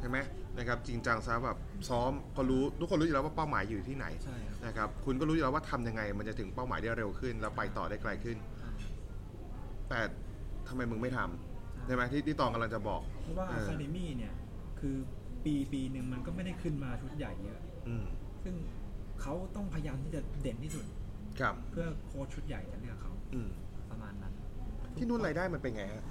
S1: ใช่ไหมนะครับจริงจังซะแบบซ้อมก็รู้ทุกคนรู้อยู่แล้วว่าเป้าหมายอยู่ที่ไหน
S2: ใช่ครับ
S1: นะครับคุณก็รู้อยู่แล้วว่าทำยังไง มันจะถึงเป้าหมายได้เร็วขึ้น แล้วไปต่อได้ไกลขึ้น แต่ทำไมมึงไม่ทำใช่ไหมที่ที่ตองกำลังจะบอก
S2: เพราะว่า
S1: เอ
S2: อะ
S1: อ
S2: คาเดมี่เนี่ย คือปีปีหนึ่งมันก็ไม่ได้ขึ้นมาชุดใหญ่เยอะ
S1: อืม
S2: ซึ่งเขาต้องพยายามที่จะเด่นที่สุด
S1: ครับ
S2: เพื่อโค้ชชุดใหญ่จะเลือกเขา
S1: อืม
S2: ประมาณนั้น
S1: ที่นู่นรายได้มันเป็นไงฮะ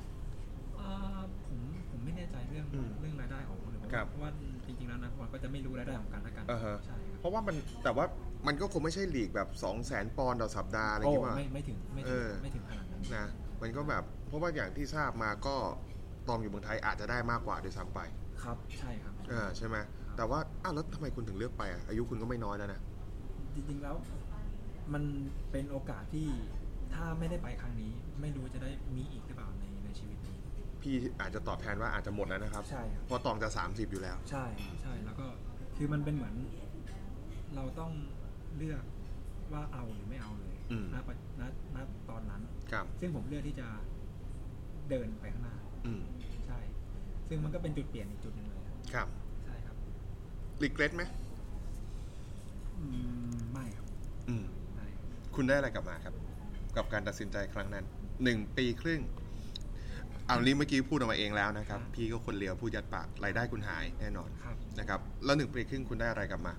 S2: เอ่อผมผมไม่แน่ใจเรื่อง
S1: อืม
S2: เรื่องรายได้ของคนอื่นเพราะ
S1: ครั
S2: ว่า
S1: บ
S2: เพราะว่าจริงๆแล้วนักฟุตบอลก็จะไม่รู้รายได้ของกันและกัน
S1: อ่าฮะ
S2: ใช่ครับ
S1: เพราะว่ามันแต่ว่ามันก็คงไม่ใช่ลีกแบบ2 0 0 0 0 0ปอนด์ต่อสัปดาห์อะไรอย่างเงี้ยว่า
S2: โอ้ไม่ไม่ถึงไม่ถึ
S1: เอง อ
S2: ไม่ถึงขนาดนั้น
S1: นะมันก็แบบเพราะว่าอย่างที่ทราบมาก็ตองอยู่เมืองไทยอาจจะได้มากกว่าด้วยซ้ำไป
S2: ครับใช่ครับ
S1: อ่าใช่ไหมแต่ว่าอ้าวแล้วทำไมคุณถึงเลือกไปอ่ะอายุคุณก็ไม่น้อยแล้วนะ
S2: จริงๆแล้วมันเป็นโอกาสที่ถ้าไม่ได้ไปครั้งนี้ ไม่รู้จะได้มีอีกหรือเปล่าในในชีวิตนี้
S1: พี่อาจจะตอบแทนว่าอาจจะหมดแล้วนะครับ
S2: ใช่ครับ
S1: เพราะตองจะ 30 อยู่แล้ว
S2: ใช่ใช่แล้วก็คือมันเป็นเหมือน เราต้องเลือกว่าเอาหรือไม่เอาเลย
S1: อืม
S2: ณปัจณณตอนนั้น
S1: ครับ
S2: ซึ่งผมเลือกที่จะเดินไปข้างหน้า
S1: อืม
S2: ใช่ ซึ่งมันก็เป็นจุดเปลี่ยนอีกจุดหนึ่งเลยครับ
S1: ครับ
S2: ใช่ครับ
S1: รีเกรสไหม
S2: อืมไม่ครับ
S1: อืม
S2: ไม่ครับ
S1: คุณได้อะไรกลับมาครับ กับการตัดสินใจครั้งนั้นหนึ่งปีครึ่งเอานี้เมื่อกี้พูดออกมาเองแล้วนะครับ พี่ก็คนเลียวพูดยัดปากรายได้คุณหายแน่นอน
S2: ครับ
S1: นะครับแล้วหนึ่งปีครึ่งคุณได้อะไรกลับมา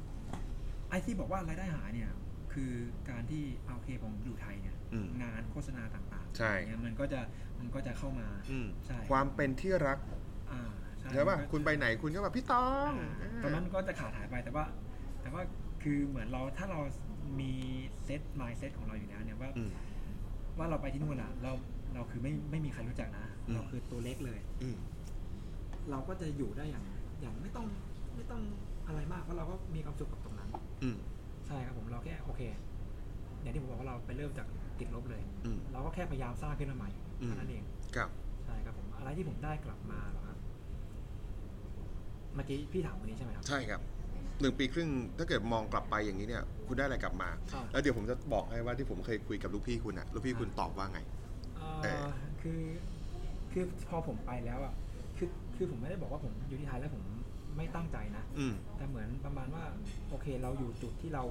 S2: ไอ้ที่บอกว่ารายได้หายเนี่ย คือการที่เอาโอเคผมอยู่ไทยเนี่ย
S1: อืม
S2: งานโฆษณาต่างๆ
S1: ใช่
S2: เนี่ยมันก็จะมันก็จะเข้ามา
S1: อืม
S2: ใช่
S1: ความเป็นที่รัก
S2: อ่าใช่
S1: ใช่ป่ะ
S2: มันก็
S1: คุณไปไหนคุณก็แบบพี่ตอง
S2: อ่าตอนนั้นก็จะขาดหายไปแต่ว่า แต่ว่าคือเหมือนเราถ้าเรามีเซตมายเซตของเราอยู่แล้วเนี่ยว่า
S1: อืม
S2: ว่าเราไปที่นู่นอ่ะเราเราคือไม่ไม่มีใครรู้จักนะ
S1: อืม
S2: เราคือตัวเล็กเลย
S1: อืม
S2: เราก็จะอยู่ได้อย่างอย่างไม่ต้อง ไม่ต้องอะไรมากเพราะเราก็มีความสุขกับตรงนั้น
S1: อืม
S2: ใช่ครับผมเราแค่โอเคอย่างที่ผมบอกว่าเราไปเริ่มจากติดลบเลย
S1: อืม
S2: เราก็แค่พยายามสร้างขึ้นมาใหม่
S1: อืม
S2: เท่านั้นเอง
S1: ครับ
S2: ใช่ครับผมอะไรที่ผมได้กลับมาเหรอครับเมื่อกี้พี่ถามวันนี้ใช่ไหมครับ
S1: ใช่ครับหนึ่งปีครึ่งถ้าเกิดมองกลับไปอย่างนี้เนี่ย คุณได้อะไรกลับมา
S2: อ่า
S1: แล้วเดี๋ยวผมจะบอกให้ว่าที่ผมเคยคุยกับลูกพี่คุณอะลูกพี่คุณตอบว่าไง
S2: เอ่อ
S1: เออ
S2: คือคือพอผมไปแล้วอ่ะคือคือผมไม่ได้บอกว่าผมอยู่ที่ไทยแล้วผมไม่ตั้งใจนะ
S1: อืม
S2: แต่เหมือนประมาณว่าโอเคเราอยู่จุดที่เรา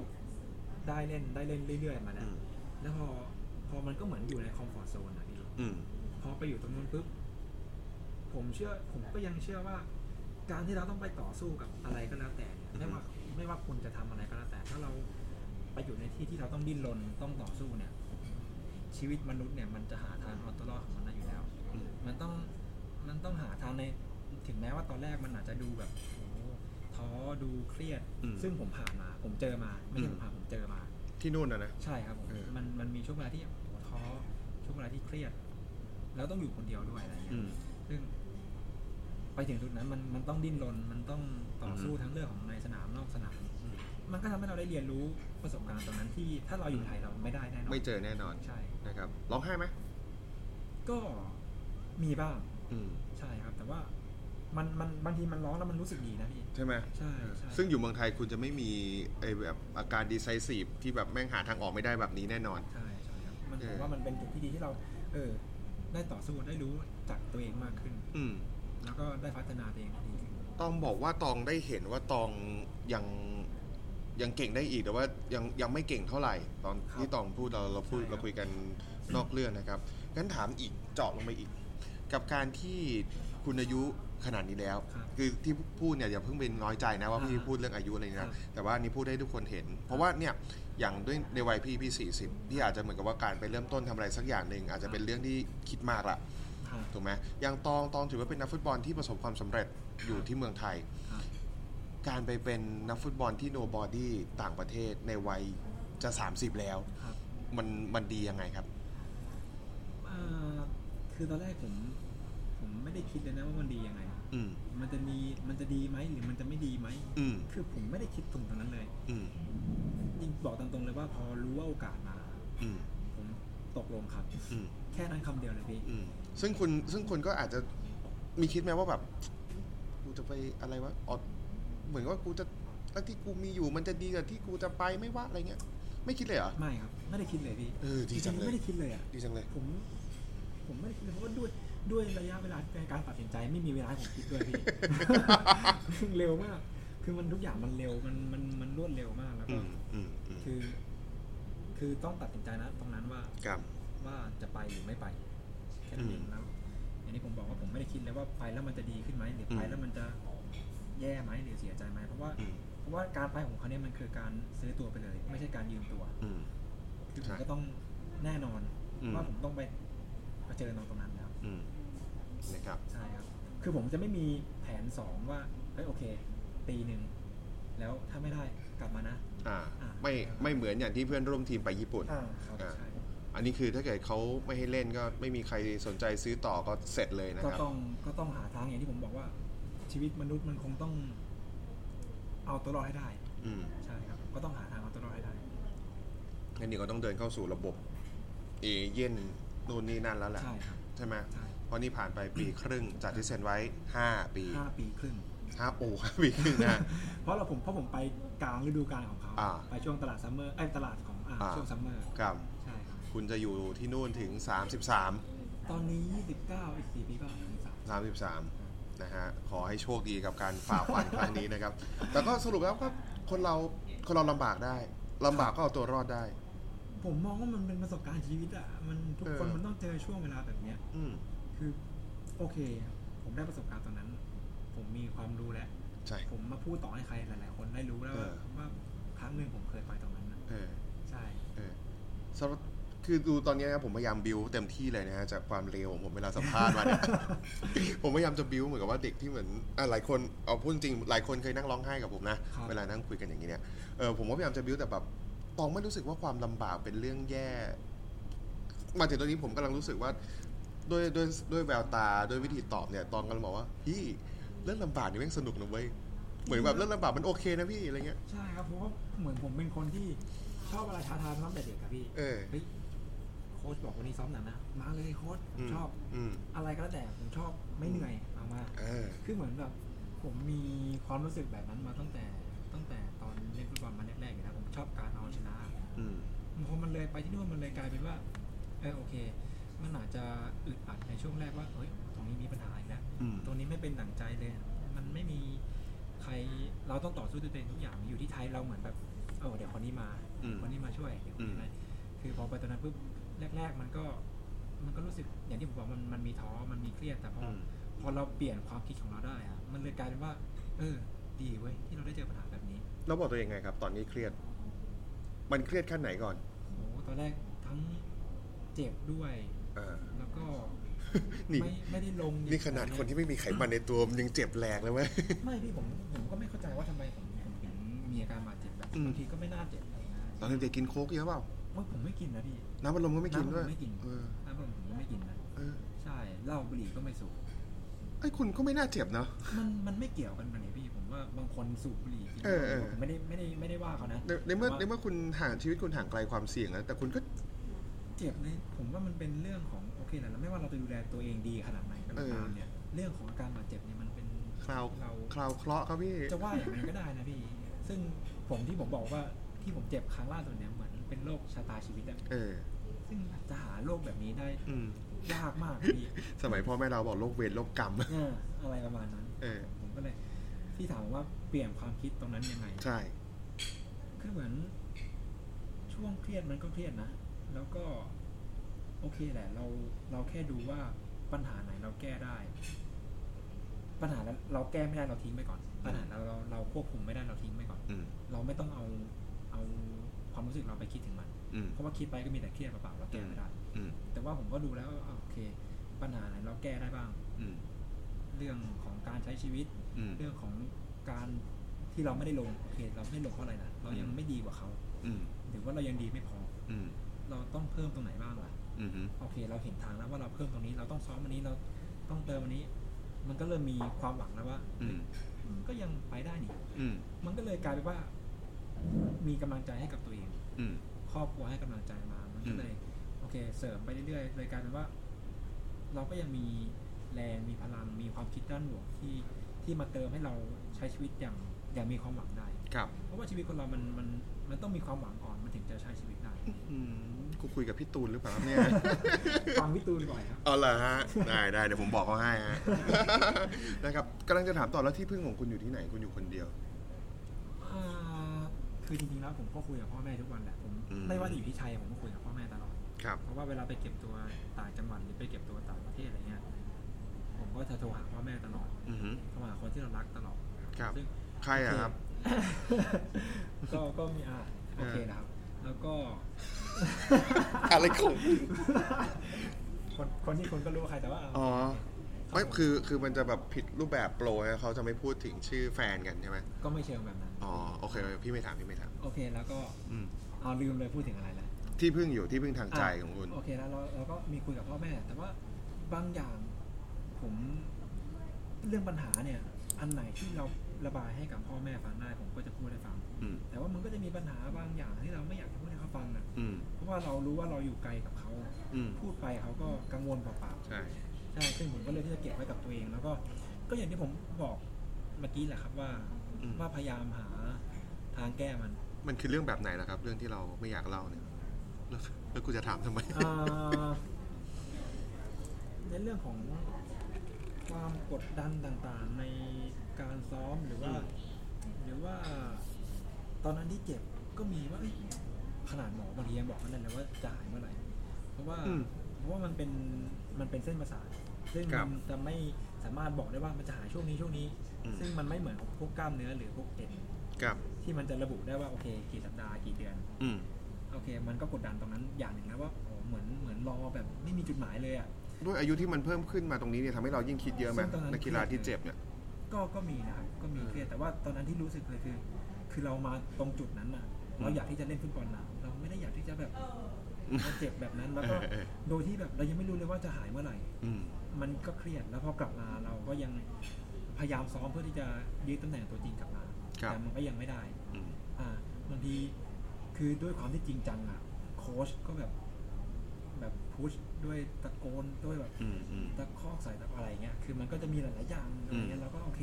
S2: ได้เล่นได้เล่นเรื่อยๆมาแล้
S1: อื
S2: ว
S1: ม
S2: แล้วพอพอมันก็เหมือนอยู่ในคอมฟอร์ z โซนอ่ะพี่
S1: อืม
S2: พอไปอยู่ตรงนั้นปุ๊บผมเชื่อผมก็ยังเชื่อว่า การที่เราต้องไปต่อสู้กับอะไรก็แล้วแต่เนี่ยไม่ว่าไม่ว่าคุณจะทำอะไรก็แล้วแต่ ถ้าเราไปอยู่ในที่ที่เราต้องดิ้นรนต้องต่อสู้เนี่ย ชีวิตมนุษย์เนี่ยมันจะหาทางเอาตัวรอดของมันได้อยู่แล้ว
S1: อืม
S2: มันต้องมันต้องหาทางในถึงแม้ว่าตอนแรกมันอาจจะดูแบบโอ้โหท้อดูเครียด
S1: อืม
S2: ซึ่งผมผ่านมา ผมเจอมา ไม่
S1: อื
S2: ใช่
S1: ม
S2: ผมผ่านผมเจอมา
S1: ที่นู่นนะนะ
S2: ใช่ครับผม
S1: เออ
S2: มันมันมีช่วงเวลาที่โอ้โหท้อช่วงเวลาที่เครียด แล้วต้องอยู่คนเดียวด้วยอะไรเงี้ย
S1: อืม
S2: ซึ่ง ไปถึงจุดนั้นมันมันต้องดิ้นรนมันต้องต่อสู้
S1: อืม
S2: ทั้งเรื่องของในสนามนอกสนาม มันก็ทำให้เราได้เรียนรู้ประสบการณ์ตรงนั้นที่ถ้าเราอยู่ไทยเราไม่ได้แน่นอน
S1: ไม่เจอแน่นอน
S2: ใช่
S1: นะครับร้องไห้ไหม
S2: ก็มีบ้าง
S1: อืม
S2: ใช่ครับ แต่ว่ามันมันบางทีมันร้องแล้วมันรู้สึกดีนะพี่
S1: ใช่ไหม
S2: ใช่ใช่
S1: ซึ่งอยู่เมืองไทยคุณจะไม่มีไอแบบอาการดีไซซีฟที่แบบแม่งหาทางออกไม่ได้แบบนี้แน่นอน
S2: ใช่ใช่ครับมัน
S1: เออ
S2: ผมว่ามันเป็นจุดที่ดีที่เรา เออ ได้ต่อสู้ได้รู้จักตัวเองมากขึ้น
S1: อืม
S2: แล้วก็ได้พัฒนาตัวเองดีขึ้น
S1: ต้องบอกว่าตองได้เห็นว่าตองยังยังเก่งได้อีกแต่ว่ายังยังไม่เก่งเท่าไหร่ ตอนที่ตองพูดเราเราพูดเราคุยกันนอกเรื่องนะครับงั้นถามอีกเจาะลงไปอีก กับการที่คุณอายุขนาดนี้แล้ว
S2: ครับ
S1: คือที่พูดเนี่ยอย่าเพิ่งเป็นน้อยใจนะว่าพี่
S2: อ่า
S1: พูดเรื่องอายุอะไร
S2: ครั
S1: นะ
S2: บ
S1: แต่ว่านี่พูดให้ทุกคนเห็น เพราะว่าเนี่ยอย่างด้วยในวัยพี่พี่สี่สิบพี่อาจจะเหมือนกับว่าการไปเริ่มต้นทำอะไรสักอย่างหนึ่งอาจจะเป็น
S2: ครับ
S1: เรื่องที่คิดมากละ
S2: ครับ
S1: ถูกไหมอย่างตองตองถือว่าเป็นนักฟุตบอลที่ประสบความสำเร็จอยู่ที่เมืองไทย
S2: ครับ
S1: การไปเป็นนักฟุตบอลที่โนบอดี้ต่างประเทศในวัยจะ 30 แล้ว
S2: ครับ
S1: มันมันดียังไงครับ
S2: เอ่อคือตอนแรกผม ผมไม่ได้คิดเลยนะว่ามันดียังไง
S1: อืม
S2: มันจะมี มันจะดีไหมหรือมันจะไม่ดีไหม
S1: อืม
S2: คือผมไม่ได้คิดถึงตรงนั้นเลย
S1: อืม
S2: ยิ่งบอกตามตรงเลยว่าพอรู้ว่าโอกาสมา
S1: อืม
S2: ผมตกลงครับ
S1: อืม
S2: แค่นั้นคำเดียวเลยพี่
S1: อืม ซึ่งคุณซึ่งคุณก็อาจจะมีคิดไหมว่าแบบ กูจะไปอะไรวะออดเหมือนว่ากูจะอันที่กูมีอยู่มันจะดีกว่าที่กูจะไปไหม่ว่าอะไรเงี้ย ไม่คิดเลยเหรอ
S2: ไม่ครับ ไม่ได้คิดเลยพี่
S1: เออ
S2: จ
S1: ดี
S2: ริ
S1: จั
S2: ง
S1: ง
S2: ๆ
S1: เลย
S2: ไม่ได้คิดเลยอ่ะ
S1: ดีจังเลย
S2: ผมผมไม่ได้คิดเลยเพราะว่าด้วยด้วยระยะเวลาในการตัดสินใจไม่มีเวลาให้ผมคิดด้วย พี่ เร็วมาก คือมันทุกอย่างมันเร็วมันมันมันรวดเร็วมากแล้ว
S1: อื
S2: ก็
S1: ม อืม อืม
S2: คือ คือต้องตัดสินใจนะตรงนั้นว่า
S1: ครับ
S2: ว่าจะไปหรือไม่ไปแค่นั้นเอง
S1: อืม
S2: แล้วอย่างที่ผมบอกว่าผมไม่ได้คิดเลยว่าไปแล้วมันจะดีขึ้นไหมหรือไป
S1: อืม
S2: แล้วมันจะแย่ไหมหรือเสียใจไหมเพราะว่า
S1: อืม
S2: เพราะว่าการไปของเขาเนี่ยมันคือการซื้อตัวไปเลย ไม่ใช่การยืมตัว
S1: อืม
S2: คือผม
S1: ใช่
S2: ก็ต้องแน่นอน
S1: อืม
S2: ว่าผมต้องไปเผชิญตรงตรงนั้นแล้ว
S1: อืมนะครับ
S2: ใช่ครับ คือผมจะไม่มีแผนสองว่า เฮ้ยโอเค ปีหนึ่ง แล้วถ้าไม่ได้กลับมานะ
S1: อ่า
S2: อ่า
S1: ไม่ไม่เหมือนอย่างที่เพื่อนร่วมทีมไปญี่ปุ่น
S2: อ่าครับ
S1: อ่า
S2: ใช่
S1: อันนี้คือถ้าเกิดเขาไม่ให้เล่นก็ไม่มีใครสนใจซื้อต่อก็เสร็จเลยนะ
S2: ก็
S1: ครับ
S2: ต้องก็ต้องหาทางอย่างที่ผมบอกว่า ชีวิตมนุษย์มันคงต้อง เอาตัวรอดให้ได้
S1: อืม
S2: ใช่ครับ ก็ต้องหาทางเอาตัวรอดให้ได้
S1: งั้นเดี๋ยวก็ต้องเดินเข้าสู่ระบบเอเย่นนู่นนี่นั่นแล้วแหละ
S2: ใช่ครับ
S1: ใช่ไหม
S2: ใช่
S1: เพราะนี่ผ่านไปปีครึ่งจากที่เซ็นไว้ 5 ปี
S2: ห้าปีครึ่ง
S1: ห้าโอ้ห้าปี ครึ่งนะ
S2: เพราะเราผมเพราะผมไปกลางฤดูกาลของเขา
S1: อ่า
S2: ไปช่วงตลาดซัมเมอร์ไอ้ยตลาดของอ่า
S1: อ่า
S2: ช่วงซัมเมอร์
S1: ครับ
S2: ใช่ครับ
S1: คุณจะอยู่ที่นู่นถึง 33
S2: ตอนนี้ยี่สิบเก้าอีกสี่ปีเปล่ายี่สิบสาม
S1: 33นะฮะ ขอให้โชคดีกับการฝ่าฟัน ครั้งนี้นะครับ แต่ก็สรุปแล้วก็คนเราคนเราลำบากได้ลำบากก็เอาตัวรอดได้
S2: ผมมองว่ามันเป็นประสบการณ์ชีวิตอะมันทุกคน
S1: เออ
S2: มันต้องเจอช่วงเวลาแบบเนี้ย
S1: อืม
S2: คือ โอเค ผมได้ประสบการณ์ตรงนั้น ผมมีความรู้แล้ว
S1: ใช่
S2: ผมมาพูดต่อให้ใครหลาย ๆ คนได้รู้แล้ว
S1: เอ
S2: ว่า
S1: อ
S2: ว่าครั้งหนึ่งผมเคยไปตรงนั้นนะ
S1: เออ
S2: ใช่
S1: เออสำหรับคือดูตอนนี้นะครับผมพยายามบิวเต็มที่เลยนะฮะจากความเลวของผมเวลาสัมภาษณ์มา เนี่ย ผมพยายามจะบิวเหมือนกับว่าเด็กที่เหมือนอ่ะหลายคนเอาพูดจริงหลายคนเคยนั่งร้องไห้กับผมนะ
S2: ครับ
S1: เวลานั่งคุยกันอย่างนี้เนี่ยเออผมก็พยายามจะบิวแต่แบบตองไม่รู้สึกว่าความลำบากเป็นเรื่องแย่ มาถึงตอนนี้ผมกำลังรู้สึกว่าด้วยด้วยด้วยแววตาด้วยวิธีตอบเนี่ยตองกำลังบอกว่าพี่เรื่องลำบากนี่แม่งสนุกนะเว้ย เหมือนแบบเรื่องลำบากมันโอเคนะพี่อะไรเงี้ย
S2: ใช่ครับเพราะว่าเหมือนผมเป็นคนที่ชอบอะไรท้าทายมาตั้งแต่เด็กครับพี่
S1: เออ
S2: เฮ้ยโค้ชบอกวันนี้ซ้อมหนักนะมาเลยโค้ชผมชอบ
S1: อืม
S2: อะไรก็แล้วแต่ผมชอบไม่เหนื่อยเอามา
S1: เออ
S2: คือเหมือนแบบผมมีความรู้สึกแบบนั้นมาตั้งแต่ตั้งแต่ตอนเล่นฟุตบอลมาแรกๆอยู่แล้วผมชอบการเอาชนะ
S1: อืม
S2: พอมันเลยไปที่นู่นมันเลยกลายเป็นว่าเออโอเค มันอาจจะอึดอัดในช่วงแรกว่าเฮ้ยตรงนี้มีปัญหาอีกแล้ว
S1: อืม
S2: ตรงนี้ไม่เป็นหนังใจเลย มันไม่มีใครเราต้องต่อสู้ด้วยตัวเองทุกอย่างอยู่ที่ไทยเราเหมือนแบบเออเดี๋ยวคนนี้มา
S1: อืม
S2: คนนี้มาช่วยเดี๋ยวคน
S1: อื
S2: นี้
S1: ม
S2: อะไรคือพอไปตอนนั้นปุ๊บแรก ๆ มันก็มันก็รู้สึกอย่างที่ผมบอกมันมันมีท้อมันมีเครียดแต่พอ
S1: อื
S2: อ
S1: ม
S2: พอเราเปลี่ยนความคิดของเราได้อะมันเลยกลายเป็นว่า เออ ดีเว้ย ที่เราได้เจอปัญหาแบบนี้
S1: แล้วบอกตัวเองไงครับ ตอนนี้เครียด มันเครียดขั้นไหนก่อน
S2: โห ตอนแรกทั้งเจ็บด้วย
S1: เออ
S2: แล้วก็
S1: นี่
S2: ไม่ไม่ได้ลง
S1: นี่ขนาดคนที่ไม่มีไขมันในตัวมันยังเจ็บแรงเลยเว้ย
S2: ไม่พี่ผมผมก็ไม่เข้าใจว่าทำไมผมผมถึงมีอาการบาดเจ็บแบบ
S1: อืม
S2: บางทีก็ไม่น่าเจ็บเลยนะ
S1: ตอนเด็กๆกินโค้กเยอะเปล่า
S2: ว่าผมไม่กินนะพี่
S1: น้ำมันลมก็ไม่กินด้วย
S2: น้ำอัดลมไม่กิน
S1: เออ
S2: น้ำผมผมก็ไม่กินนะ
S1: เออ
S2: ใช่เหล้าบุหรี่ก็ไม่สูบ
S1: ไอ้คุณก็ไม่น่าเจ็บเนาะ
S2: มันมันไม่เกี่ยวกันมันเนี่ยพี่ผมว่าบางคนสูบบุหรี่กิน
S1: เออเออ
S2: ผมไม่ได้ไม่ได้ไม่ได้ว่าเขานะ
S1: ในในเมื่อ
S2: แต่ว่า
S1: ในเมื่อคุณห่างชีวิตคุณห่างไกลความเสี่ยงนะแต่คุณก็
S2: เจ็บเลยผมว่ามันเป็นเรื่องของโอเคแหละแล้วไม่ว่าเราจะดูแลตัวเองดีขนาดไหนก็
S1: เออ
S2: ตามเนี่ย เรื่องของอาการบาดเจ็บเนี่ยมันเป็น
S1: คราว
S2: เรา
S1: คราวเคราะห์ครับพี่
S2: จะว่าอย่างนั้นก็ได้นะพี่ ซึ่งผมที่ผมบอกว่าที่ผมเจ็บครั้งล่าสุดเนี่ยเหมือนเป็นโรคชะตาชีวิตอะ
S1: เออ
S2: ซึ่งจะหาโรคแบบนี้ได้
S1: อืม
S2: ยากมากพี่
S1: สมัยพ่อแม่เราบอกโรคเวรโรคกรรม
S2: เอออะไรประมาณนั้น
S1: เออ
S2: ผมก็เลยที่ถามว่าเปลี่ยนความคิดตรงนั้นยังไง
S1: ใช่
S2: คือเหมือนช่วงเครียดมันก็เครียดนะ แล้วก็โอเคแหละ เราเราแค่ดูว่าปัญหาไหนเราแก้ได้ ปัญหาแล้วเราแก้ไม่ได้เราทิ้งไปก่อน ปัญหาเราเราเราควบคุมไม่ได้เราทิ้งไปก่อน
S1: อืม
S2: เราไม่ต้องเอาเอาความรู้สึกเราไปคิดถึงมัน
S1: อืม
S2: เพราะว่าคิดไปก็มีแต่เครียดเปล่าๆเราแก้ไม่ได้
S1: อืม
S2: แต่ว่าผมก็ดูแล้วว่าอ่ะโอเค ปัญหาไหนเราแก้ได้บ้าง
S1: อืม
S2: เรื่องของการใช้ชีวิต
S1: อืม
S2: เรื่องของการที่เราไม่ได้ลงโอเค เราไม่ได้ลงเพราะอะไรนะเรายังไม่ดีกว่าเขา
S1: อืม
S2: หรือว่าเรายังดีไม่พอ
S1: อืม
S2: เราต้องเพิ่มตรงไหนบ้างล่ะ
S1: อืมอืม
S2: โอเค เราเห็นทางแล้วว่าเราเพิ่มตรงนี้ เราต้องซ้อมอันนี้ เราต้องเติมอันนี้ มันก็เริ่มมีความหวังแล้วว่า
S1: อืม
S2: มันก็ยังไปได้นี่
S1: อืม
S2: มันก็เลยกลายเป็นว่า มีกำลังใจให้กับตัวเอง
S1: อืม
S2: ครอบครัวให้กำลังใจมา มันก็เลย โอเค เสริมไปเรื่อยๆ เลยกลายเป็นว่า เราก็ยังมีแรง มีพลัง มีความคิดด้านบวกที่ที่มาเติมให้เราใช้ชีวิตอย่างอย่างมีความหวังได้
S1: ครับ
S2: เพราะว่าชีวิตคนเรา มันมันมันต้องมีความหวังก่อน มันถึงจะใช้ชีวิตได้
S1: อืมกูคุยกับพี่ตูนหรือเปล่าครับเนี่ย
S2: ฟังพี่ตูนบ่อยครับ
S1: เอาล่ะฮะ ได้ได้เดี๋ยวผมบอกเขาให้ฮะ นะครับกำลังจะถามต่อแล้วที่พึ่งของคุณอยู่ที่ไหนคุณอยู่คนเดียว
S2: อ่าคือจริงๆแล้วผมก็คุยกับพ่อแม่ทุกวันแหละผม
S1: อืม
S2: ไม่ว่าจะอยู่ที่ไทยผมก็คุยกับพ่อแม่ตลอด
S1: ครับ
S2: เพราะว่าเวลาไปเก็บตัวต่างจังหวัดหรือไปเก็บตัวต่างประเทศอะไรเงี้ยผมก็จะโทรหาพ่อแม่ตลอด
S1: อือฮึ
S2: โทรหาคนที่เรารักตลอด
S1: ครับ
S2: ซึ่ง
S1: ใครอะครับ
S2: ก็ก็มีอ่าโอเคนะครับ แล้วก็
S1: อะไรของมึง
S2: คนคนที่คนก็รู้ใครแต่ว่าอ่ะ
S1: อ๋อ ไม่ คือ คือ มันจะแบบผิดรูปแบบโปรฮะเขาจะไม่พูดถึงชื่อแฟนกันใช่ไหม
S2: ก็ไม่เชิงแบบนั้น
S1: อ๋อ โอเค พี่ไม่ถาม พี่ไม่ถาม
S2: โอเค แล้วก็
S1: อืม
S2: เอาลืมเลยพูดถึงอะไรแล้ว
S1: ที่พึ่งอยู่ ที่พึ่งทางใจ
S2: อ่ะ
S1: ของคุณ
S2: โอเคแล้วเราเราก็มีคุยกับพ่อแม่ แต่ว่าบางอย่างผมเรื่องปัญหาเนี่ย อันไหนที่เราระบายให้กับพ่อแม่ฟังได้ผมก็จะพูดให้ฟัง
S1: อืม
S2: แต่ว่ามันก็จะมีปัญหาบางอย่างที่เราไม่อยากจะพูดให้เขาฟังนะ
S1: อืม
S2: เพราะว่าเรารู้ว่าเราอยู่ไกลกับเขา
S1: อืม
S2: พูดไปเขาก็กังวลเปล่า
S1: ใช่
S2: ๆใช่ซึ่งผมก็เลยที่จะเก็บไว้กับตัวเอง แล้วก็ก็อย่างที่ผมบอกเมื่อกี้แหละครับว่า
S1: อืม
S2: ว่าพยายามหาทางแก้มัน
S1: มันคือเรื่องแบบไหนล่ะครับ เรื่องที่เราไม่อยากเล่าเนี่ย แล้วแล้วกูจะถามทำ ไม
S2: อ่าในเรื่องของความกดดันต่างๆ ในการซ้อมหรือว่า
S1: อืม
S2: หรือว่าตอนนั้นที่เจ็บก็มีว่าเอ้ยขนาดหมอบางทียังบอกนั่นเลยว่าจะหายเมื่อไหร่ เพราะว่า
S1: อืม
S2: เพราะว่ามันเป็นมันเป็นเส้นประสาทซึ่ง
S1: ครั
S2: มั
S1: บ
S2: นจะไม่สามารถบอกได้ว่ามันจะหายช่วงนี้ช่วงนี้
S1: อืม
S2: ซึ่งมันไม่เหมือนพวกกล้ามเนื้อหรือพวกเอ็น
S1: ครับ
S2: ที่มันจะระบุได้ว่าโอเคกี่สัปดาห์กี่เดือน
S1: อืม
S2: โอเค มันก็กดดันตรงนั้นอย่างหนึ่งนะว่าโอ้เหมือนเหมือนรอแบบไม่มีจุดหมายเลยอ่ะ
S1: ด้วยอายุที่มันเพิ่มขึ้นมาตรงนี้เนี่ยทำให้เรายิ่งคิดเยอะไหม
S2: ซึ่งตอนนั้น
S1: นักกีฬาที่เจ็บเนี่ย
S2: ก็ก็มีนะครับก็มี
S1: อืม
S2: เครียดแต่ว่าตอนนั้นที่รู้สึกเลยคือ คือเรามาตรงจุดนั้นอ่ะ
S1: อืม
S2: เราอยากที่จะเล่นฟุตบอลนะเราไม่ได้อยากที่จะแบบ
S1: อืม
S2: มาเจ็บแบบนั้นแล้วก็
S1: เออเออ
S2: โดยที่แบบเรายังไม่รู้เลยว่าจะหายเมื่อไหร่
S1: อืม
S2: มันก็เครียดแล้วพอกลับมาเราก็ยัง พยายามซ้อมเพื่อที่จะยึดตำแหน่งตัวจริงกลับมา
S1: ครับ
S2: แต่มันก็ยังไม่ได้
S1: อืม
S2: อ่าบางทีคือด้วยความที่จริงจังอ่ะโค้ชก็แบบแบบพุชด้วยตะโกนด้วยแบบ
S1: อืมอืม
S2: ตะคอกใส่ตะอะไรเงี้ยคือมันก็จะมีหลายๆอย่างอะไรเงี้ยเราก็โอเค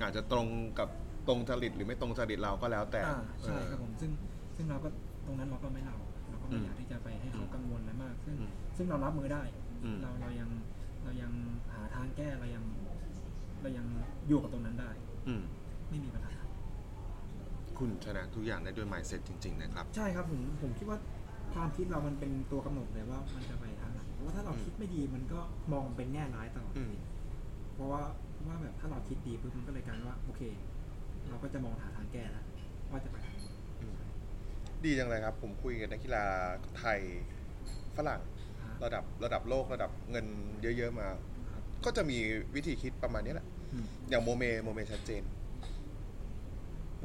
S1: อาจจะตรงกับตรงจริตหรือไม่ตรงจริตเราก็แล้วแต่
S2: อ่าใช่
S1: เออ
S2: ครับผมซึ่งซึ่งเราก็ตรงนั้นเราก็ไม่เราเราก็ไม่
S1: อืม
S2: อยากที่จะไปให้เขา
S1: อืม
S2: กังวลอะไรมาก ซึ่ง
S1: อืม
S2: ซึ่งเรารับมือได้
S1: อืม
S2: เราเรายังเรายังหาทางแก้เรายังเรายังอยู่กับตรงนั้นได้
S1: อืม
S2: ไม่มีปัญหา
S1: คุณชนะทุกอย่างได้ด้วย mindset จริง ๆ นะครับ
S2: ใช่ครับผมผมคิดว่าความคิดเรามันเป็นตัวกำหนดเลยว่ามันจะไปทางไหนเพราะว่าถ้าเรา
S1: อืม
S2: คิดไม่ดีมันก็มองเป็นแง่ร้ายตลอด
S1: อืม
S2: เพราะว่าเพราะว่าแบบถ้าเราคิดดีปุ๊บมันก็เลยกลายเป็นว่าโอเค เราก็จะมองหาทางแก้แล้วว่าจะไปทางไหน
S1: อืมดีจังเลยครับ ผมคุยกับนักกีฬาไทยฝรั่ง
S2: อ่า
S1: ระดับระดับโลกระดับเงินเยอะ ๆ มา
S2: ครับ
S1: ก็จะมีวิธีคิดประมาณนี้แหละ
S2: อืม
S1: อย่างโมเมโมเมชัดเจน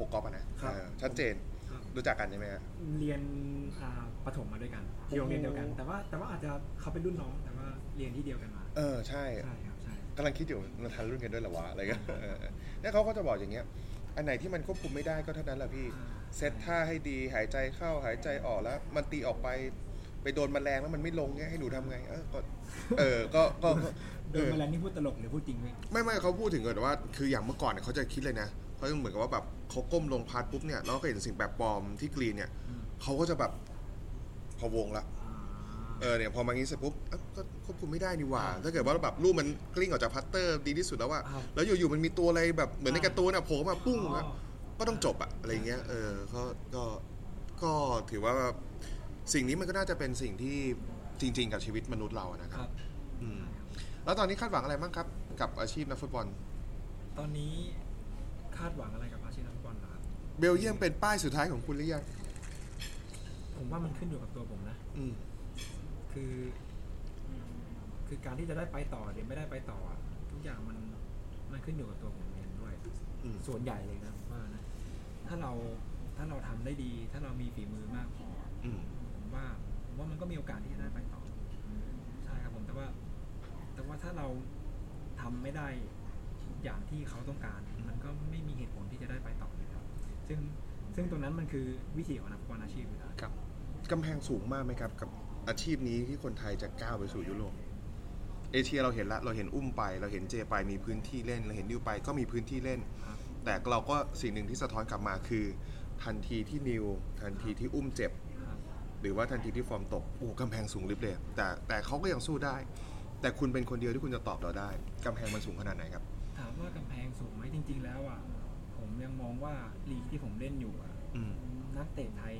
S1: ปกกอล์ฟอะนะครับ เออชัดเจน
S2: ครับ
S1: รู้จักกันใช่ไหมฮะ
S2: เรียนอ่าประถมมาด้วยกันอยู่โรงเรียนเดียวกัน
S1: โอ้โห
S2: แต่ว่าแต่ว่าอาจจะเขาเป็นรุ่นน้องแต่ว่าเรียนที่เดียวกันมา
S1: เออใช่
S2: ใช่ครับใช่
S1: กำลังคิดอยู่มันทันรุ่นกันด้วยเหรอวะอะไรเงี้ย เออแล้วเขาก็จะบอกอย่างเงี้ย อันไหนที่มันควบคุมไม่ได้ก็เท่านั้นแหละพี่
S2: อ่า
S1: เซตท่าให้ดีหายใจเข้าหายใจออกแล้ว มันตีออกไป ไปโดนแมลงแล้วมันไม่ลงเงี้ยให้หนูทำไง เออก็เออก็ก็ก็
S2: โดนมาแล้วนี่พูดตลกหรือพูดจริงไหม
S1: ไม่ไม่เขาพูดถึงก่อนว่า คืออย่างเมื่อก่อนเนี่ยเขาจะคิดเลยนะเขาจะเหมือนกับว่าแบบเขาก้มลงพาดปุ๊บเนี่ยเราก็เห็นสิ่งแปลกปลอมที่กรีนเนี่ย
S2: อืม
S1: เขาก็จะแบบพะวงละ
S2: อ่า
S1: เออเนี่ยพอมางี้เสร็จปุ๊บเอ้าก็ควบคุมไม่ได้นี่หว่า
S2: อ่า
S1: ถ้าเกิดว่าแบบลูกมันกลิ้งออกจากพัตเตอร์ดีที่สุดแล้วว่า
S2: ครับ
S1: แล้วอยู่ๆมันมีตัวอะไรแบบเหมือนในการ์ตูนอะโผล่มาปุ้งอะ
S2: อ๋อ
S1: ก็ต้องจบอะอะไรเงี้ย เออ ก็ ก็ ก็ถือว่าสิ่งนี้มันก็น่าจะเป็นสิ่งที่จริง ๆ กับชีวิตมนุษย์เราอะนะค
S2: ครับ รับ
S1: อืม แล้วตอนนี้คาดหวังอะไรบ้างครับ กับอาชีพนักฟุตบอล
S2: ตอนนี้คาดหวังอะไรกับอาชีพนักฟุตบอลเหรอครับ
S1: เบลเยียมเป็นป้ายสุดท้ายของคุณหรือยัง
S2: ผมว่ามันขึ้นอยู่กับตัวผมนะ
S1: อืม
S2: คือ คือการที่จะได้ไปต่อหรือไม่ได้ไปต่ออะทุกอย่างมันมันขึ้นอยู่กับตัวผมเองด้วย
S1: อืม
S2: ส่วนใหญ่เลยนะผมว่านะถ้าเราถ้าเราทำได้ดี ถ้าเรามีฝีมือมากพอ
S1: อืม
S2: ผมว่าผมว่ามันก็มีโอกาสที่จะได้ไปต่อใช่ครับผมแต่ว่า แต่ว่าถ้าเราทำไม่ได้อย่างที่เขาต้องการ มันก็ไม่มีเหตุผลที่จะได้ไปต่ออยู่แล้วซึ่งซึ่งตรงนั้นมันคือวิถีของนักฟุตบอลอาชีพอยู่แล้ว
S1: ครับกำแพงสูงมากไหมครับ กับอาชีพนี้ที่คนไทยจะก้าวไปสู่ยุโรป เอเชียเราเห็นละ เราเห็นอุ้มไป เราเห็นเจไปมีพื้นที่เล่น เราเห็นดิวไปก็มีพื้นที่เล่น
S2: ครับ
S1: แต่เราก็สิ่งหนึ่งที่สะท้อนกลับมาคือ ทันทีที่นิว ทันทีที่อุ้มเจ็บ
S2: ครับ
S1: หรือว่าทันทีที่ฟอร์มตกโอ้กำแพงสูงริบเลยแต่แต่เขาก็ยังสู้ได้ แต่คุณเป็นคนเดียวที่คุณจะตอบเราได้ กำแพงมันสูงขนาดไหนครับ
S2: ถามว่ากำแพงสูงไหมจริง ๆ แล้วอ่ะผมยังมองว่าลีกที่ผมเล่นอยู่อ่ะ
S1: อืม
S2: นักเตะไทย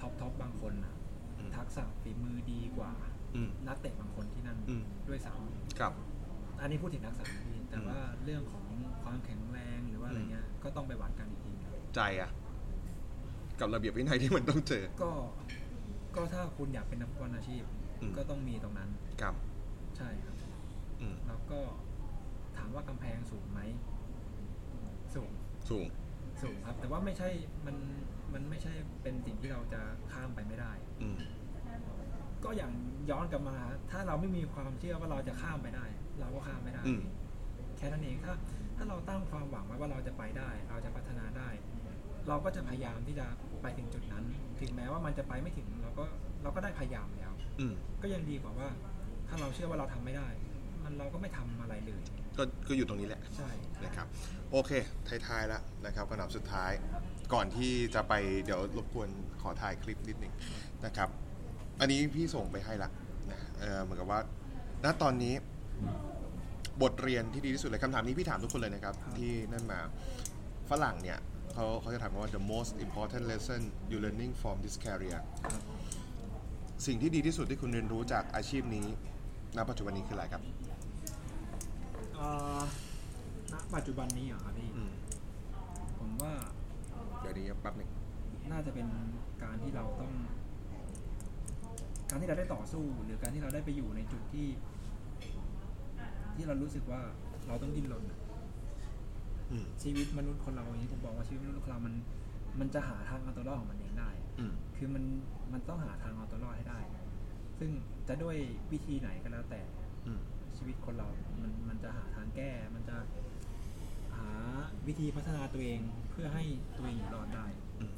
S2: ท็อปทอปบางคนอ่ะ
S1: อืม
S2: ทักษะฝีมือดีกว่า
S1: อืม
S2: นักเตะบางคนที่นั่น
S1: อืม
S2: ด้วยซ้
S1: ครับ
S2: ำอันนี้พูดถึงนักษะนะพี่แต่
S1: อืม
S2: ว่าเรื่องของความแข็งแรงหรือว่าอะไร
S1: อืม
S2: เงี้ยก็ต้องไปวัดกันอีกทีหนึ่ง
S1: ใจอะกับระเบียบวินัยที่มันต้องเจอ
S2: ก็ก็ถ้าคุณอยากเป็นนักฟุตบอลอาชีพ
S1: อืม
S2: ก็ต้องมีตรงนั้น
S1: ครับ
S2: ใช่ครับ
S1: อืม
S2: แล้วก็ถามว่ากำแพงสูงไหมสูง
S1: สูง
S2: สูงครับ แต่ว่าไม่ใช่มันมันไม่ใช่เป็นสิ่งที่เราจะข้ามไปไม่ได้
S1: อืม
S2: ก็อย่างย้อนกลับมา ถ้าเราไม่มีความเชื่อว่าเราจะข้ามไปได้ เราก็ข้ามไม่ได้
S1: อืม
S2: แค่นั้นเองถ้าถ้าเราตั้งความหวังไว้ว่าเราจะไปได้ เราจะพัฒนาได้ เราก็จะพยายามที่จะไปถึงจุดนั้น ถึงแม้ว่ามันจะไปไม่ถึง เราก็เราก็ได้พยายามแล้ว
S1: อืม
S2: ก็ยังดีกว่าว่า ถ้าเราเชื่อว่าเราทำไม่ได้ มันเราก็ไม่ทำอะไรเลย
S1: ก็ก็อยู่ตรงนี้แหละ
S2: ใช่
S1: นะครับ โอเค ท้ายๆแล้วนะครับคำถามสุดท้าย ก่อนที่จะไปเดี๋ยวรบกวนขอถ่ายคลิปนิดหนึ่งนะครับ อันนี้พี่ส่งไปให้ละนะเออเหมือนกับว่า ณ ตอนนี้ บทเรียนที่ดีที่สุดเลยคำถามนี้พี่ถามทุกคนเลยนะครับ
S2: ครับ
S1: ที่นั่นมา ฝรั่งเนี่ยเขาเขาจะถามว่า the most important lesson you learning from this career สิ่งที่ดีที่สุดที่คุณเรียนรู้จากอาชีพนี้ ณ ปัจจุบันนี้คืออะไรครับ
S2: เอ่อณปัจจุบันนี้เหรอครับพี่
S1: อืม
S2: ผมว่า
S1: เดี๋ยวนี้แป๊บหนึ่ง
S2: น่าจะเป็นการที่เราต้อง การที่เราได้ต่อสู้ หรือการที่เราได้ไปอยู่ในจุดที่ ที่เรารู้สึกว่าเราต้องดิ้นรนอะ
S1: อืม
S2: ชีวิตมนุษย์คนเราอย่างที่ผมบอกว่าชีวิตมนุษย์คนเรามัน มันจะหาทางเอาตัวรอดของมันเองได้
S1: อืม
S2: คือมันมันต้องหาทางเอาตัวรอดให้ได้ ซึ่งจะด้วยวิธีไหนก็แล้วแต่
S1: อืม
S2: ชีวิตคนเรา มันมันจะหาทางแก้ มันจะ าวิธีพัฒนาตัวเองเพื่อให้ตัวเองอยู่รอดได้
S1: อืม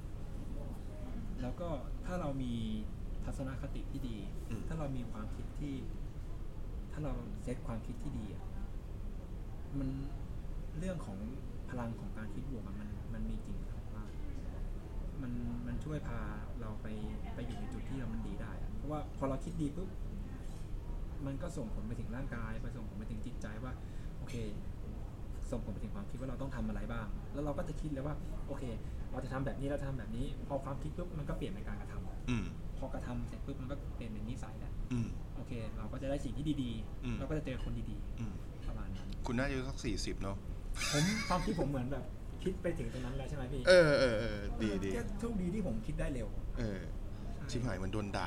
S2: แล้วก็ถ้าเรามีทัศนคติที่ดี
S1: อืม
S2: ถ้าเรามีความคิดที่ ถ้าเราเซตความคิดที่ดีอะมันเรื่องของพลังของการคิดบวกอะมันมันมีจริงครับว่า มันมันช่วยพาเราไปไปอยู่ในจุดที่เรามันดีได้อะเพราะว่าพอเราคิดดีปุ๊บ มันก็ส่งผลไปถึงร่างกายไปส่งผลไปถึงจิตใจว่า โอเค ส่งผลไปถึงความคิดว่าเราต้องทำอะไรบ้าง แล้วเราก็จะคิดเลยว่า โอเค เราจะทำแบบนี้เราจะทำแบบนี้ พอความคิดปุ๊บมันก็เปลี่ยนเป็นการกระทำ
S1: อืม
S2: พอกระทำเสร็จปุ๊บมันก็เปลี่ยนเป็นนิสัยแล้ว
S1: อืม
S2: โอเค เราก็จะได้สิ่งที่ดี
S1: อืม
S2: ๆ เราก็จะเจอคนดี
S1: อืม
S2: ๆประมาณนั้น
S1: คุณน่าจะอายุสักสี่สิบเนาะ
S2: ผมความคิดผมเหมือนแบบคิดไปถึงตรงนั้นแล้วใช่ไหมพี่
S1: เออเออเออดีดี
S2: แค่โชคดีที่ผมคิดได้เร็ว
S1: เออชิบหายเหมือนโดนด่า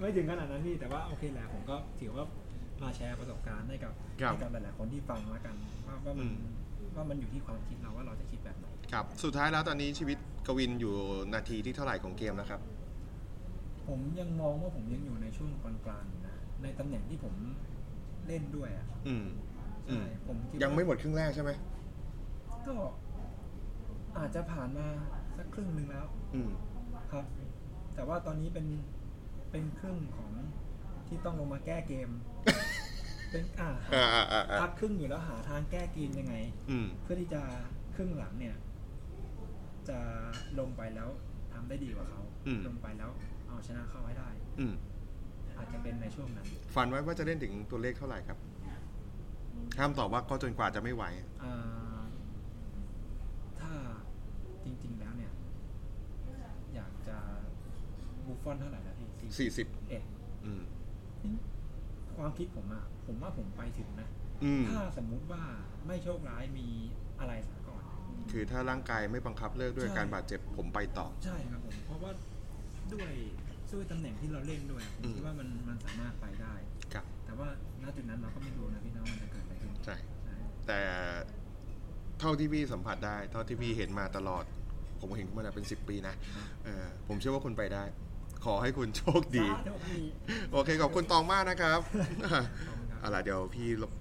S2: ไม่ถึงขนาดนั้นพี่แต่ว่าโอเคแหละผมก็ถือว่ามาแชร์ประสบการณ์ให้กับ
S1: ครับ
S2: ให้กับหลาย ๆ คนที่ฟังแล้วกันว่าว่ามัน
S1: อืม
S2: ว่ามันอยู่ที่ความคิดเราว่าเราจะคิดแบบไหน
S1: ครับ สุดท้ายแล้วตอนนี้ชีวิตกวินอยู่นาทีที่เท่าไหร่ของเกมแล้วครับ
S2: ผมยังมองว่าผมยังอยู่ในช่วงกลางๆอยู่นะในตำแหน่งที่ผมเล่นด้วยอ่ะ
S1: อืม อื
S2: ใช่
S1: ม
S2: ผมคิด
S1: ยังไม่ห
S2: ว่า
S1: ด
S2: ม
S1: ครึ่งแรกใช่ไหม
S2: ก็ อาจจะผ่านมาสักครึ่งหนึ่งแล้ว
S1: อืม
S2: ครับ แต่ว่าตอนนี้เป็นเป็นครึ่งของที่ต้องลงมาแก้เก ม เป็นอ่าหา
S1: อ่าอ่าอ่าอ่า
S2: พักครึ่งอยู่แล้วหาทางแก้เกมยังไง
S1: อืม
S2: เพื่อที่จะครึ่งหลังเนี่ย จะลงไปแล้วทำได้ดีกว่าเขา
S1: อืม
S2: ลงไปแล้วเอาชนะเขาให้ได้
S1: อืม
S2: อาจจะเป็นในช่วงนั้น
S1: ฝันไว้ว่าจะเล่นถึงตัวเลขเท่าไหร่ครับ ห้ามตอบว่าก็จนกว่าจะไม่ไหว
S2: อ่าถ้าจริงๆแล้วเนี่ย อยากจะบูฟฟอนเท่าไหร่นะพี่
S1: สี่สิบ
S2: เอ๊ะ
S1: อืม
S2: ความคิดผมอะผมว่าผมไปถึงนะ
S1: อืม
S2: ถ้าสมมุติว่าไม่โชคร้ายมีอะไรสักก่อน
S1: คือถ้าร่างกายไม่บังคับเลิกด้วย
S2: ใช่
S1: การบาดเจ็บผมไปต่อ
S2: ใช่ครับผม เพราะว่าด้วยด้วยตำแหน่งที่เราเล่นด้วยผม
S1: อื
S2: คิ
S1: ม
S2: ดว่ามันมันสามารถไปได้
S1: ครับ
S2: แต่ว่าณจุดนั้นเราก็ไม่รู้นะพี่น้องมันจะเกิดอะไรขึ้น
S1: ใช่
S2: ใช่
S1: แต่เท่าที่พี่สัมผัสได้ เท่าที่พี่เห็นมาตลอด ผมเห็นมาเป็นสิบปีนะ เออผมเชื่อว่าคุณไปได้ ขอให้คุณโชคดี
S2: สาธุพี่
S1: โอเค ขอบคุณตองมากนะครับ
S2: ขอบคุณครับ
S1: เอาล่ะเดี๋ยวพี่